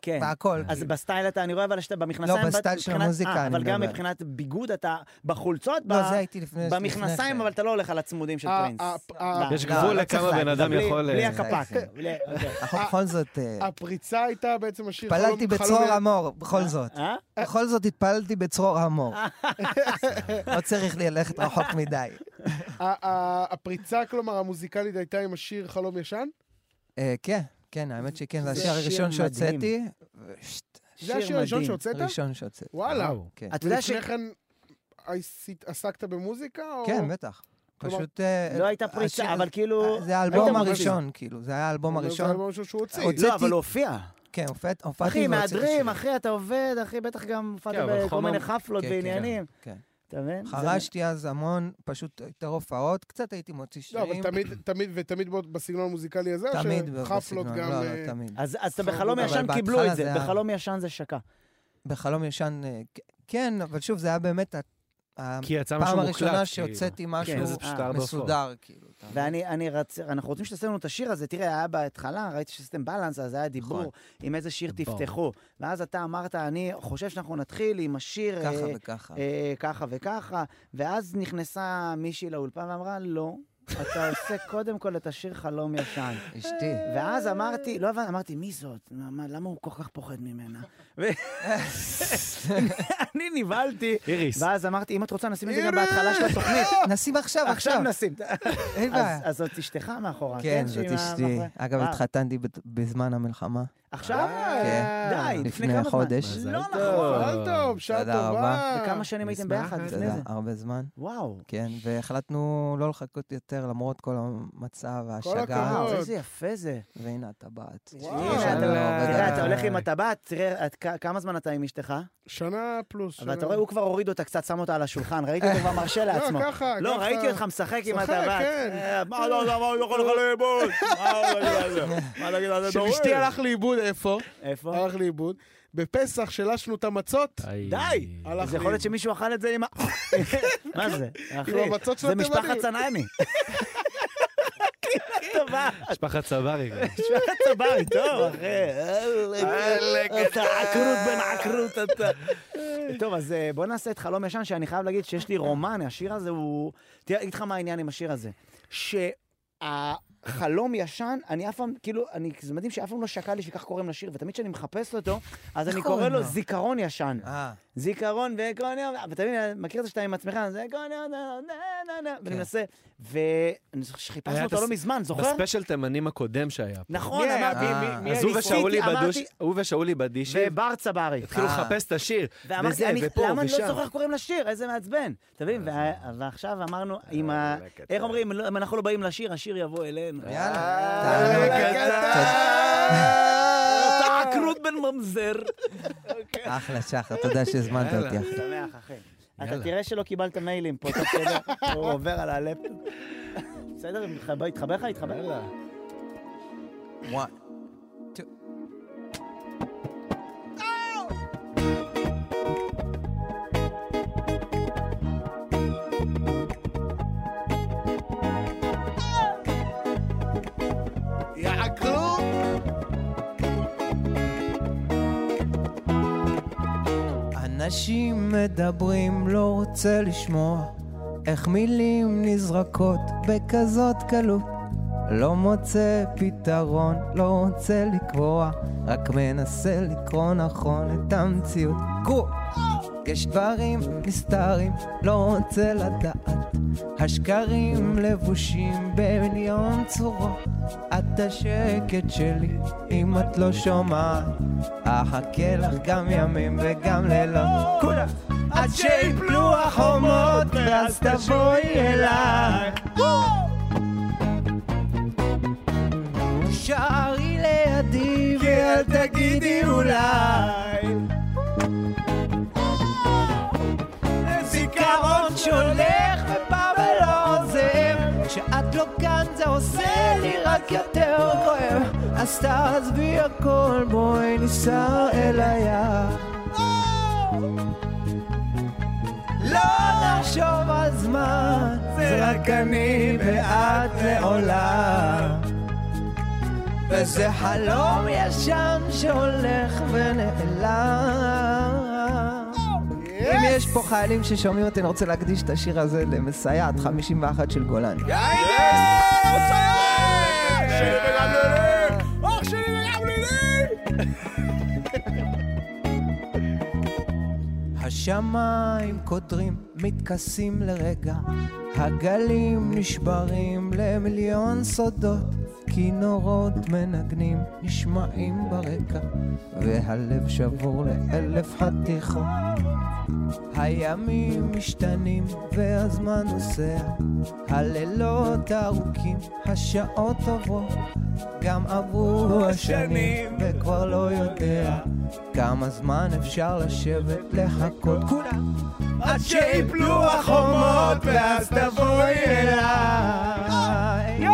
Speaker 3: כן.
Speaker 9: ובהכול.
Speaker 3: אז בסטייל אתה, אני רואה אבל שאתה במכנסיים...
Speaker 9: לא,
Speaker 3: ואת-
Speaker 9: בסטייל של
Speaker 3: מבחינת-
Speaker 9: המוזיקה
Speaker 3: אה,
Speaker 9: אני
Speaker 3: אבל גם
Speaker 9: מדבר.
Speaker 3: מבחינת ביגוד אתה בחולצות, ב-
Speaker 9: לא, זה הייתי לפני... לפני
Speaker 3: במכנסיים,
Speaker 9: כן.
Speaker 3: אבל אתה לא הולך על הצמודים של
Speaker 1: ה-
Speaker 3: פרינס.
Speaker 1: ה-
Speaker 3: לא,
Speaker 1: ה-
Speaker 4: אה, יש
Speaker 3: לא,
Speaker 4: גבול
Speaker 3: לא
Speaker 4: לכמה
Speaker 3: צריך
Speaker 4: בן
Speaker 3: להגזים.
Speaker 4: אדם
Speaker 3: בלי-
Speaker 4: יכול,
Speaker 3: בלי
Speaker 4: אה,
Speaker 3: הקפק.
Speaker 9: להגזים.
Speaker 3: בלי- אוקיי.
Speaker 9: אנחנו בכל זאת... אה,
Speaker 1: הפריצה הייתה בעצם השיר
Speaker 9: התפללתי בצרור המור, בכל זאת.
Speaker 3: אה?
Speaker 9: בכל זאת התפללתי בצרור המור. לא צריך ללכת רחוק מדי.
Speaker 1: ה- ה- הפריצה, כלומר, המוזיקלית הייתה עם השיר חלום ישן?
Speaker 9: אה, כן, כן, האמת שכן, זה
Speaker 3: זה
Speaker 9: השיר
Speaker 3: שיר
Speaker 9: הראשון שהוצאתי. ושט,
Speaker 1: זה השיר הראשון
Speaker 9: מדהים.
Speaker 1: שהוצאת?
Speaker 9: הראשון שהוצאתי.
Speaker 1: וואלה.
Speaker 4: וואו.
Speaker 9: כן.
Speaker 3: אתה יודע ש...
Speaker 1: ולפני כן עשית- עסקת במוזיקה? או-
Speaker 9: כן, בטח.
Speaker 1: כלומר,
Speaker 9: פשוט... אה,
Speaker 3: לא הייתה
Speaker 9: השיר אה,
Speaker 3: פריצה,
Speaker 9: הזה-
Speaker 3: אבל כאילו...
Speaker 9: זה האלבום
Speaker 3: היית מוציא.
Speaker 9: הראשון, כאילו, זה היה האלבום
Speaker 1: זה האלבום
Speaker 9: הראשון.
Speaker 1: הראשון שהוא הוציא.
Speaker 9: הוציא.
Speaker 3: לא,
Speaker 9: הוצאתי-
Speaker 3: אבל הוא הופיע.
Speaker 9: כן, הופעת- הופעתי
Speaker 3: אחי,
Speaker 9: והוצאתי
Speaker 3: מהדרים,
Speaker 9: שיר.
Speaker 3: אחי, אתה עובד, אחי, בטח גם הופעת
Speaker 4: כן, אבל
Speaker 3: בכל
Speaker 4: חומר-
Speaker 3: מיני חפלות
Speaker 9: כן, כן,
Speaker 3: ועניינים.
Speaker 9: כן.
Speaker 3: אתה מבין?
Speaker 9: חרשתי אז המון, פשוט יותר הופעות, קצת הייתי מוציא
Speaker 1: לא, אבל
Speaker 9: שירים.
Speaker 1: תמיד, תמיד, ותמיד בו- בסגנון המוזיקלי הזה, או
Speaker 9: תמיד
Speaker 1: שחפלות
Speaker 9: בסגנון,
Speaker 1: גם...
Speaker 9: לא,
Speaker 1: אה,
Speaker 9: לא, תמיד.
Speaker 3: אז אז אתה
Speaker 1: חרבו,
Speaker 3: בחלום
Speaker 1: אבל
Speaker 3: ישן
Speaker 9: בהתחלה
Speaker 3: קיבלו את
Speaker 9: זה
Speaker 3: זה,
Speaker 9: היה-
Speaker 3: בחלום ישן זה שקע.
Speaker 9: בחלום ישן, אה, כ- כן, אבל שוב, זה היה באמת ה-
Speaker 4: כי יצא משהו
Speaker 9: הפעם
Speaker 4: מוקלט.
Speaker 9: הראשונה
Speaker 4: כאילו.
Speaker 9: שהוצאתי
Speaker 3: כן,
Speaker 9: משהו
Speaker 3: זה פשוט
Speaker 4: ארבע
Speaker 9: מסודר, כאילו. אתה מבין?
Speaker 3: ואני אני רצ... אנחנו רוצים שתעשה לנו את השיר הזה. תראה, היה בהתחלה, ראיתי שעשיתם בלנס, אז היה דיבור
Speaker 4: נכון.
Speaker 3: עם איזה שיר
Speaker 4: ברור.
Speaker 3: תפתחו. ואז אתה אמרת, אני חושב שאנחנו נתחיל עם השיר
Speaker 9: ככה
Speaker 3: אה,
Speaker 9: וככה.
Speaker 3: אה, ככה וככה, ואז נכנסה מישהי לאולפן ואמרה, לא, אתה עושה קודם כל את השיר חלום ישן.
Speaker 9: אשתי.
Speaker 3: ואז אמרתי, לא הבנתי, אמרתי, מי זאת? מה- מה- למה הוא כל כך פוחד ממנה? ואני נבהלתי,
Speaker 4: איריס.
Speaker 3: ואז אמרתי, אם את רוצה, נשים את זה גם בהתחלה של התוכנית.
Speaker 9: נשים עכשיו,
Speaker 3: עכשיו
Speaker 9: עכשיו.
Speaker 3: נשים.
Speaker 9: אין בעיה.
Speaker 3: אז- אז זאת אשתך מאחורה.
Speaker 9: כן, זאת
Speaker 3: שהיא מה-
Speaker 9: אשתי.
Speaker 3: מאחורי.
Speaker 9: אגב,
Speaker 3: וואו.
Speaker 9: התחתנתי בת- בזמן המלחמה.
Speaker 3: עכשיו?
Speaker 9: כן.
Speaker 3: די, לפני
Speaker 9: לפני
Speaker 3: כמה זמן?
Speaker 9: חודש.
Speaker 4: מזל
Speaker 3: לא
Speaker 4: טוב.
Speaker 3: נכון.
Speaker 1: אה, מזל טוב, שעה
Speaker 9: תודה
Speaker 1: טובה.
Speaker 9: רבה.
Speaker 3: וכמה שנים הייתם
Speaker 4: נשמח,
Speaker 3: ביחד
Speaker 4: אתה
Speaker 3: לפני
Speaker 9: אתה
Speaker 3: זה?
Speaker 9: יודע, הרבה זמן.
Speaker 3: וואו.
Speaker 9: כן, והחלטנו לא לחכות יותר, למרות כל המצב וההשגה.
Speaker 1: הכבוד.
Speaker 3: וואו, איזה יפה זה.
Speaker 9: והנה הטבעת.
Speaker 1: וואו.
Speaker 3: הנה,
Speaker 1: שלום,
Speaker 9: לא
Speaker 3: אתה- תראה, אתה לא-
Speaker 4: אה.
Speaker 3: הולך עם הטבעת, תראה, את- כ- כמה זמן אתה עם אשתך?
Speaker 1: שנה פלוס.
Speaker 3: אבל
Speaker 1: שנה.
Speaker 3: אתה רואה, הוא כבר הוריד אותה קצת, שם אותה על השולחן, ראיתי אותו כבר מרשה לעצמו.
Speaker 1: לא, ככה,
Speaker 3: לא,
Speaker 1: ככה.
Speaker 3: ראיתי אותך משחק עם
Speaker 1: משחק,
Speaker 3: הטבעת.
Speaker 1: כן.
Speaker 3: אה, מה לא, לא, מה הוא יכול לך לאיבוד? מה הוא להגיד על זה? מה להגיד על זה?
Speaker 1: של
Speaker 3: דורון?
Speaker 1: אשתי הלך אה, לאיבוד, איפה?
Speaker 3: איפה?
Speaker 1: הלך לאיבוד. בפסח שלשנו את המצות.
Speaker 4: איי.
Speaker 3: די!
Speaker 1: הלך
Speaker 3: אז אה, יכול להיות
Speaker 1: לאיבוד.
Speaker 3: שמישהו אכל את זה עם ה... מה זה? אחי,
Speaker 1: המצות של
Speaker 3: זה משפחת
Speaker 1: התימנים.
Speaker 3: צנעני. טובה,
Speaker 4: משפחת צברי. גם.
Speaker 3: משפחת צברי, טוב, אחי. אלק, אתה עקרות בן עקרות אתה. טוב, אז אה, בוא נעשה את חלום ישן, שאני חייב להגיד שיש לי רומן, השיר הזה הוא... תראה, אגיד לך מה העניין עם השיר הזה. שהחלום ישן, אני אף פעם, כאילו, אני, זה מדהים שאף פעם לא שקע לי שכך קוראים לשיר, ותמיד כשאני מחפש אותו, אז אני קורא
Speaker 9: קוראים
Speaker 3: לו
Speaker 9: לו?
Speaker 3: זיכרון ישן.
Speaker 9: אה,
Speaker 3: זיכרון וכל יום, ואתה מבין, מכיר את זה שאתה עם עצמך, זה כל יום, נה, נה, נה, נה, ואני
Speaker 9: כן.
Speaker 3: מנסה, ואני זוכר שחיפשנו
Speaker 4: היה
Speaker 3: אותו
Speaker 4: את
Speaker 3: לא
Speaker 4: הס-
Speaker 3: מזמן, זוכר?
Speaker 4: בספיישל תימנים הקודם שהיה. פה.
Speaker 3: נכון,
Speaker 1: מי היה?
Speaker 3: אמרתי,
Speaker 9: אה.
Speaker 3: מי- מי
Speaker 4: אז
Speaker 3: היה?
Speaker 4: הוא ושאולי
Speaker 3: ניסיתי,
Speaker 4: בדוש,
Speaker 3: אמרתי,
Speaker 4: הוא ושאולי בדישי,
Speaker 3: ובר צברי.
Speaker 4: התחילו
Speaker 9: אה.
Speaker 4: לחפש את השיר,
Speaker 3: ואמרתי,
Speaker 4: וזה,
Speaker 3: אני-
Speaker 4: ופה,
Speaker 3: למה אני לא
Speaker 4: ושם.
Speaker 3: זוכר איך קוראים לשיר? איזה מעצבן. אתה מבין? וה- ועכשיו אמרנו, עם ה... איך אומרים, לא- אם אנחנו לא באים לשיר, השיר יבוא אלינו.
Speaker 9: יאללה.
Speaker 3: אה,
Speaker 8: לא
Speaker 9: תענוג.
Speaker 3: אה,
Speaker 9: תודה.
Speaker 3: אתה עקרות בן ממזר. אוקיי.
Speaker 8: אחלה, שחר, תודה שהזמנת
Speaker 4: יאללה.
Speaker 8: אותי. אחי.
Speaker 3: שמח, אחי. אתה
Speaker 4: יאללה.
Speaker 3: תראה שלא קיבלת מיילים פה, תוך כדי, הוא עובר על הלפטופ. בסדר, התחבר התחבר לך? התחבר?
Speaker 4: יאללה.
Speaker 8: One, two. אנשים מדברים, לא רוצה לשמוע איך מילים נזרקות בכזאת קלות. לא מוצא פתרון, לא רוצה לקבוע, רק מנסה לקרוא נכון את המציאות. קרו! יש דברים נסתרים, לא רוצה לדעת. השקרים לבושים במיליון צורות. את השקט שלי, אם את לא שומעת. אחכה לך גם ימים וגם לילות. כולך! עד שיפלו החומות, ואז תבואי אליי. שערי לידי, ואל תגידי אולי. זיכרון שהולך ובא ולא עוזב, כשאת לא כאן זה עושה לי רק יותר כואב. אז תעזבי הכל, בואי ניסע אל הים. Oh! לא נחשוב על זמן, זה רק אני ואת לעולם. וזה חלום ישן שהולך ונעלם. אם יש פה חיילים ששומעים אותי, אני רוצה להקדיש את השיר הזה למסייעת 51 של גולן. השמיים קודרים, מתכסים לרגע, הגלים נשברים למיליון סודות, כינורות מנגנים, נשמעים ברקע, והלב שבור לאלף חתיכות. הימים משתנים והזמן נוסע, הלילות ארוכים, השעות עוברות, גם עברו השנים וכבר לא יודע כמה זמן אפשר לשבת לחכות כולם עד שיפלו החומות ואז תבואי אליי.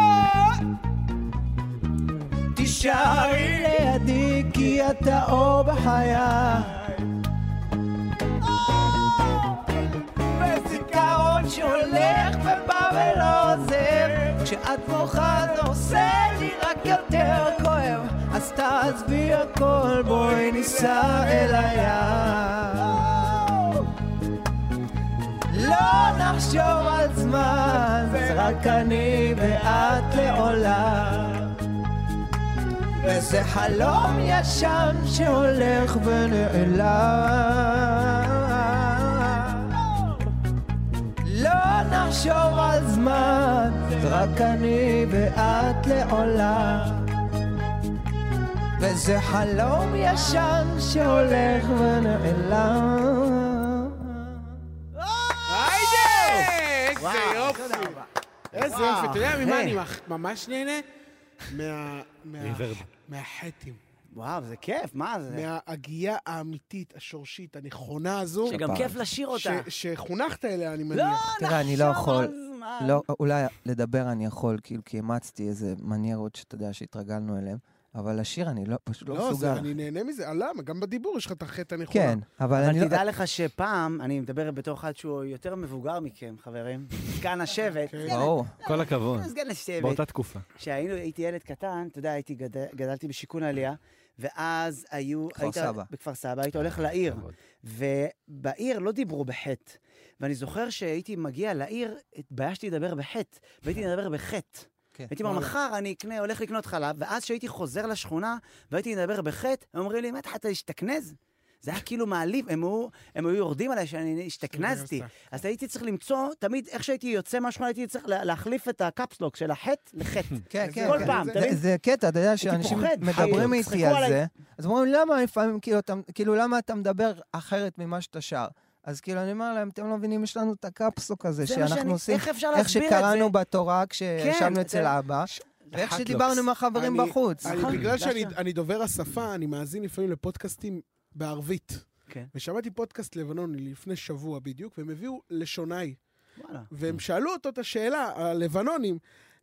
Speaker 8: תישארי לידי כי את האור בחיי וזיכרון שהולך ובא ולא עוזב כשאת בוכה זה עושה לי רק יותר כואב אז תעזבי הכל בואי ניסע אל הים לא נחשוב על זמן זה רק אני ואת לעולם וזה חלום ישן שהולך ונעלם. לא נחשוב על זמן, זה רק אני ואת לעולם. וזה חלום ישן שהולך ונעלם.
Speaker 1: איזה יופי. איזה יופי. אתה יודע ממה אני מח- ממש נהנה? מה- מה-
Speaker 4: ריברב.
Speaker 1: מהחטים.
Speaker 3: וואו, זה כיף, מה זה?
Speaker 1: מההגייה האמיתית, השורשית, הנכונה הזו.
Speaker 3: שגם כיף לשיר
Speaker 1: ש-
Speaker 3: אותה.
Speaker 1: שחונכת אליה, אני
Speaker 3: לא,
Speaker 1: מניח.
Speaker 8: תראה, אני לא
Speaker 3: נחשוב על
Speaker 8: יכול-
Speaker 3: זמן.
Speaker 8: לא, אולי לדבר אני יכול, כאילו, כי אימצתי איזה מניירות שאתה יודע שהתרגלנו אליהן, אבל לשיר אני לא, פשוט לא
Speaker 1: לא, זה-
Speaker 8: מסוגל.
Speaker 1: אני נהנה מזה. אה, למה? גם בדיבור יש לך את החטא הנכונה.
Speaker 8: כן, אבל אני
Speaker 3: אבל
Speaker 8: לא...
Speaker 3: תדע לך שפעם, אני מדבר בתור אחד שהוא יותר מבוגר מכם, חברים. זקן השבט.
Speaker 1: כן.
Speaker 8: ברור.
Speaker 4: כל הכבוד.
Speaker 3: סגן השבט.
Speaker 4: באותה תקופה.
Speaker 3: כשהיינו, הייתי ילד קטן, אתה יודע, הייתי גד... גדלתי בשיכון עלייה, ואז היו...
Speaker 8: בכפר
Speaker 3: היית,
Speaker 8: סבא.
Speaker 3: בכפר סבא, היית הולך לעיר.
Speaker 4: כבוד.
Speaker 3: ובעיר לא דיברו בחטא. ואני זוכר שהייתי מגיע לעיר, התביישתי לדבר בחטא, והייתי מדבר בחטא.
Speaker 8: כן.
Speaker 3: הייתי אומר, מחר אני אקנה, הולך לקנות חלב, ואז כשהייתי חוזר לשכונה והייתי מדבר בחטא, הם אומרים לי, מה אתה השתכנז? זה היה כאילו מעליב, הם היו, הם היו יורדים עליי שאני השתכנזתי. אז הייתי צריך למצוא, תמיד איך שהייתי יוצא מהשכונה, הייתי צריך לה- להחליף את הקפסלוק של החטא לחטא.
Speaker 8: כן, כן.
Speaker 3: כל
Speaker 8: כן.
Speaker 3: פעם,
Speaker 8: זה-
Speaker 3: אתה מבין?
Speaker 8: זה קטע, אתה יודע שאנשים
Speaker 3: פוחד,
Speaker 8: מדברים
Speaker 3: כאילו,
Speaker 8: איתי
Speaker 3: צחקו
Speaker 8: על
Speaker 3: עליי.
Speaker 8: זה, אז אומרים, למה לפעמים, כאילו, אתה- כאילו, למה אתה מדבר אחרת ממה שאתה שר? אז כאילו, אני אומר להם, אתם לא מבינים, יש לנו את הקפסוק הזה
Speaker 3: זה מה שאני-
Speaker 8: שאנחנו עושים,
Speaker 3: איך אפשר
Speaker 8: איך
Speaker 3: להסביר את זה? כן,
Speaker 8: שקראנו בתורה כשישבנו
Speaker 3: אתה-
Speaker 8: אצל אבא, ואיך
Speaker 4: אחת
Speaker 8: שדיברנו עם החברים
Speaker 1: אני-
Speaker 8: בחוץ.
Speaker 1: אני-
Speaker 3: נכון,
Speaker 1: בגלל שאני
Speaker 3: דווקא.
Speaker 1: אני דובר השפה, אני מאזין לפעמים לפודקאסטים בערבית.
Speaker 3: כן.
Speaker 1: ושמעתי פודקאסט לבנוני לפני שבוע בדיוק, והם הביאו לשונאי.
Speaker 3: וואלה.
Speaker 8: Mm.
Speaker 1: והם שאלו אותו את השאלה, הלבנונים,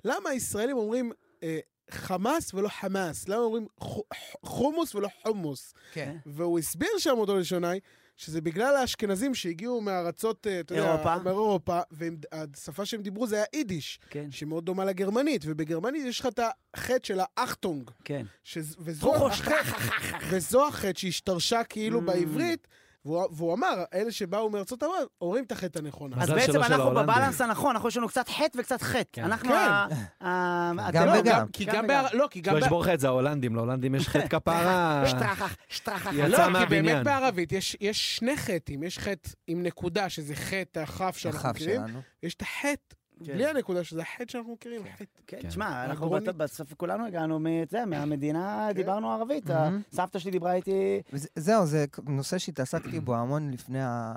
Speaker 1: למה הישראלים אומרים אה, חמאס ולא חמאס? למה אומרים חו- חומוס ולא חומוס?
Speaker 8: כן.
Speaker 1: והוא הסביר שם אותו לשונאי, שזה בגלל האשכנזים שהגיעו מארצות, אה, אתה יודע,
Speaker 3: אירופה.
Speaker 1: מאירופה, והשפה שהם דיברו זה היה יידיש,
Speaker 3: כן,
Speaker 1: שמאוד דומה לגרמנית, ובגרמנית יש לך את החטא של האחטונג,
Speaker 3: כן.
Speaker 1: שז- וזו החטא- וזו החטא שהשתרשה כאילו
Speaker 3: Mm.
Speaker 1: בעברית. והוא, והוא אמר, אלה שבאו מארצות הברית, אומרים את החטא הנכונה.
Speaker 3: אז
Speaker 4: מזל
Speaker 3: בעצם
Speaker 4: שלא של
Speaker 3: אנחנו
Speaker 4: ההולנדים.
Speaker 3: בבלנס הנכון, אנחנו יש לנו קצת חטא וקצת חטא.
Speaker 4: כן.
Speaker 3: אנחנו
Speaker 1: כן.
Speaker 3: ה- ה-
Speaker 8: גם
Speaker 3: אתם-
Speaker 8: וגם.
Speaker 1: כי לא, גם בהר... לא, כי גם...
Speaker 4: לא,
Speaker 1: בה-
Speaker 4: יש בורחה את זה ההולנדים, להולנדים יש חטא כפרה.
Speaker 3: שטרחך, שטרחך.
Speaker 4: יצא
Speaker 1: לא, כי
Speaker 4: מהבניין.
Speaker 1: באמת בערבית יש, יש שני חטאים. יש חטא עם נקודה, שזה חטא הכף שאנחנו
Speaker 8: החף
Speaker 1: מכירים,
Speaker 8: שלנו.
Speaker 1: ויש את החטא
Speaker 3: כן.
Speaker 1: בלי הנקודה, שזה החטא שאנחנו מכירים. חטא.
Speaker 3: כן,
Speaker 4: כן.
Speaker 3: תשמע, אנחנו
Speaker 1: הגרונית.
Speaker 3: בת- בסוף כולנו הגענו מ- זה, מהמדינה,
Speaker 1: כן.
Speaker 3: דיברנו ערבית.
Speaker 8: מהמם.
Speaker 3: סבתא שלי דיברה איתי...
Speaker 8: וזה- זהו, זה נושא שהתעסקתי בו המון לפני ה...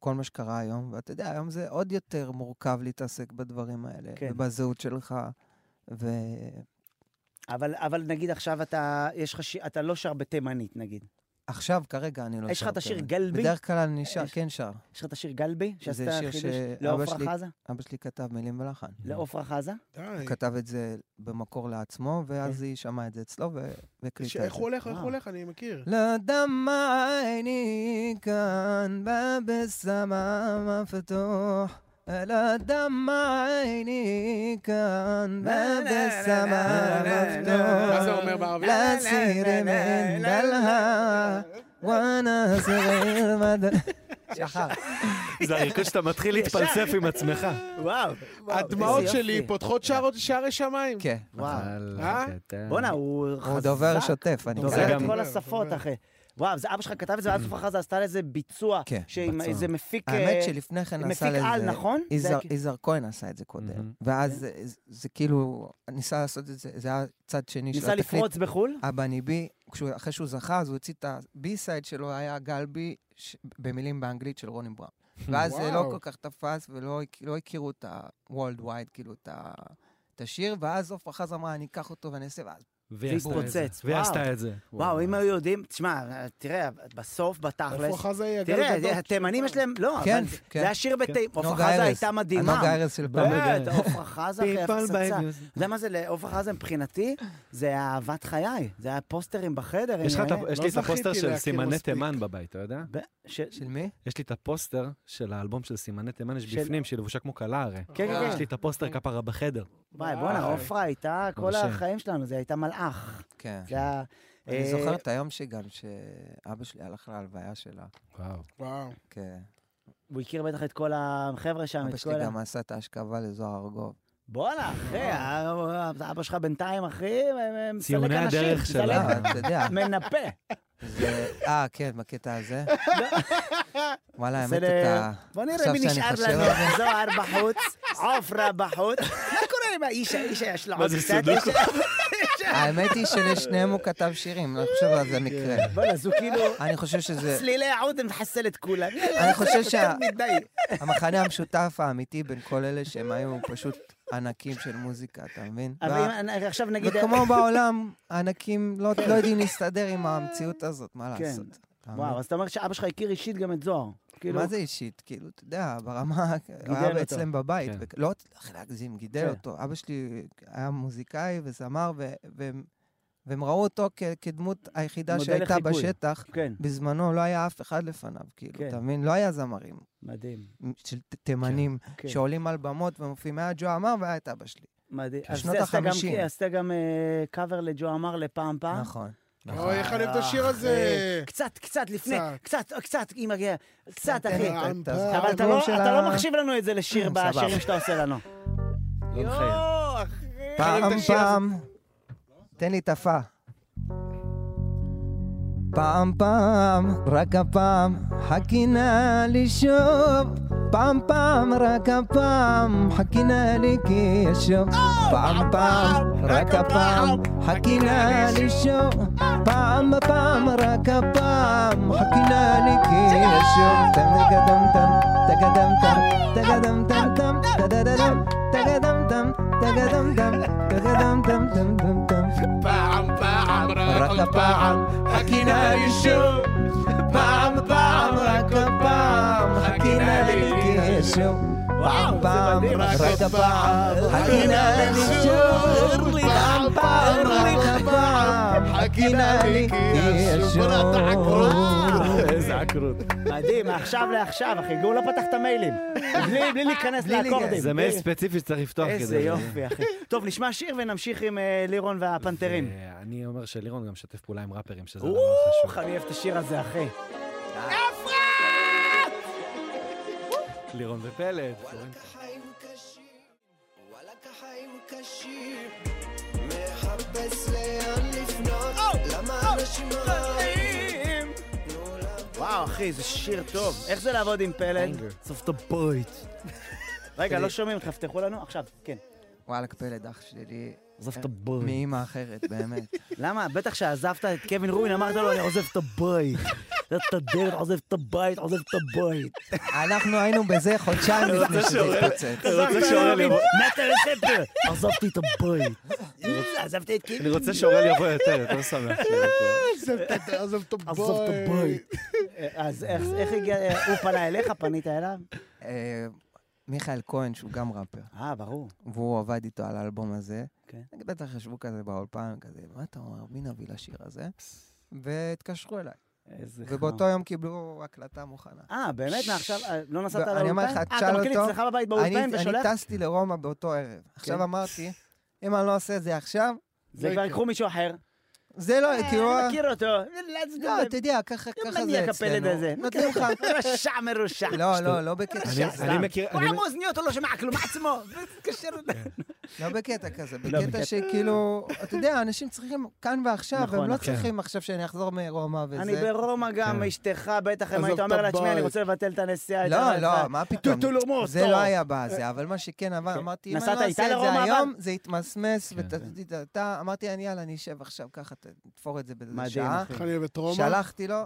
Speaker 8: כל מה שקרה היום, ואתה יודע, היום זה עוד יותר מורכב להתעסק בדברים האלה,
Speaker 3: כן.
Speaker 8: ובזהות שלך, ו...
Speaker 3: אבל, אבל נגיד עכשיו אתה, יש לך, ש- אתה לא שר בתימנית נגיד.
Speaker 8: עכשיו, כרגע, אני לא
Speaker 3: יש לך את
Speaker 8: שר
Speaker 3: השיר
Speaker 8: כרגע.
Speaker 3: גלבי?
Speaker 8: בדרך כלל אני שר,
Speaker 3: יש-
Speaker 8: כן שר.
Speaker 3: יש לך את השיר גלבי? שעשית
Speaker 8: שיר
Speaker 3: חידוש
Speaker 8: שאבא
Speaker 3: לעופרה
Speaker 8: שלי-
Speaker 3: חזה?
Speaker 8: אבא שלי כתב מילים ולחן.
Speaker 1: לא,
Speaker 3: לעופרה חזה?
Speaker 1: די.
Speaker 8: הוא כתב את זה במקור לעצמו, ואז היא שמעה את זה אצלו ו-
Speaker 1: ש-
Speaker 8: והקליטה את
Speaker 1: איך
Speaker 8: זה.
Speaker 1: הוא הולך, איך
Speaker 3: אה.
Speaker 1: הוא הולך, אני מכיר.
Speaker 8: לא דמה עיני כאן בבשמה מפתוח לא דמה עיני כאן בבשמה
Speaker 1: מה זה
Speaker 8: מפתוח
Speaker 1: אומר בערבית?
Speaker 8: لا تصير من بلها وانا صغير مدى שחר.
Speaker 4: זה הריכוז שאתה מתחיל להתפלסף עם עצמך.
Speaker 3: וואו.
Speaker 1: הדמעות
Speaker 3: איזה יופי.
Speaker 1: שלי פותחות שערות- שערי שמיים.
Speaker 8: כן,
Speaker 3: וואו.
Speaker 1: אה?
Speaker 3: בואנה, הוא חזק.
Speaker 8: הוא דובר שוטף, אני
Speaker 3: דובר
Speaker 8: קראתי.
Speaker 3: את כל
Speaker 1: דובר,
Speaker 3: השפות,
Speaker 1: דובר.
Speaker 3: אחי. וואו, זה אבא שלך כתב את זה, ואז עופרה חזה עשתה לזה ביצוע.
Speaker 8: כן,
Speaker 3: שעם
Speaker 4: ביצוע.
Speaker 3: איזה מפיק...
Speaker 8: האמת
Speaker 3: אה,
Speaker 8: שלפני כן עשה
Speaker 3: מפיק
Speaker 8: לזה...
Speaker 3: על, נכון? זה כן.
Speaker 8: יזהר-
Speaker 3: היה-
Speaker 8: יזהר כהן עשה את זה קודם,
Speaker 4: מהמם.
Speaker 8: ואז זה- זה- זה כאילו, ניסה לעשות את זה, זה היה צד שני של
Speaker 3: ניסה
Speaker 8: התקליט.
Speaker 3: לפרוץ בחו"ל?
Speaker 8: אבא אני בי, כשהוא- אחרי שהוא זכה, אז הוא הוציא את הבי-סייד שלו, היה גל בי, ש- במילים באנגלית של רוני בראון. ואז זה לא
Speaker 1: וואו.
Speaker 8: כל כך תפס, ולא הכ- לא הכירו את ה-World Wide, כאילו, את ה- את השיר, ואז עופרה חז אמרה, אני אקח אותו ואני אעשה, ואז
Speaker 4: והיא עשתה את
Speaker 3: התפוצץ,
Speaker 4: זה. והיא
Speaker 3: וואו.
Speaker 4: עשתה את זה.
Speaker 3: וואו, אם היו יודעים... תשמע, תראה, בסוף,
Speaker 1: איפה
Speaker 3: בתכלס...
Speaker 1: חזה היא? הגל גדול?
Speaker 3: תראה, התימנים יש להם... לא,
Speaker 8: כן,
Speaker 3: אבל זה-
Speaker 8: כן.
Speaker 3: זה היה שיר בתימן. עופרה
Speaker 8: נוגה
Speaker 3: חזה
Speaker 8: ארז.
Speaker 3: הייתה מדהימה.
Speaker 8: הנוגה ארז של פעם.
Speaker 3: באמת,
Speaker 4: נוגה.
Speaker 3: עופרה חזה אחרי הפצצה. אתה יודע מה זה לעופרה חזה מבחינתי? זה אהבת חיי. זה הפוסטרים בחדר.
Speaker 4: יש לך את
Speaker 3: עניינים.
Speaker 4: ה- יש
Speaker 1: לא
Speaker 4: לי את
Speaker 1: זכיתי
Speaker 4: הפוסטר של
Speaker 1: להכיר
Speaker 4: סימני
Speaker 1: מספיק.
Speaker 4: תימן בבית, אתה יודע?
Speaker 3: ב- ש-
Speaker 8: של מי?
Speaker 4: יש לי את הפוסטר של האלבום של סימני תימן, יש
Speaker 3: של-
Speaker 4: בפנים, שהיא לבושה כמו כלה הרי.
Speaker 3: כן, כן,
Speaker 4: יש
Speaker 3: כן.
Speaker 4: לי את הפוסטר כפרה בחדר.
Speaker 3: וואי, בואנה,
Speaker 1: וואי.
Speaker 3: עופרה הייתה כל
Speaker 4: אה. מרשים.
Speaker 3: החיים שלנו, זה הייתה מלאך.
Speaker 8: כן.
Speaker 3: זה היה...
Speaker 8: אני
Speaker 3: אה,
Speaker 8: זוכר את היום שגם, שאבא שלי הלך להלוויה שלה.
Speaker 4: וואו.
Speaker 1: וואו.
Speaker 8: כן.
Speaker 3: הוא הכיר בטח את כל החבר'ה שם,
Speaker 8: אבא
Speaker 3: את
Speaker 8: שלי
Speaker 3: כל ה...
Speaker 8: גם עשה את ההשכבה לזוהר ארגוב.
Speaker 3: בואנה, אחי,
Speaker 8: אה.
Speaker 3: ה- אבא שלך בינתיים, אחי, אה, מסלק
Speaker 4: ציוני
Speaker 3: אנשים,
Speaker 4: הדרך
Speaker 3: מסלק-
Speaker 4: שלה.
Speaker 8: אה, אתה יודע,
Speaker 3: מנפה.
Speaker 8: זה... אה, כן, בקטע הזה?
Speaker 3: לא.
Speaker 8: וואלה, האמת,
Speaker 3: בסדר.
Speaker 8: אתה...
Speaker 3: בוא נראה
Speaker 8: עכשיו
Speaker 3: מי
Speaker 8: שאני
Speaker 3: נשאר
Speaker 8: חושב
Speaker 3: לנו,
Speaker 8: על זה-
Speaker 3: זוהר בחוץ, עופרה בחוץ. מה קורה עם האיש, האיש יש לו
Speaker 4: מה
Speaker 3: עוד
Speaker 4: זה,
Speaker 3: קצת?
Speaker 4: סודוקו?
Speaker 8: האמת היא שלשניהם הוא כתב שירים, אני חושב על זה מקרה.
Speaker 3: בואנה, זו כאילו...
Speaker 8: אני חושב שזה...
Speaker 3: צלילי העוד מחסל את כולם. לא,
Speaker 8: אני חושב שה-
Speaker 3: יותר מדי.
Speaker 8: המכנה המשותף האמיתי בין כל אלה שהם היו פשוט ענקים של מוזיקה, אתה מבין?
Speaker 3: אבל
Speaker 8: וה-
Speaker 3: אם אני- עכשיו נגיד...
Speaker 8: וכמו בעולם, הענקים לא לא יודעים להסתדר עם המציאות הזאת, מה
Speaker 3: כן.
Speaker 8: לעשות? אתה מבין?
Speaker 3: וואו, אז אתה אומר שאבא שלך הכיר אישית גם את זוהר. כאילו,
Speaker 8: מה זה אישית? כאילו, אתה יודע, ברמה, הוא
Speaker 3: גידל אותו.
Speaker 8: היה אצלם בבית.
Speaker 4: כן.
Speaker 8: וכ- לא צריך להגזים, גידל
Speaker 3: כן.
Speaker 8: אותו. אבא שלי היה מוזיקאי וזמר, ו- והם- והם ראו אותו כ- כדמות היחידה
Speaker 3: מודל
Speaker 8: שהייתה
Speaker 3: לחיקוי.
Speaker 8: בשטח.
Speaker 3: כן,
Speaker 8: בזמנו לא היה אף אחד לפניו, כאילו,
Speaker 3: כן.
Speaker 8: אתה מבין? לא היה זמרים
Speaker 3: מדהים.
Speaker 8: של ת- תימנים
Speaker 3: כן.
Speaker 8: שעולים על במות ומופיעים. היה ג'ו עמר והיה את אבא שלי.
Speaker 3: מדהים. אז
Speaker 8: שנות
Speaker 3: זה עשתה גם- כן,
Speaker 8: החמישים.
Speaker 3: עשתה גם אה, קאבר לג'ו אמר לפעם פעם.
Speaker 8: נכון.
Speaker 1: אוי, איך אני אוהב את
Speaker 3: אה,
Speaker 1: השיר הזה.
Speaker 3: אחי, קצת, קצת לפני, קצת, קצת, אם מגיע, קצת, אחי.
Speaker 1: אה,
Speaker 8: את- את
Speaker 1: אבל
Speaker 8: הזכר
Speaker 3: אבל אתה
Speaker 8: האלבום
Speaker 3: לא-
Speaker 8: של
Speaker 3: אתה
Speaker 8: ה-
Speaker 3: לא מחשיב לנו את זה לשיר
Speaker 8: סבבה.
Speaker 3: בשירים שאתה עושה לנו.
Speaker 4: לא מחייב.
Speaker 8: פעם
Speaker 1: את השיר הזה.
Speaker 8: פעם, תן לי את הפה. פעם פעם, רק הפעם, חכי נא לי שוב. פעם פעם, רק הפעם, חכי נא לי כי אשוב. פעם פעם, רק הפעם, חכי נא לי שוב. פעם פעם, רק הפעם, חכי נא לי כי אשוב. טם טקדם טם, טקדם טם, טקדם טם טם, טדדדם, טקדם טם, טקדם טם, טקדם טם טם טם טם.
Speaker 1: פעם, פעם,
Speaker 8: רק הפעם, חכי נא לי שוב. פעם
Speaker 9: הפעם, רק הפעם, חכי נא לי גשם. הפעם, רק הפעם, חכי נא לי שוב. הפעם, רק הפעם, חכי נא לי גשם.
Speaker 10: איזה עקרות.
Speaker 3: מדהים, מעכשיו לעכשיו, אחי. הוא לא פתח את המיילים. בלי- בלי להיכנס
Speaker 9: בלי להיכנס.
Speaker 3: לאקורדים.
Speaker 4: זה מייל ספציפי שצריך לפתוח כדי...
Speaker 3: אה, איזה יופי, אחי. טוב, נשמע שיר ונמשיך עם אה, לירון והפנתרים.
Speaker 4: אני אומר שלירון גם משתף פעולה עם ראפרים, שזה דבר
Speaker 3: אוח,
Speaker 4: חשוב.
Speaker 3: אני אוהב את השיר הזה, אחי.
Speaker 4: לירון ופלד.
Speaker 3: כן. וואו, אחי, זה שיר טוב. איך זה לעבוד עם פלד? סוף את הבית. רגע, לא שומעים אותך, פתחו לנו? עכשיו, כן.
Speaker 9: וואלכ, פלד אח שלי,
Speaker 3: עוזב את הבית.
Speaker 9: מאימא אחרת, באמת.
Speaker 3: למה? בטח שעזבת את קווין רובין, אמרת לו, אני עוזב את הבית. עוזב את הדלת, עוזב את הבית, עוזב את הבית.
Speaker 9: אנחנו היינו בזה חודשיים לפני שזה התפוצץ.
Speaker 4: רוצה שאורל יבוא-
Speaker 3: מת על הספר, עזבתי את הבית. "אה, עזבתי את קווין.
Speaker 4: אני רוצה שאורל יבוא יותר, יותר שמח. שהוא פה.
Speaker 6: עזוב את- עזוב את
Speaker 3: עזוב את
Speaker 6: הבית.
Speaker 3: הבית. אז איך איך הגיע, אה, הוא פנה אליך, פנית אליו?
Speaker 9: אה, מיכאל כהן, שהוא גם ראפר,
Speaker 3: אה, ברור.
Speaker 9: והוא עבד איתו על האלבום הזה.
Speaker 3: כן.
Speaker 9: נגיד, בטח ישבו כזה באולפן, כזה, מה אתה אומר, מי נביא לשיר הזה? והתקשרו אליי.
Speaker 3: איזה חם.
Speaker 9: ובאותו יום קיבלו הקלטה מוכנה.
Speaker 3: אה, באמת? מעכשיו? אה, לא נסעת לאולפן?
Speaker 9: ואני אומר לך,
Speaker 3: אה,
Speaker 9: תשאל
Speaker 3: אתה מקליט
Speaker 9: אותו,
Speaker 3: אצלך בבית
Speaker 9: אני
Speaker 3: באולפן ושולח? כן.
Speaker 9: אני טסתי לרומא באותו ערב. עכשיו אמרתי, אם אני לא עושה את זה עכשיו,
Speaker 3: זה כבר ייקחו מישהו אחר.
Speaker 9: זה לא, כאילו...
Speaker 3: אה, מכיר אותו.
Speaker 9: לא, אתה יודע, ככה ככה זה
Speaker 3: מניאק הפלד
Speaker 9: אצלנו.
Speaker 3: הזה.
Speaker 9: נותנים לך...
Speaker 3: רשע מרושע.
Speaker 9: לא, לא, לא בקטע
Speaker 4: אני-
Speaker 9: כזה.
Speaker 4: אני מכיר...
Speaker 3: הוא
Speaker 4: אני-
Speaker 3: עם אוזניות, הוא לא שומע כלום מעצמו. מתקשר אליי.
Speaker 9: לא בקטע כזה,
Speaker 3: בקטע.
Speaker 9: בקטע שכאילו, אתה יודע, אנשים צריכים כאן ועכשיו,
Speaker 3: נכון,
Speaker 9: הם לא
Speaker 3: נכון.
Speaker 9: צריכים עכשיו שאני אחזור מרומא וזה.
Speaker 3: אני ברומא גם,
Speaker 4: כן.
Speaker 3: אשתך בטח, אם
Speaker 6: עזוב
Speaker 3: היית
Speaker 6: את
Speaker 3: אומר לה, תשמע,
Speaker 6: הבית."
Speaker 3: אני רוצה לבטל את הנסיעה. את
Speaker 9: לא,
Speaker 3: ה-
Speaker 9: לא,
Speaker 3: את ה-
Speaker 9: מה פתאום. זה לא היה בזה, אבל מה שכן, אבל
Speaker 3: כן.
Speaker 9: אמרתי, אם אני
Speaker 3: נסעת
Speaker 9: לא
Speaker 3: איתה
Speaker 9: עושה את
Speaker 3: לרומא,
Speaker 9: זה היום,
Speaker 3: אבל?
Speaker 9: זה יתמסמס,
Speaker 4: כן.
Speaker 9: ואתה, אמרתי, אני, יאללה, אני אשב עכשיו ככה, ת- תתפור את זה באיזה
Speaker 3: מדהים,
Speaker 9: שעה.
Speaker 3: אחי.
Speaker 6: איך אני אוהב את רומא?
Speaker 9: שלחתי לו,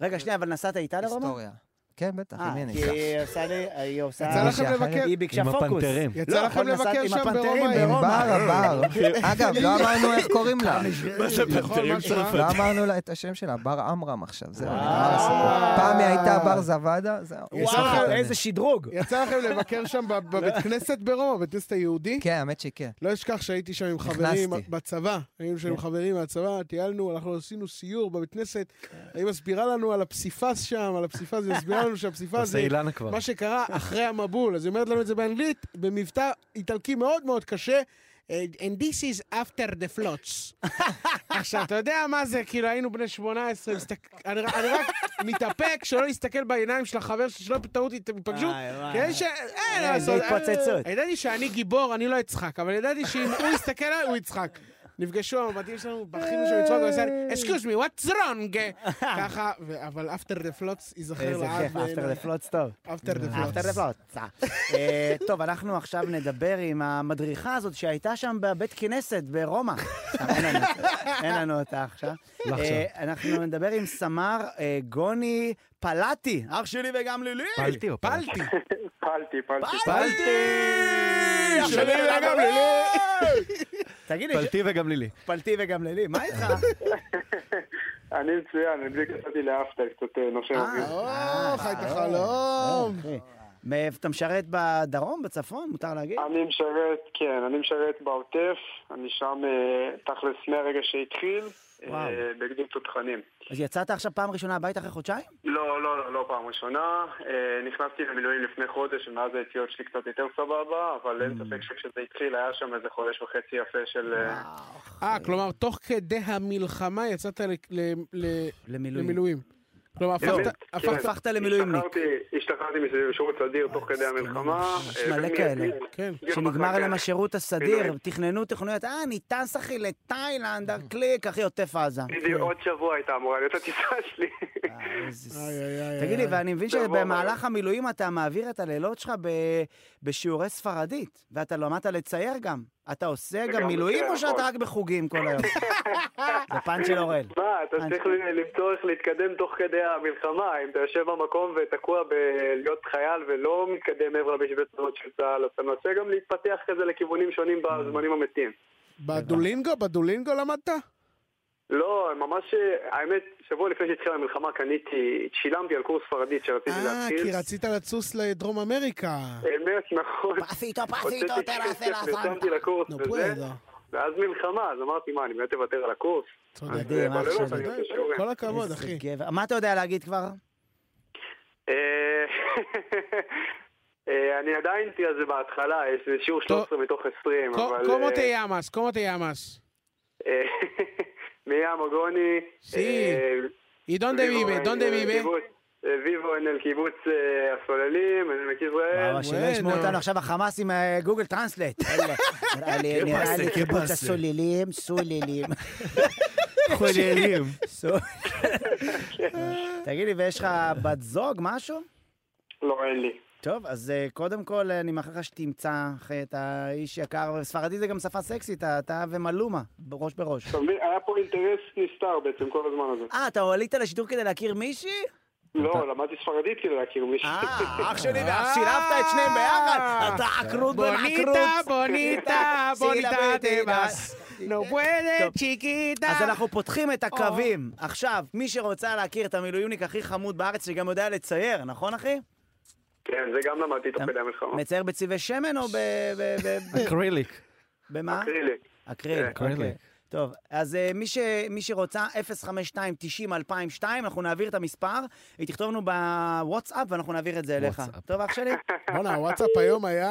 Speaker 3: רגע, שנייה, אבל נסעת איתה לרומא?
Speaker 9: היסטוריה. כן, בטח,
Speaker 3: אה,
Speaker 9: עם מי אני
Speaker 3: כי
Speaker 9: אקח?
Speaker 3: היא עושה לי, היא עושה...
Speaker 6: יצא
Speaker 9: מישהי
Speaker 6: לכם
Speaker 9: אחרת.
Speaker 6: לבקר?
Speaker 3: היא ביקשה
Speaker 4: עם
Speaker 3: פוקוס.
Speaker 4: הפנתרים.
Speaker 6: יצא
Speaker 3: אה, לא,
Speaker 6: לכם
Speaker 3: נכון, נסעתי
Speaker 6: לבקר
Speaker 3: עם
Speaker 6: שם
Speaker 3: הפנתרים
Speaker 6: ברומא?
Speaker 9: עם
Speaker 3: ברומא.
Speaker 9: בר, בר. אגב, לא אמרנו איך קוראים לה.
Speaker 6: מה זה פנתרים צרפת?
Speaker 9: לא אמרנו לה את השם שלה, בר עמרם עכשיו, זהו.
Speaker 3: וואו.
Speaker 9: נגמר הסיפור. פעם היא הייתה בר זוואדה, זהו.
Speaker 3: וואו, איזה שדרוג.
Speaker 6: יצא לכם לבקר שם ב- בבית כנסת ברומא, בבית כנסת היהודי?
Speaker 9: כן, האמת שכן.
Speaker 6: לא אשכח שהייתי שם עם חברים
Speaker 9: נכנסתי.
Speaker 6: בצבא, היינו שם עם
Speaker 3: כן.
Speaker 6: חברים מהצבא, טיילנו, אנחנו עשינו סיור בבית כנסת,
Speaker 3: כן.
Speaker 6: היא מסבירה לנו על הפסיפס שם, על הפסיפס, היא מסבירה לנו שהפסיפס
Speaker 3: אה,
Speaker 4: עושה
Speaker 6: זה
Speaker 4: אילנה כבר.
Speaker 6: מה שקרה אחרי המבול. אז היא אומרת לנו את זה באנגלית, במבטא איטלקי מאוד מאוד קשה. And and this is after the floats. עכשיו, אתה יודע מה זה? כאילו, היינו בני 18, מסתק- אני ר- אני רק מתאפק שלא להסתכל בעיניים של החבר שלי, שלא בטעות ית- ייפגשו,
Speaker 3: איי, וואי.
Speaker 6: כי אין ש... אין,
Speaker 3: אה,
Speaker 6: מה לעשות.
Speaker 3: בהתפוצצות.
Speaker 6: אה, ידעתי שאני גיבור, אני לא אצחק, אבל ידעתי שאם הוא יסתכל עליי, הוא יצחק. נפגשו המבטים שלנו, בכינו שם לצחוק, הוא עשה לי, אסקיוס מי, what's wrong? ככה, ו- אבל after the floats ייזכר
Speaker 3: איזה
Speaker 6: לעד.
Speaker 3: כיף, אפטר
Speaker 6: בעיניי.
Speaker 3: לפלוץ טוב.
Speaker 6: after the floats.
Speaker 3: אפטר לפלוץ. אה, טוב, אנחנו עכשיו נדבר עם המדריכה הזאת שהייתה שם בבית כנסת ברומא. סתם, אין לנו- אין לנו אותה עכשיו.
Speaker 4: לא עכשיו.
Speaker 3: אה, אנחנו נדבר עם סמ"ר אה, גוני פלטי, אח שלי וגם לילי.
Speaker 4: פעלתי או פעלתי?
Speaker 6: פעלתי.
Speaker 11: פעלתי, פעלתי.
Speaker 3: פלטי! אח שלי וגם לילי. אה, תגיד לי,
Speaker 4: פעלתי וגם לילי.
Speaker 3: פלטי וגם לילי, מה איתך?
Speaker 11: אני מצוין, אני בדיוק יצאתי לאפטר, קצת אה, נושם. אוויר.
Speaker 1: אוקיי.
Speaker 6: או, Oh, חי
Speaker 11: Oh.
Speaker 6: את החלום.
Speaker 3: אה, אחי. מאיפה אתה משרת בדרום, בצפון, מותר להגיד?
Speaker 11: אני משרת, כן, אני משרת בעוטף, אני שם אה, תכלס מהרגע שהתחיל,
Speaker 3: וואו.
Speaker 11: אה, בגדוד תותחנים.
Speaker 3: אז יצאת עכשיו פעם ראשונה הביתה אחרי חודשיים?
Speaker 11: לא, לא, לא, לא פעם ראשונה. אה, נכנסתי למילואים לפני חודש, ומאז היציאות שלי קצת יותר סבבה, אבל
Speaker 3: Mm.
Speaker 11: אין ספק שכשזה התחיל היה שם איזה חודש וחצי יפה של... אה,
Speaker 6: אה, כלומר, תוך כדי המלחמה יצאת ל- ל- ל-
Speaker 3: למילואים.
Speaker 6: למילואים. כלומר,
Speaker 11: כן,
Speaker 6: הפכת...
Speaker 11: כן.
Speaker 6: הפכת-
Speaker 3: הפכת למילואימניק. כן.
Speaker 11: השתחררתי- השתחררתי משירות סדיר תוך כדי המלחמה. אה,
Speaker 3: יש מלא
Speaker 11: ומי-
Speaker 3: כאלה.
Speaker 11: מי-
Speaker 6: כן.
Speaker 11: מי-
Speaker 3: כשנגמר להם השירות הסדיר,
Speaker 11: מילואים.
Speaker 3: תכננו תכנויות, אה, אני טס אחי לתאילנד, קליק, אחי, עוטף עזה.
Speaker 11: בדיוק, עוד שבוע הייתה אמורה להיות הטיסה שלי.
Speaker 3: אה, איזה ס-
Speaker 6: איי, איי, איי,
Speaker 3: תגיד לי,
Speaker 6: איי.
Speaker 3: ואני מבין
Speaker 11: שבוע
Speaker 3: שבמהלך המילואים אתה מעביר את הלילות שלך ב- בשיעורי ספרדית, ואתה למדת לצייר גם. אתה עושה גם
Speaker 11: וגם
Speaker 3: מילואים
Speaker 11: לצייר,
Speaker 3: או שאתה
Speaker 11: נכון.
Speaker 3: רק בחוגים כל היום? זה פאנץ' של אורל.
Speaker 11: מה, אתה
Speaker 3: אה,
Speaker 11: צריך
Speaker 6: כן.
Speaker 11: ל- למצוא איך להתקדם תוך כדי המלחמה, אם אתה יושב במקום ותקוע בלהיות חייל ולא מתקדם מעבר למשבצות של צה"ל, אז אתה מנסה גם להתפתח כזה לכיוונים שונים בזמנים המתים.
Speaker 6: בדולינגו? בדולינגו למדת?
Speaker 11: לא, ממש, אה, האמת, שבוע לפני שהתחילה המלחמה קניתי, שילמתי על קורס ספרדית שרציתי
Speaker 6: אה,
Speaker 11: להתחיל.
Speaker 6: כי רצית לצוס לדרום אמריקה.
Speaker 11: אמת, נכון.
Speaker 3: פסיטו, פסיטו,
Speaker 11: הוצאתי
Speaker 3: תרסה
Speaker 11: כסף,
Speaker 3: לסנטה.
Speaker 11: נרשמתי לקורס
Speaker 6: נו,
Speaker 11: וזה,
Speaker 6: פואדה.
Speaker 11: ואז מלחמה, אז אמרתי, מה, אני באמת אוותר על הקורס?
Speaker 6: צודק.
Speaker 11: אז,
Speaker 3: מדהים,
Speaker 11: אה,
Speaker 3: אח
Speaker 11: בלילות
Speaker 3: שלי.
Speaker 11: אני עושה שיעורים.
Speaker 6: כל הכבוד,
Speaker 3: איזה
Speaker 6: אחי.
Speaker 3: גבר. מה אתה יודע להגיד כבר?
Speaker 11: אה, אה, אני עדיין תהיה זה בהתחלה, יש איזה שיעור 13 מתוך 20,
Speaker 6: Co-
Speaker 11: אבל...
Speaker 6: ¿Cómo
Speaker 11: אה,
Speaker 6: te llamas? ¿Cómo te llamas?
Speaker 11: אה, מיה מוגוני.
Speaker 6: Sí.
Speaker 11: אה,
Speaker 6: ¿Y dónde
Speaker 11: ויבו
Speaker 6: vive?
Speaker 11: אין,
Speaker 6: ¿Dónde
Speaker 11: אה,
Speaker 6: vive?
Speaker 11: קיבוץ, אה, ויבו הן אל קיבוץ אה, הסוללים, הן עמק יזרעאל.
Speaker 3: וואו, שלא ישמעו
Speaker 6: וואנה.
Speaker 3: אותנו עכשיו החמאס עם אה, גוגל טרנסלייט. כן, אלה, נראה לי- נראה לי קיבוץ הסוללים, סוללים.
Speaker 12: חוללים.
Speaker 3: סול- תגיד לי, ויש לך בת זוג, משהו?
Speaker 11: לא, אין לי.
Speaker 3: טוב, אז אה, קודם כל אה, אני מאחל לך שתמצא אחי, את האיש יקר, וספרדית זה גם שפה סקסית, אה, אתה ומלומה, בראש בראש.
Speaker 11: אתה מבין, היה פה אינטרס נסתר בעצם כל הזמן הזה.
Speaker 3: אה, אתה עלית לשידור כדי להכיר מישהי?
Speaker 11: לא, למדתי ספרדית כדי להכיר מישהו.
Speaker 3: אה, אח שלי, ואף שילבת את שניהם ביחד, אתה עקרות בן
Speaker 6: Bonita,
Speaker 3: עקרות.
Speaker 6: bonita,
Speaker 3: Sí, la
Speaker 6: bonita te
Speaker 3: bonita.
Speaker 6: vas. No puedes,
Speaker 3: Top. אז
Speaker 6: chiquita.
Speaker 3: אנחנו פותחים את הקווים. עכשיו, מי שרוצה להכיר את המילואימניק הכי חמוד בארץ, שגם יודע לצייר, נכון, אחי?
Speaker 11: כן, זה גם למדתי תוך
Speaker 3: אתה-
Speaker 11: כדי המלחמה.
Speaker 3: מצייר בצבעי שמן או ב... ב- ב- ב-
Speaker 12: אקריליק.
Speaker 3: במה?
Speaker 11: אקריליק.
Speaker 3: אקריל.
Speaker 12: אקריליק.
Speaker 3: אוקיי. טוב, אז אה, מי, ש... מי שרוצה, 052-90-2002, אנחנו נעביר את המספר, היא תכתוב לנו בוואטסאפ ואנחנו נעביר את זה אליך.
Speaker 12: וואטסאפ.
Speaker 3: טוב, אח שלי?
Speaker 6: בואנה, הוואטסאפ היום היה...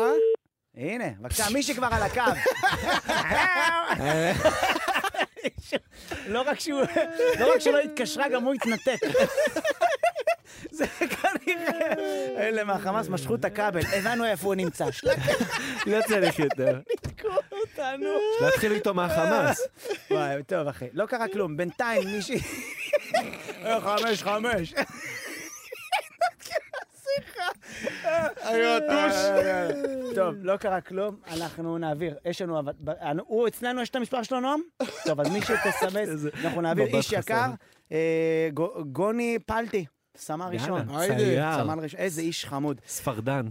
Speaker 3: הנה, בבקשה, מי שכבר על הקו. לא רק שהוא, לא רק שלא התקשרה, גם הוא התנתק. זה כנראה... אלה מהחמאס משכו את הכבל, הבנו איפה הוא נמצא. שלק
Speaker 12: לא צריך יותר.
Speaker 3: אותנו.
Speaker 12: להתחיל איתו מהחמאס.
Speaker 3: וואי, טוב, אחי. לא קרה כלום, בינתיים מישהי... אה, חמש, חמש.
Speaker 6: היועטוש.
Speaker 3: טוב, לא קרה כלום, אנחנו נעביר. יש לנו... אבל- ב- אנו- הוא אצלנו, יש את המספר שלו, נועם? טוב, אז מי שתסמס, אנחנו נעביר
Speaker 12: מבט
Speaker 3: איש יקר.
Speaker 12: חסר.
Speaker 3: אה, גו- גוני פלטי, סמל ראשון.
Speaker 12: יאללה,
Speaker 6: היידה,
Speaker 12: צייר.
Speaker 3: סמל ראשון. איזה איש חמוד.
Speaker 12: ספרדן.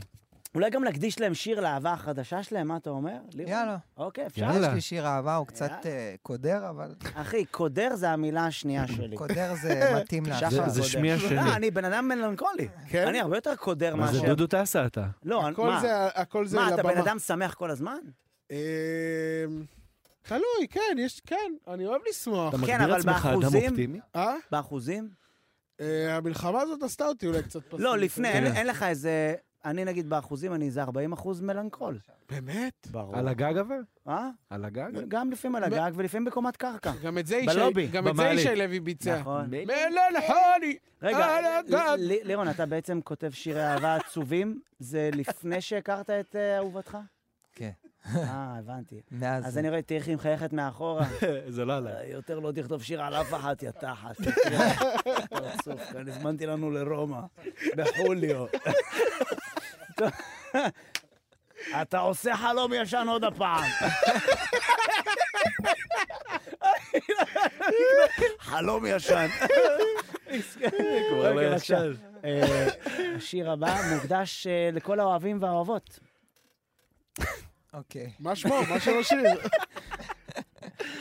Speaker 3: אולי גם נקדיש להם שיר לאהבה החדשה שלהם, מה אתה אומר? לירון?
Speaker 8: יאללה.
Speaker 3: אוקיי, אפשר.
Speaker 8: יש
Speaker 12: יאללה.
Speaker 8: לי שיר אהבה, הוא קצת
Speaker 3: יאללה.
Speaker 8: אה, קודר, אבל
Speaker 3: אחי, קודר זה המילה השנייה שלי.
Speaker 8: קודר זה מתאים
Speaker 3: שחר
Speaker 8: לעכשיו.
Speaker 12: זה- זה
Speaker 3: קודר.
Speaker 12: שמי השני.
Speaker 3: לא, אני בן אדם מלנכולי.
Speaker 6: כן?
Speaker 3: אני הרבה יותר קודר
Speaker 12: מה זה
Speaker 3: מאשר...
Speaker 12: דודו טסה אתה.
Speaker 3: לא, אני-
Speaker 6: הכל
Speaker 3: מה?
Speaker 6: זה, הכל זה
Speaker 3: מה, אתה בן
Speaker 6: לבמה.
Speaker 3: אדם שמח כל הזמן?
Speaker 6: אמ, תלוי, כן, יש, כן, אני אוהב לשמוח.
Speaker 12: אתה
Speaker 3: כן,
Speaker 12: מגדיר
Speaker 3: אבל
Speaker 12: עצמך אדם
Speaker 3: באחוזים-
Speaker 12: אופטימי?
Speaker 6: אה?
Speaker 3: באחוזים?
Speaker 6: אה, המלחמה הזאת עשתה אותי אולי קצת פסימי.
Speaker 3: לא, לפני, אין-
Speaker 12: כן.
Speaker 3: אין לך איזה... אני נגיד באחוזים, אני איזה 40 אחוז מלנכול.
Speaker 6: באמת?
Speaker 3: ברור.
Speaker 12: על הגג אבל?
Speaker 3: אה?
Speaker 12: על הגג?
Speaker 3: גם לפעמים על הגג ולפעמים בקומת קרקע.
Speaker 6: גם את זה ישי-
Speaker 3: בלובי,
Speaker 6: גם את זה
Speaker 12: במעלית.
Speaker 6: ישי לוי ביצע.
Speaker 3: נכון.
Speaker 6: מלנכולי!
Speaker 3: רגע,
Speaker 6: על הגג.
Speaker 3: ל- ל- לירון, אתה בעצם כותב שירי אהבה עצובים, זה לפני שהכרת את אה, אהובתך?
Speaker 8: כן.
Speaker 3: אה, הבנתי.
Speaker 8: מאז
Speaker 3: אז
Speaker 8: זה.
Speaker 3: אני רואה את תירחי מחייכת מאחורה.
Speaker 12: זה לא עליי.
Speaker 3: אה, יותר לא תכתוב שיר על אף אחת, יא תחת. פרצוף, כאן הזמנתי לנו לרומא, בחוליו. טוב, אתה עושה חלום ישן עוד הפעם. חלום ישן.
Speaker 12: קורא לו
Speaker 3: רגע, בבקשה.
Speaker 12: ישן.
Speaker 3: אה, השיר הבא מוקדש אה, לכל האוהבים והאוהבות.
Speaker 8: אוקיי.
Speaker 6: מה שמו? מה שלא שיר?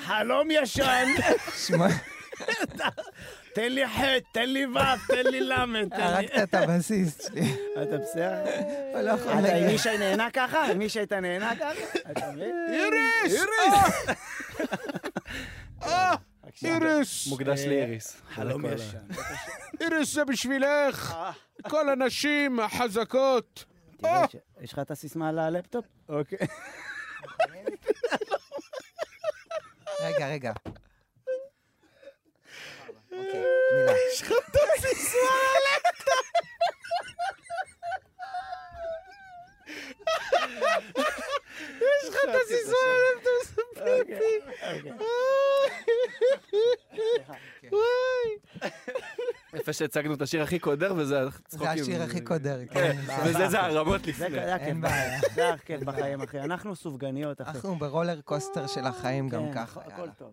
Speaker 3: חלום ישן,
Speaker 8: שמע,
Speaker 3: תן לי חטא, תן לי ו', תן לי ל', תן לי...
Speaker 8: הרגת את הבסיס שלי.
Speaker 3: אתה בסדר?
Speaker 8: אני לא יכול
Speaker 3: אתה עם
Speaker 8: להגיד.
Speaker 3: ישי נהנה ככה? עם ישי אתה נהנה ככה? אתה מבין?
Speaker 6: איריס! איריס!
Speaker 12: מוקדש
Speaker 3: אה,
Speaker 12: לאיריס.
Speaker 3: חלום
Speaker 12: זה כל ה-
Speaker 3: ישן.
Speaker 6: איריס זה בשבילך!
Speaker 3: אה.
Speaker 6: כל הנשים החזקות!
Speaker 3: תראה, יש- יש לך את הסיסמה על הלפטופ? אוקיי.
Speaker 8: רגע, רגע. אוקיי, מילה.
Speaker 3: אוקיי,
Speaker 12: יפה שהצגנו את השיר הכי קודר וזה
Speaker 8: זה
Speaker 12: צחוקים.
Speaker 8: השיר הכי קודר. כן.
Speaker 12: וזה זה הרמות
Speaker 3: זה
Speaker 12: לפני.
Speaker 3: זה הכיף
Speaker 8: אין
Speaker 3: בחיים.
Speaker 8: בעיה.
Speaker 3: זה הכיף בחיים, אחי. אנחנו סופגניות, אחי.
Speaker 8: אנחנו ברולר קוסטר של החיים גם
Speaker 3: כן,
Speaker 8: ככה.
Speaker 3: הכ- הכל
Speaker 8: יאללה.
Speaker 3: טוב.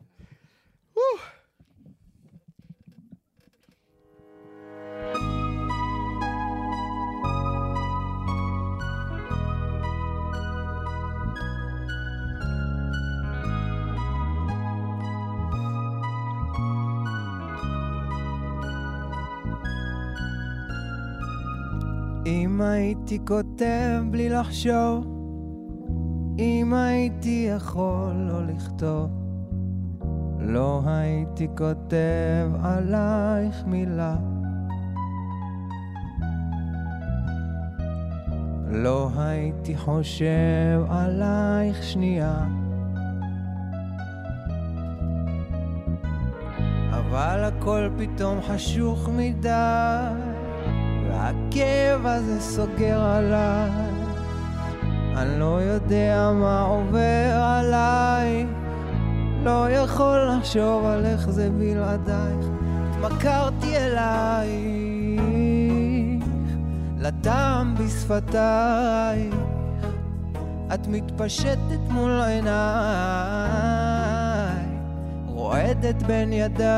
Speaker 8: אם הייתי כותב בלי לחשוב, אם הייתי יכול לא לכתוב, לא הייתי כותב עלייך מילה. לא הייתי חושב עלייך שנייה. אבל הכל פתאום חשוך מדי, והכאב הזה סוגר עליי. אני לא יודע מה עובר עליי, לא יכול לחשוב על איך זה בלעדייך. התמכרתי אלייך, לטעם בשפתייך, את מתפשטת מול עיניי. רועדת בין ידיי,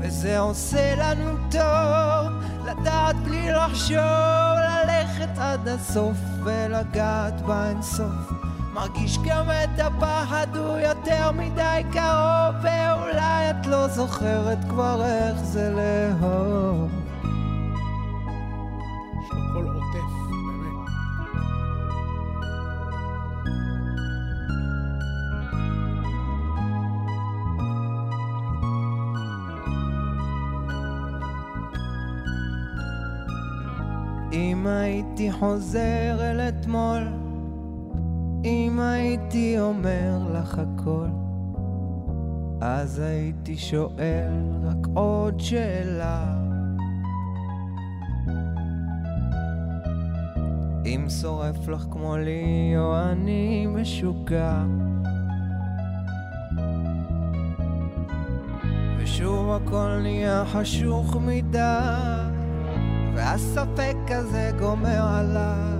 Speaker 8: וזה עושה לנו טוב, לדעת בלי לחשוב, ללכת עד הסוף ולגעת באינסוף. מרגיש גם את הפחד, הוא יותר מדי קרוב, ואולי את לא זוכרת כבר איך זה לאהוב.
Speaker 1: יש לו קול עוטף, באמת.
Speaker 8: אם הייתי חוזר אל אתמול, אם הייתי אומר לך הכל, אז הייתי שואל רק עוד שאלה. אם שורף לך כמו לי או אני משוגע. ושוב הכל נהיה חשוך מדי. והספק הזה גומר עליי.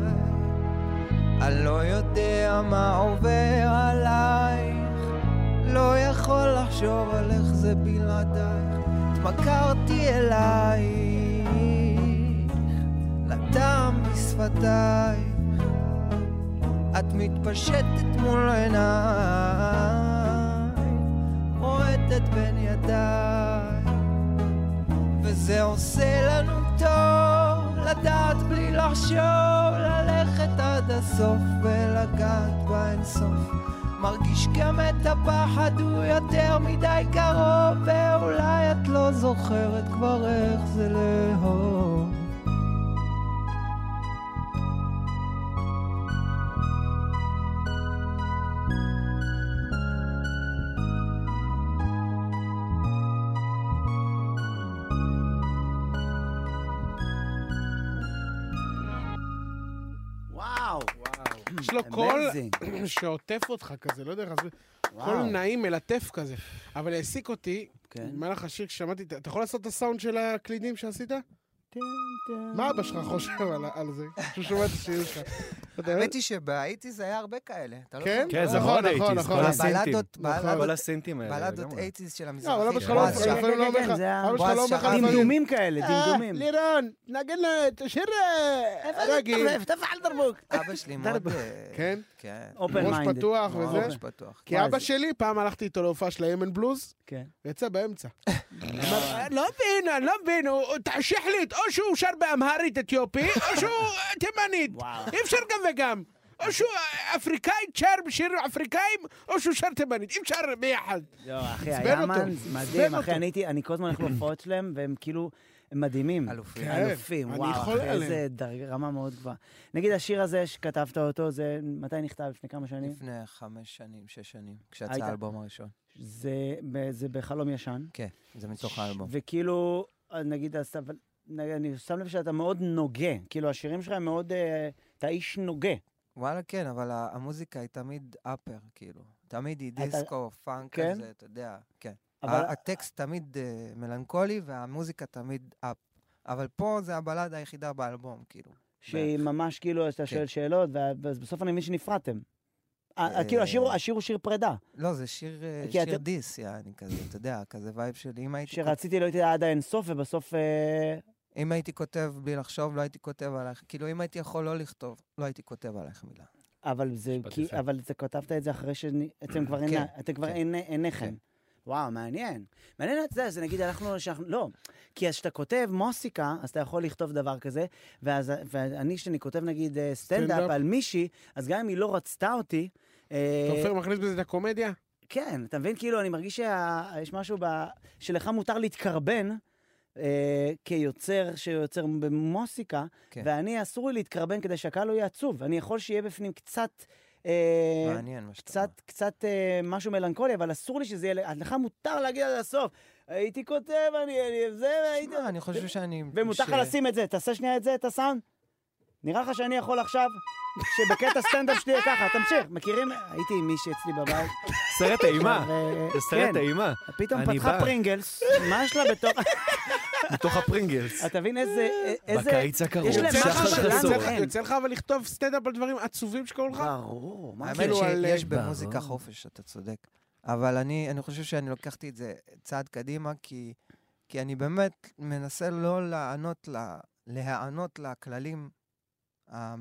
Speaker 8: אני לא יודע מה עובר עלייך, לא יכול לחשוב על איך זה בלעדייך. התמכרתי אלייך, לטעם בשפתייך. את מתפשטת מול עיניי, רועדת בין ידיי. וזה עושה לנו טוב, לדעת בלי לחשוב, ללכת עד הסוף ולגעת באינסוף. מרגיש גם את הפחד, הוא יותר מדי קרוב, ואולי את לא זוכרת כבר איך זה לאהוב.
Speaker 3: וואו.
Speaker 1: יש לו קול
Speaker 3: Amazing.
Speaker 1: שעוטף אותך כזה, לא יודע איך להסביר. קול
Speaker 3: וואו.
Speaker 1: נעים, מלטף כזה. אבל העסיק אותי,
Speaker 3: כן.
Speaker 1: במהלך השיר כששמעתי, את- אתה יכול לעשות את הסאונד של הקלידים שעשית? מה אבא שלך חושב על- על זה? כשהוא שומע את השיר שלך. אתה יודע,
Speaker 9: האמת היא שבהאיטיז היה הרבה כאלה. אתה לא
Speaker 1: כן?
Speaker 9: זוכר?
Speaker 4: כן, זה
Speaker 1: נכון,
Speaker 4: מאוד
Speaker 1: נכון,
Speaker 4: אייטיז,
Speaker 1: נכון.
Speaker 4: כל הסינטים.
Speaker 9: בלדות,
Speaker 4: כל
Speaker 9: בלדות-
Speaker 4: הסינטים האלה.
Speaker 9: בלדות
Speaker 4: לגמרי.
Speaker 9: אייטיז של המזרחים.
Speaker 1: לא, אבל אף אחד
Speaker 8: כאילו
Speaker 1: לא
Speaker 9: בועז
Speaker 1: אף
Speaker 9: שר.
Speaker 1: אחד לא אומר לך,
Speaker 3: כן, זה ה-
Speaker 1: אף אחד לא
Speaker 9: בועז
Speaker 1: אומר לך,
Speaker 9: שחר.
Speaker 1: אף אחד-
Speaker 3: דמדומים כאלה,
Speaker 1: אה,
Speaker 3: דמדומים.
Speaker 1: לירון, נגן לו את השיר אה, רגיל.
Speaker 3: תפעל דרבוק.
Speaker 9: אבא שלי מאוד... אה,
Speaker 1: כן? אוקיי.
Speaker 9: כן.
Speaker 3: אופן מיינד.
Speaker 1: ראש פתוח
Speaker 3: מאוד.
Speaker 1: וזה.
Speaker 9: ממש פתוח.
Speaker 1: כי
Speaker 3: וואי,
Speaker 1: אבא
Speaker 3: זה-
Speaker 1: שלי, פעם הלכתי איתו להופעה של הימן בלוז,
Speaker 3: כן.
Speaker 1: ויצא באמצע. אמר, לא מבין, אני לא מבין, הוא- הוא תחשיך לי, את- או שהוא שר באמהרית אתיופי, או שהוא אה, תימנית.
Speaker 3: וואו.
Speaker 1: אי אפשר גם וגם. או שהוא אה, אפריקאי, שר בשיר אפריקאים, או שהוא שר תימנית. אי אפשר ביחד.
Speaker 3: לא, אחי,
Speaker 1: עצבן
Speaker 3: הימן,
Speaker 1: אותו,
Speaker 3: זה
Speaker 1: עצבן
Speaker 3: מדהים,
Speaker 1: אותו.
Speaker 3: אחי, אני הייתי, אני כל הזמן הולך להופעות שלהם, והם כאילו, הם מדהימים.
Speaker 9: אלופים.
Speaker 1: כן,
Speaker 3: אלופים,
Speaker 1: אני
Speaker 3: וואו,
Speaker 1: חולה
Speaker 3: אחי,
Speaker 1: עליהם.
Speaker 3: איזה דרג- רמה מאוד גבוהה. נגיד השיר הזה שכתבת אותו, זה מתי נכתב? לפני כמה שנים?
Speaker 9: לפני חמש שנים, שש שנים,
Speaker 3: היית-
Speaker 9: כשיצא האלבום הראשון.
Speaker 3: זה ב- זה בחלום ישן.
Speaker 9: כן, זה מתוך האלבום.
Speaker 3: וכאילו, נגיד, אז אתה- נגיד, אני שם לב שאתה מאוד נוגה. כאילו, השירים שלך הם מאוד, אה, אתה איש נוגה.
Speaker 9: וואלה, כן, אבל ה- המוזיקה היא תמיד אפר, כאילו. תמיד היא
Speaker 3: אתה-
Speaker 9: דיסקו, פאנק
Speaker 3: כן?
Speaker 9: כזה, אתה יודע, כן.
Speaker 3: אבל
Speaker 9: ה- הטקסט תמיד אה, מלנכולי והמוזיקה תמיד אפ. אבל פה זה הבלדה היחידה באלבום, כאילו.
Speaker 3: שהיא ממש כאילו,
Speaker 1: כן.
Speaker 3: אתה שואל שאלות, ובסוף אני מבין שנפרדתם. אה,
Speaker 9: אה,
Speaker 3: כאילו, השיר- השיר הוא שיר פרידה.
Speaker 9: לא, זה שיר, אה,
Speaker 3: כי
Speaker 9: שיר
Speaker 3: אתם-
Speaker 9: דיס, יעני, כזה, אתה יודע, כזה וייב שלי. אם הייתי, כות...
Speaker 3: שרציתי להיות עד האינסוף, ובסוף... אה,
Speaker 9: אם הייתי כותב בלי לחשוב, לא הייתי כותב עלייך, כאילו, אם הייתי יכול לא לכתוב, לא הייתי כותב עלייך מילה.
Speaker 3: אבל זה,
Speaker 4: משפט
Speaker 3: כי,
Speaker 4: יפה.
Speaker 3: אבל זה כתבת את זה אחרי שאתם כבר אין,
Speaker 9: כן,
Speaker 3: אתם כבר
Speaker 9: כן,
Speaker 3: אין, אינכם.
Speaker 9: כן.
Speaker 3: וואו, מעניין. מעניין, אתה יודע, זה נגיד הלכנו, שאנחנו, לא, כי אז כשאתה כותב מוסיקה, אז אתה יכול לכתוב דבר כזה, ואז, ואני, כשאני כותב נגיד אה, סטנדאפ
Speaker 1: סטנדאפ.
Speaker 3: על מישהי, אז גם אם היא לא רצתה אותי, אה,
Speaker 1: אתה עופר מכניס בזה את הקומדיה?
Speaker 3: כן, אתה מבין? כאילו, אני מרגיש שיש משהו ב... שלך מותר להתקרבן אה, כיוצר שיוצר במוסיקה,
Speaker 9: כן.
Speaker 3: ואני אסור לי להתקרבן כדי שהקהל לא יהיה עצוב. אני יכול שיהיה בפנים קצת... אה,
Speaker 9: מעניין מה שאתה אומר.
Speaker 3: קצת, קצת אה, משהו מלנכולי, אבל אסור לי שזה יהיה... לך מותר להגיד עד הסוף. הייתי כותב, אני... אני זה, והייתי...
Speaker 9: שמע, אני חושב שאני...
Speaker 3: ומותר לך
Speaker 9: ש-
Speaker 3: לשים את זה, תעשה שנייה את זה, את הסאונד. נראה לך שאני יכול עכשיו, שבקטע סטנדאפ שלי יהיה ככה, תמשיך. מכירים? הייתי עם מישהי אצלי בבית.
Speaker 4: סרט אימה,
Speaker 3: אה,
Speaker 4: זה
Speaker 3: כן.
Speaker 4: סרט אימה,
Speaker 3: פתאום
Speaker 4: אני
Speaker 3: פתחה
Speaker 4: בא.
Speaker 3: פרינגלס, מה יש לה בתוך...
Speaker 4: מתוך הפרינגלס.
Speaker 3: אתה מבין איזה... איזה...
Speaker 4: בקיץ הקרוב,
Speaker 3: יש להם
Speaker 1: יוצא לך-
Speaker 4: שחר
Speaker 3: משהו
Speaker 1: אבל-
Speaker 3: שלנו
Speaker 4: חסון.
Speaker 1: יוצא לך-
Speaker 3: אין.
Speaker 1: יוצא לך אבל לכתוב סטנדאפ על דברים עצובים שקורים
Speaker 3: אה,
Speaker 1: לך?
Speaker 3: ברור, מה
Speaker 9: האמת
Speaker 3: כאילו...
Speaker 1: כאילו על-
Speaker 9: שיש
Speaker 8: אה,
Speaker 4: ברור.
Speaker 9: במוזיקה חופש, אתה צודק. אבל אני, אני חושב שאני לקחתי את זה צעד קדימה, כי, כי אני באמת מנסה לא לענות ל, להיענות לכללים ה-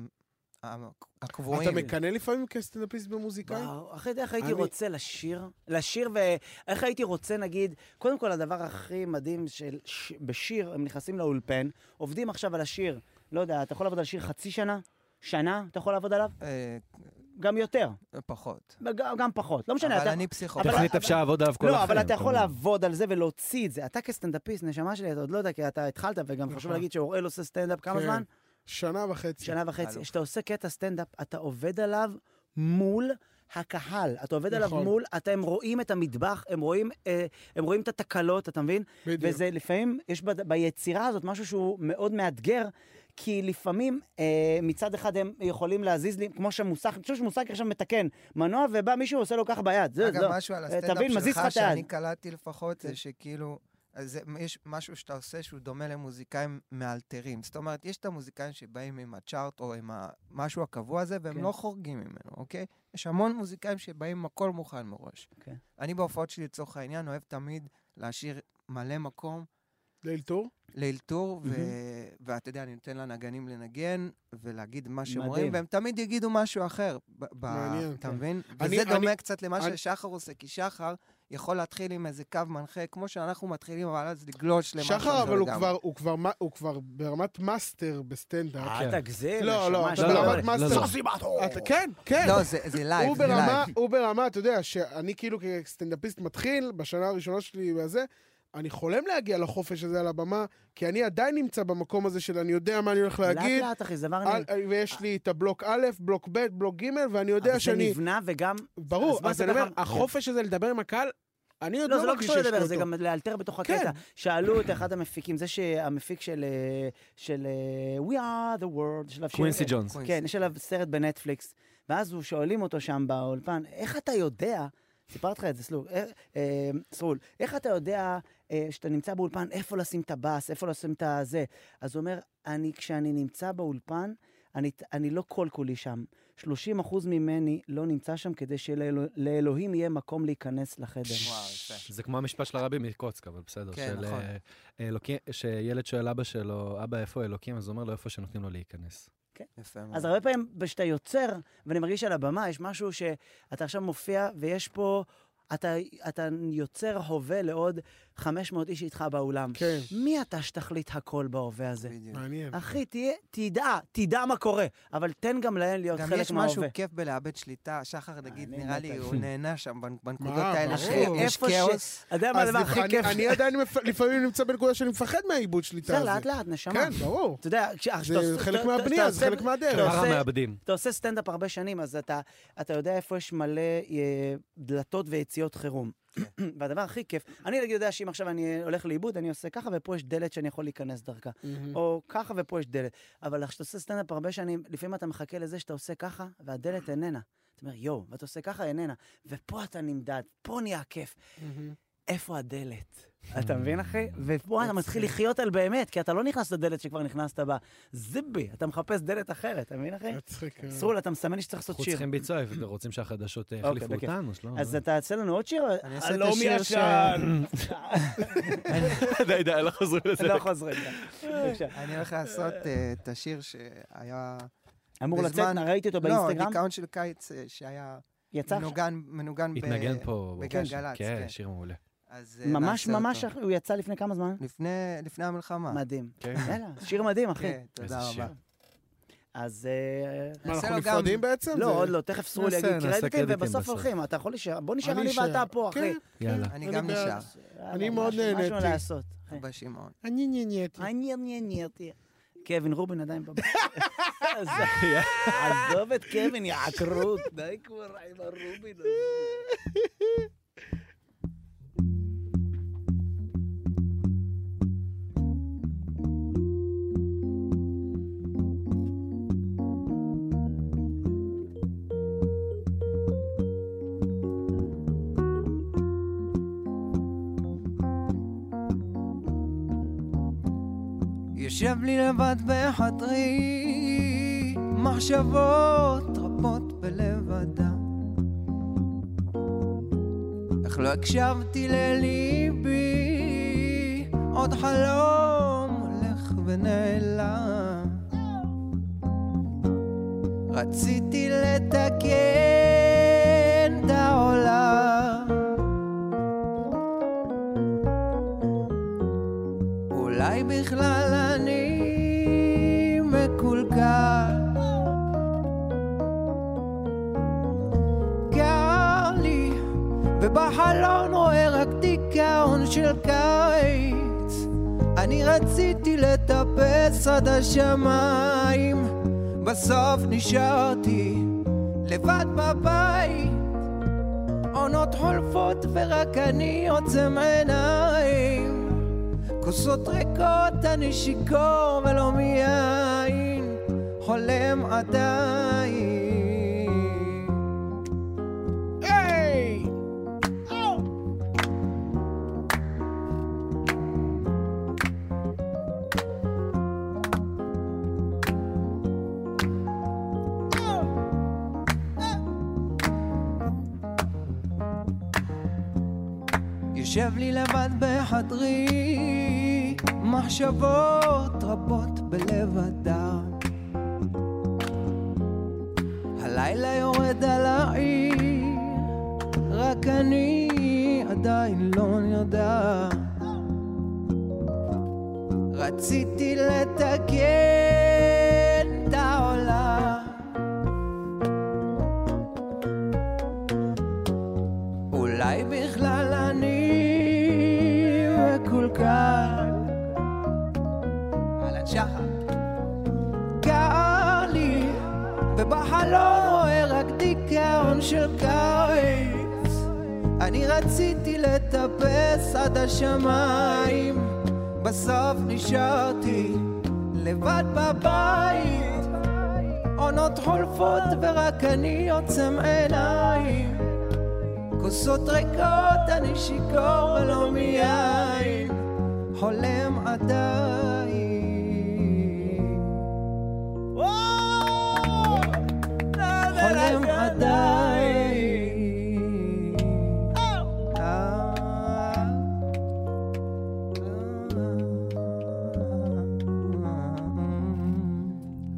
Speaker 9: ה- הקבועים.
Speaker 1: אתה מקנא לפעמים כסטנדאפיסט במוזיקאי?
Speaker 3: וואו, אחי, אתה יודע איך הייתי
Speaker 1: אני-
Speaker 3: רוצה לשיר? לשיר ואיך הייתי רוצה, נגיד, קודם כל, הדבר הכי מדהים של... ש... בשיר, הם נכנסים לאולפן, עובדים עכשיו על השיר, לא יודע, אתה יכול לעבוד על שיר חצי שנה? שנה? אתה יכול לעבוד עליו?
Speaker 9: אה,
Speaker 3: גם יותר,
Speaker 9: פחות.
Speaker 3: גם, גם פחות, לא משנה.
Speaker 9: אבל
Speaker 3: אתה...
Speaker 9: אני פסיכופת.
Speaker 3: אבל-
Speaker 4: תוכנית אפשר לעבוד עליו כל החיים.
Speaker 3: לא, אבל אתה יכול
Speaker 4: כמובן.
Speaker 3: לעבוד על זה ולהוציא את זה. אתה כסטנדאפיסט, נשמה שלי, אתה עוד לא יודע, כי אתה התחלת, וגם חשוב
Speaker 1: נכון.
Speaker 3: להגיד שאוראל עושה סטנדאפ כמה
Speaker 1: כן.
Speaker 3: זמן?
Speaker 1: שנה וחצי.
Speaker 3: שנה וחצי.
Speaker 9: אלוף.
Speaker 3: כשאתה עושה קטע סטנדאפ, אתה עובד עליו מול הקהל. אתה עובד עליו
Speaker 1: נכון.
Speaker 3: מול, אתה, הם רואים את המטבח, הם רואים, אה, הם רואים את התקלות, אתה מבין?
Speaker 1: בדיוק.
Speaker 3: וזה לפעמים, יש ב, ביצירה הזאת משהו שהוא מאוד מאתגר, כי לפעמים אה, מצד אחד הם יכולים להזיז לי, כמו שמוסך, אני חושב שמוסך עכשיו מתקן מנוע, ובא מישהו ועושה לו ככה ביד. זה,
Speaker 9: אגב,
Speaker 3: לא.
Speaker 9: משהו על
Speaker 3: אה,
Speaker 9: הסטנדאפ
Speaker 3: תבין, מזיז לך
Speaker 9: שלך
Speaker 3: את היד.
Speaker 9: שאני קלטתי לפחות,
Speaker 3: כן.
Speaker 9: זה שכאילו, אז זה, יש משהו שאתה עושה שהוא דומה למוזיקאים מאלתרים. זאת אומרת, יש את המוזיקאים שבאים עם הצ'ארט או עם המשהו הקבוע הזה, והם
Speaker 3: כן.
Speaker 9: לא חורגים ממנו, אוקיי? יש המון מוזיקאים שבאים עם הכל מוכן מראש.
Speaker 3: אוקיי.
Speaker 9: אני בהופעות שלי, לצורך העניין, אוהב תמיד להשאיר מלא מקום
Speaker 1: ליל טור?
Speaker 9: לאלתור, ו... ואתה יודע, אני נותן לנגנים לנגן ולהגיד מה שהם
Speaker 3: מדהים.
Speaker 9: רואים, והם תמיד יגידו משהו אחר. ב- ב-
Speaker 1: מעניין. כן.
Speaker 9: אתה מבין?
Speaker 1: אני-
Speaker 9: וזה דומה
Speaker 1: אני-
Speaker 9: קצת למה
Speaker 1: אני-
Speaker 9: ששחר עושה, כי שחר יכול להתחיל עם איזה קו מנחה, כמו שאנחנו מתחילים, אבל אז לגלוש למשהו
Speaker 1: שחר,
Speaker 9: אחר
Speaker 1: אבל הוא
Speaker 9: לגמרי.
Speaker 1: כבר- הוא כבר מה- הוא כבר ברמת מאסטר בסטנדאפ.
Speaker 4: כן.
Speaker 3: אל תגזים,
Speaker 1: לא,
Speaker 3: נשמה,
Speaker 1: לא,
Speaker 3: שאתה
Speaker 4: לא, לא,
Speaker 3: מדבר.
Speaker 4: אבל- לא, לא.
Speaker 1: אתה- כן, כן.
Speaker 9: לא, זה זה לייב,
Speaker 1: הוא
Speaker 9: זה
Speaker 1: ברמה,
Speaker 9: לייב.
Speaker 1: הוא ברמה, אתה יודע, שאני כאילו כסטנדאפיסט מתחיל, בשנה הראשונה שלי וזה, אני חולם להגיע לחופש הזה על הבמה, כי אני עדיין נמצא במקום הזה של אני יודע מה אני הולך להגיד,
Speaker 3: לאט לאט, אחי, זה דבר נ-
Speaker 1: על- ויש לי את הבלוק א', בלוק ב', בלוק ג', ואני
Speaker 3: אבל
Speaker 1: יודע
Speaker 3: זה
Speaker 1: שאני...
Speaker 3: נבנה וגם... אז
Speaker 1: ברור,
Speaker 3: בוא
Speaker 1: אז אני
Speaker 3: נספר
Speaker 1: אומר,
Speaker 3: לך-
Speaker 1: החופש הזה לדבר עם הקהל, אני עוד
Speaker 3: לא, זה
Speaker 1: לא
Speaker 3: לא
Speaker 1: מרגיש
Speaker 3: קשור
Speaker 1: שיש לי
Speaker 3: לדבר, זה
Speaker 1: אותו.
Speaker 3: גם לאלתר בתוך
Speaker 1: כן.
Speaker 3: הקטע. שאלו את אחד המפיקים, זה שהמפיק של... אה, של אה, We are the world, שלו שיר-
Speaker 4: קווינסי ג'ונס.
Speaker 3: כן, יש עליו סרט בנטפליקס, ואז הוא שואלים אותו שם באולפן, איך אתה יודע, סיפרתי לך את זה, סלול, אה, אה, סרול, איך אתה יודע אה, שאתה נמצא באולפן, איפה לשים את הבאס, איפה לשים את הזה? אז הוא אומר, אני, כשאני נמצא באולפן, אני, אני לא כל כולי שם. 30 אחוז ממני לא נמצא שם כדי שלאלוהים יהיה מקום להיכנס לחדר.
Speaker 9: וואו, יפה.
Speaker 4: זה כמו המשפט של הרבי מקוצק, אבל בסדר.
Speaker 9: כן,
Speaker 4: של,
Speaker 9: נכון.
Speaker 4: אה, אלוקים- שילד שואל אבא שלו, אבא, איפה אלוקים? אז הוא אומר לו, איפה שנותנים לו להיכנס.
Speaker 9: יפה
Speaker 1: נכון.
Speaker 9: מאוד.
Speaker 3: אז הרבה פעמים כשאתה יוצר, ואני מרגיש על הבמה, יש משהו שאתה עכשיו מופיע, ויש פה... אתה, אתה יוצר הווה לעוד 500 איש איתך באולם.
Speaker 1: כן.
Speaker 3: מי אתה שתחליט הכל בהווה הזה?
Speaker 9: בדיוק.
Speaker 1: מעניין.
Speaker 3: אחי, תהיה, תדע, תדע מה קורה, אבל תן גם להם להיות
Speaker 9: גם
Speaker 3: חלק
Speaker 9: יש משהו
Speaker 3: מההווה.
Speaker 9: כיף בלאבד שליטה, שחר, נגיד,
Speaker 3: אני
Speaker 9: נראה לי,
Speaker 3: מת על
Speaker 9: הוא
Speaker 4: זה.
Speaker 9: נהנה שם בנ- בנקודות
Speaker 1: מה,
Speaker 9: האלה,
Speaker 1: ברור.
Speaker 9: שיש- יש
Speaker 3: איפה ש-
Speaker 9: כאוס.
Speaker 3: אתה יודע מה
Speaker 1: אז
Speaker 3: הדבר הכי
Speaker 1: לפ-
Speaker 3: כיף?
Speaker 1: אני- אני עדיין מפ- לפעמים נמצא בנקודה שאני מפחד מהעיבוד שליטה
Speaker 3: בסדר,
Speaker 1: הזה.
Speaker 3: לאט לאט, נשמה.
Speaker 1: כן, ברור.
Speaker 3: אתה יודע, כש- כשאתה
Speaker 1: זה
Speaker 3: עושה-
Speaker 1: חלק
Speaker 3: אתה-
Speaker 1: מהבנייה,
Speaker 3: אתה
Speaker 1: זה
Speaker 3: עושה-
Speaker 1: חלק מהדרך.
Speaker 3: אתה
Speaker 4: ככה
Speaker 3: עושה-
Speaker 4: מאבדים.
Speaker 3: אתה עושה סטנדאפ הרבה שנים, אז אתה, אתה יודע איפה יש מלא אה, דלתות ויציאות חירום. והדבר הכי כיף, אני נגיד יודע שאם עכשיו אני הולך לאיבוד, אני עושה ככה, ופה יש דלת שאני יכול להיכנס דרכה.
Speaker 1: כן.
Speaker 3: או ככה ופה יש דלת. אבל כשאתה עושה סטנדאפ הרבה שנים, לפעמים אתה מחכה לזה שאתה עושה ככה, והדלת איננה. אתה אומר, יואו, ואתה עושה ככה, איננה. ופה אתה נמדד, פה נהיה כיף.
Speaker 1: אוקיי.
Speaker 3: איפה הדלת? אתה מבין, אחי? ופה אתה מתחיל לחיות על באמת, כי אתה לא נכנס לדלת שכבר נכנסת בה. זיבי, אתה מחפש דלת אחרת, אתה מבין, אחי?
Speaker 1: מצחיק. אה.
Speaker 3: סרול, אתה מסמן לי שצריך לעשות
Speaker 4: אנחנו
Speaker 3: שיר.
Speaker 4: צריכים ביצוע, ורוצים שהחדשות אה,
Speaker 3: אוקיי,
Speaker 4: יחליפו
Speaker 3: בכיף.
Speaker 4: אותנו, שלא...
Speaker 3: אז אתה עושה לנו עוד שיר? אה, לא,
Speaker 9: אני אעשה את
Speaker 3: הלא
Speaker 9: השיר
Speaker 3: מיד
Speaker 9: ש-
Speaker 4: די, די, לא חוזרים לזה.
Speaker 3: לא חוזרים. בבקשה.
Speaker 9: אני הולך לעשות אה, את השיר שהיה...
Speaker 3: אמור לצאת,
Speaker 9: בזמן-
Speaker 3: ראיתי אותו
Speaker 9: לא,
Speaker 3: באינסטגרם.
Speaker 9: דיכאון של קיץ אה, שהיה
Speaker 3: יצא עכשיו.
Speaker 9: מנוגן, מנוגן ב...
Speaker 4: התנגן פה.
Speaker 9: בגן
Speaker 3: אה,
Speaker 4: בקשר.
Speaker 9: גל"צ,
Speaker 4: כן,
Speaker 9: כן.
Speaker 4: שיר מעולה.
Speaker 8: לא
Speaker 9: אז אה,
Speaker 3: ממש
Speaker 9: נעשה
Speaker 3: ממש,
Speaker 9: אותו.
Speaker 3: אח- הוא יצא לפני כמה זמן?
Speaker 9: לפני- לפני המלחמה.
Speaker 3: מדהים.
Speaker 4: כן.
Speaker 3: יאללה, שיר מדהים, אחי.
Speaker 9: כן, תודה
Speaker 4: איזה שיר.
Speaker 9: רבה.
Speaker 3: אז... אה,
Speaker 1: מה,
Speaker 9: נעשה
Speaker 1: אנחנו
Speaker 9: לו גם-
Speaker 1: נפרדים בעצם?
Speaker 3: לא,
Speaker 1: זה-
Speaker 3: עוד לא, תכף סרולי
Speaker 4: נעשה-
Speaker 3: יגיד
Speaker 4: נעשה
Speaker 3: קרדיטים,
Speaker 4: קרדיטים
Speaker 3: ובסוף
Speaker 4: בסוף.
Speaker 3: הולכים. אתה יכול להישאר, בוא נשאר
Speaker 1: אני
Speaker 3: אני
Speaker 1: אשאר.
Speaker 3: ואתה פה, אחי.
Speaker 1: כן,
Speaker 4: יאללה.
Speaker 9: אני
Speaker 1: אני
Speaker 9: גם
Speaker 1: בעד.
Speaker 9: נשאר.
Speaker 3: יאללה,
Speaker 1: אני מאוד
Speaker 3: משהו- משהו
Speaker 1: נהניתי.
Speaker 3: לעשות. אחי.
Speaker 9: בשמעון.
Speaker 1: אני נהניתי.
Speaker 3: אני נהניתי. קווין רובין עדיין בבית. אז- עזוב את קווין, יעקרו. אותו. די כבר עם הרובין הזה.
Speaker 8: יושב לי לבד בחדרי, מחשבות רבות בלבדם. איך לא הקשבתי לליבי, עוד חלום הולך ונעלם. רציתי לתקן את העולם. אולי בכלל אני מקולקל. קר לי, ובחלון רואה רק דיכאון של קיץ. אני רציתי לטפס עד השמיים, בסוף נשארתי לבד בבית. עונות חולפות ורק אני עוצם עיניים. כוסות ריקות אני שיכור ולא מיין, חולם עדיין. היי! אוו! יושב לי לבד בחדרי, מחשבות רבות בלב אדם. הלילה יורד על העיר, רק אני עדיין לא יודע. רציתי לתקן את העולם. אולי בכלל אני מקולקל. אהלן שחר. קר לי, ובחלון רואה רק דיכאון של קיץ. אני רציתי לטפס עד השמיים, בסוף נשארתי לבד בבית. עונות חולפות ורק אני עוצם עיניים. כוסות ריקות אני שיכור ולא מיין, חולם עדיין. חולם עדיין. אה.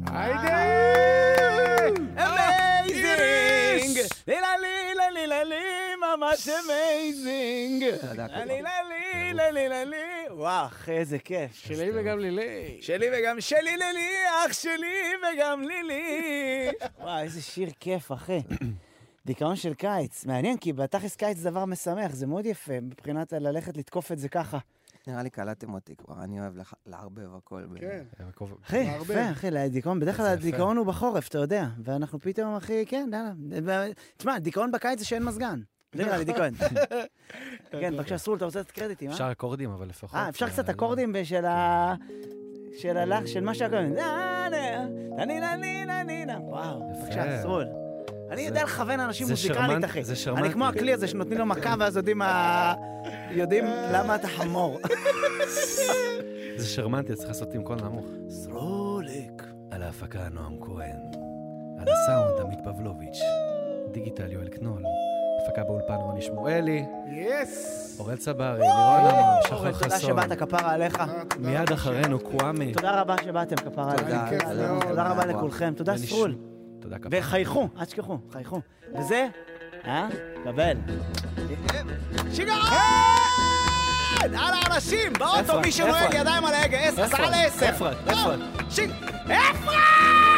Speaker 1: היידה!
Speaker 3: אמייזינג! לילה לילה לילה לי, ממש אמייזינג!
Speaker 9: תודה, תודה.
Speaker 3: לילה לילה לילה לי. וואו, אחי, איזה כיף. שלי וגם לילי. שלי וגם שלי לילי, אח שלי וגם לילי. וואו, איזה שיר כיף, אחי. דיכאון של קיץ. מעניין, כי בתכלס קיץ זה דבר משמח, זה מאוד יפה, מבחינת ללכת לתקוף את זה ככה.
Speaker 9: נראה לי קלטתם אותי כבר, אני אוהב לח- לערבב הכל. ב-
Speaker 1: כן.
Speaker 4: יעקב,
Speaker 3: אחי,
Speaker 1: הרבה.
Speaker 3: יפה, אחי, לדיכאון, בדרך כלל
Speaker 4: זה יפה.
Speaker 3: הדיכאון הוא בחורף, אתה יודע. ואנחנו פתאום, אחי, כן, יאללה. תשמע, דיכאון בקיץ זה שאין מזגן. זה נראה לי דיכאון. כן, בבקשה, סרול, אתה רוצה לתת קרדיטים, אה?
Speaker 4: אפשר אקורדים, אבל לפחות...
Speaker 3: אה, אפשר קצת
Speaker 4: לא.
Speaker 3: אקורדים של ה... של הלך, של מה שהקורדים. נה, נה, נה, נה, נה, נה, נה, נה. וואו,
Speaker 4: יפה.
Speaker 3: בבקשה, סרול. אני
Speaker 4: זה-
Speaker 3: יודע לכוון אנשים
Speaker 4: זה
Speaker 3: מוזיקלית,
Speaker 4: שרמנט-
Speaker 3: אחי.
Speaker 4: זה שרמנט.
Speaker 3: אני כמו הכלי הזה שנותנים לו מכה ואז יודעים מה- יודעים למה אתה חמור.
Speaker 4: זה שרמנטי, צריך לעשות עם קול נמוך. סרוליק. על ההפקה נועם כהן. על הסאונד עמית פבלוביץ'. דיגיטל יואל קנול. הפקה באולפן רוני שמואלי.
Speaker 1: יס!
Speaker 4: אורל צברי, לירון עמרם, שחר
Speaker 3: אורן, תודה
Speaker 4: חסון.
Speaker 3: שבאת, כפרה עליך.
Speaker 4: מיד אחרינו, קוואמי.
Speaker 3: תודה רבה שבאתם, כפרה עליך.
Speaker 1: היה לי כיף
Speaker 9: תודה.
Speaker 1: מאוד.
Speaker 3: תודה רבה לכולכם, תודה
Speaker 4: ונש-
Speaker 3: סרול.
Speaker 4: תודה כפרה.
Speaker 3: וחייכו, אל תשכחו, חייכו. וזה, אה? קבל. שיגעון!
Speaker 12: כן, על האנשים, באוטו
Speaker 13: אפרת,
Speaker 12: מי שנוהג
Speaker 13: אפרת.
Speaker 12: ידיים על ההגה, עשר,
Speaker 13: אפרת,
Speaker 12: עשרה לעשר.
Speaker 13: אפרת,
Speaker 12: לא,
Speaker 13: אפרת.
Speaker 12: שיט, אפרת!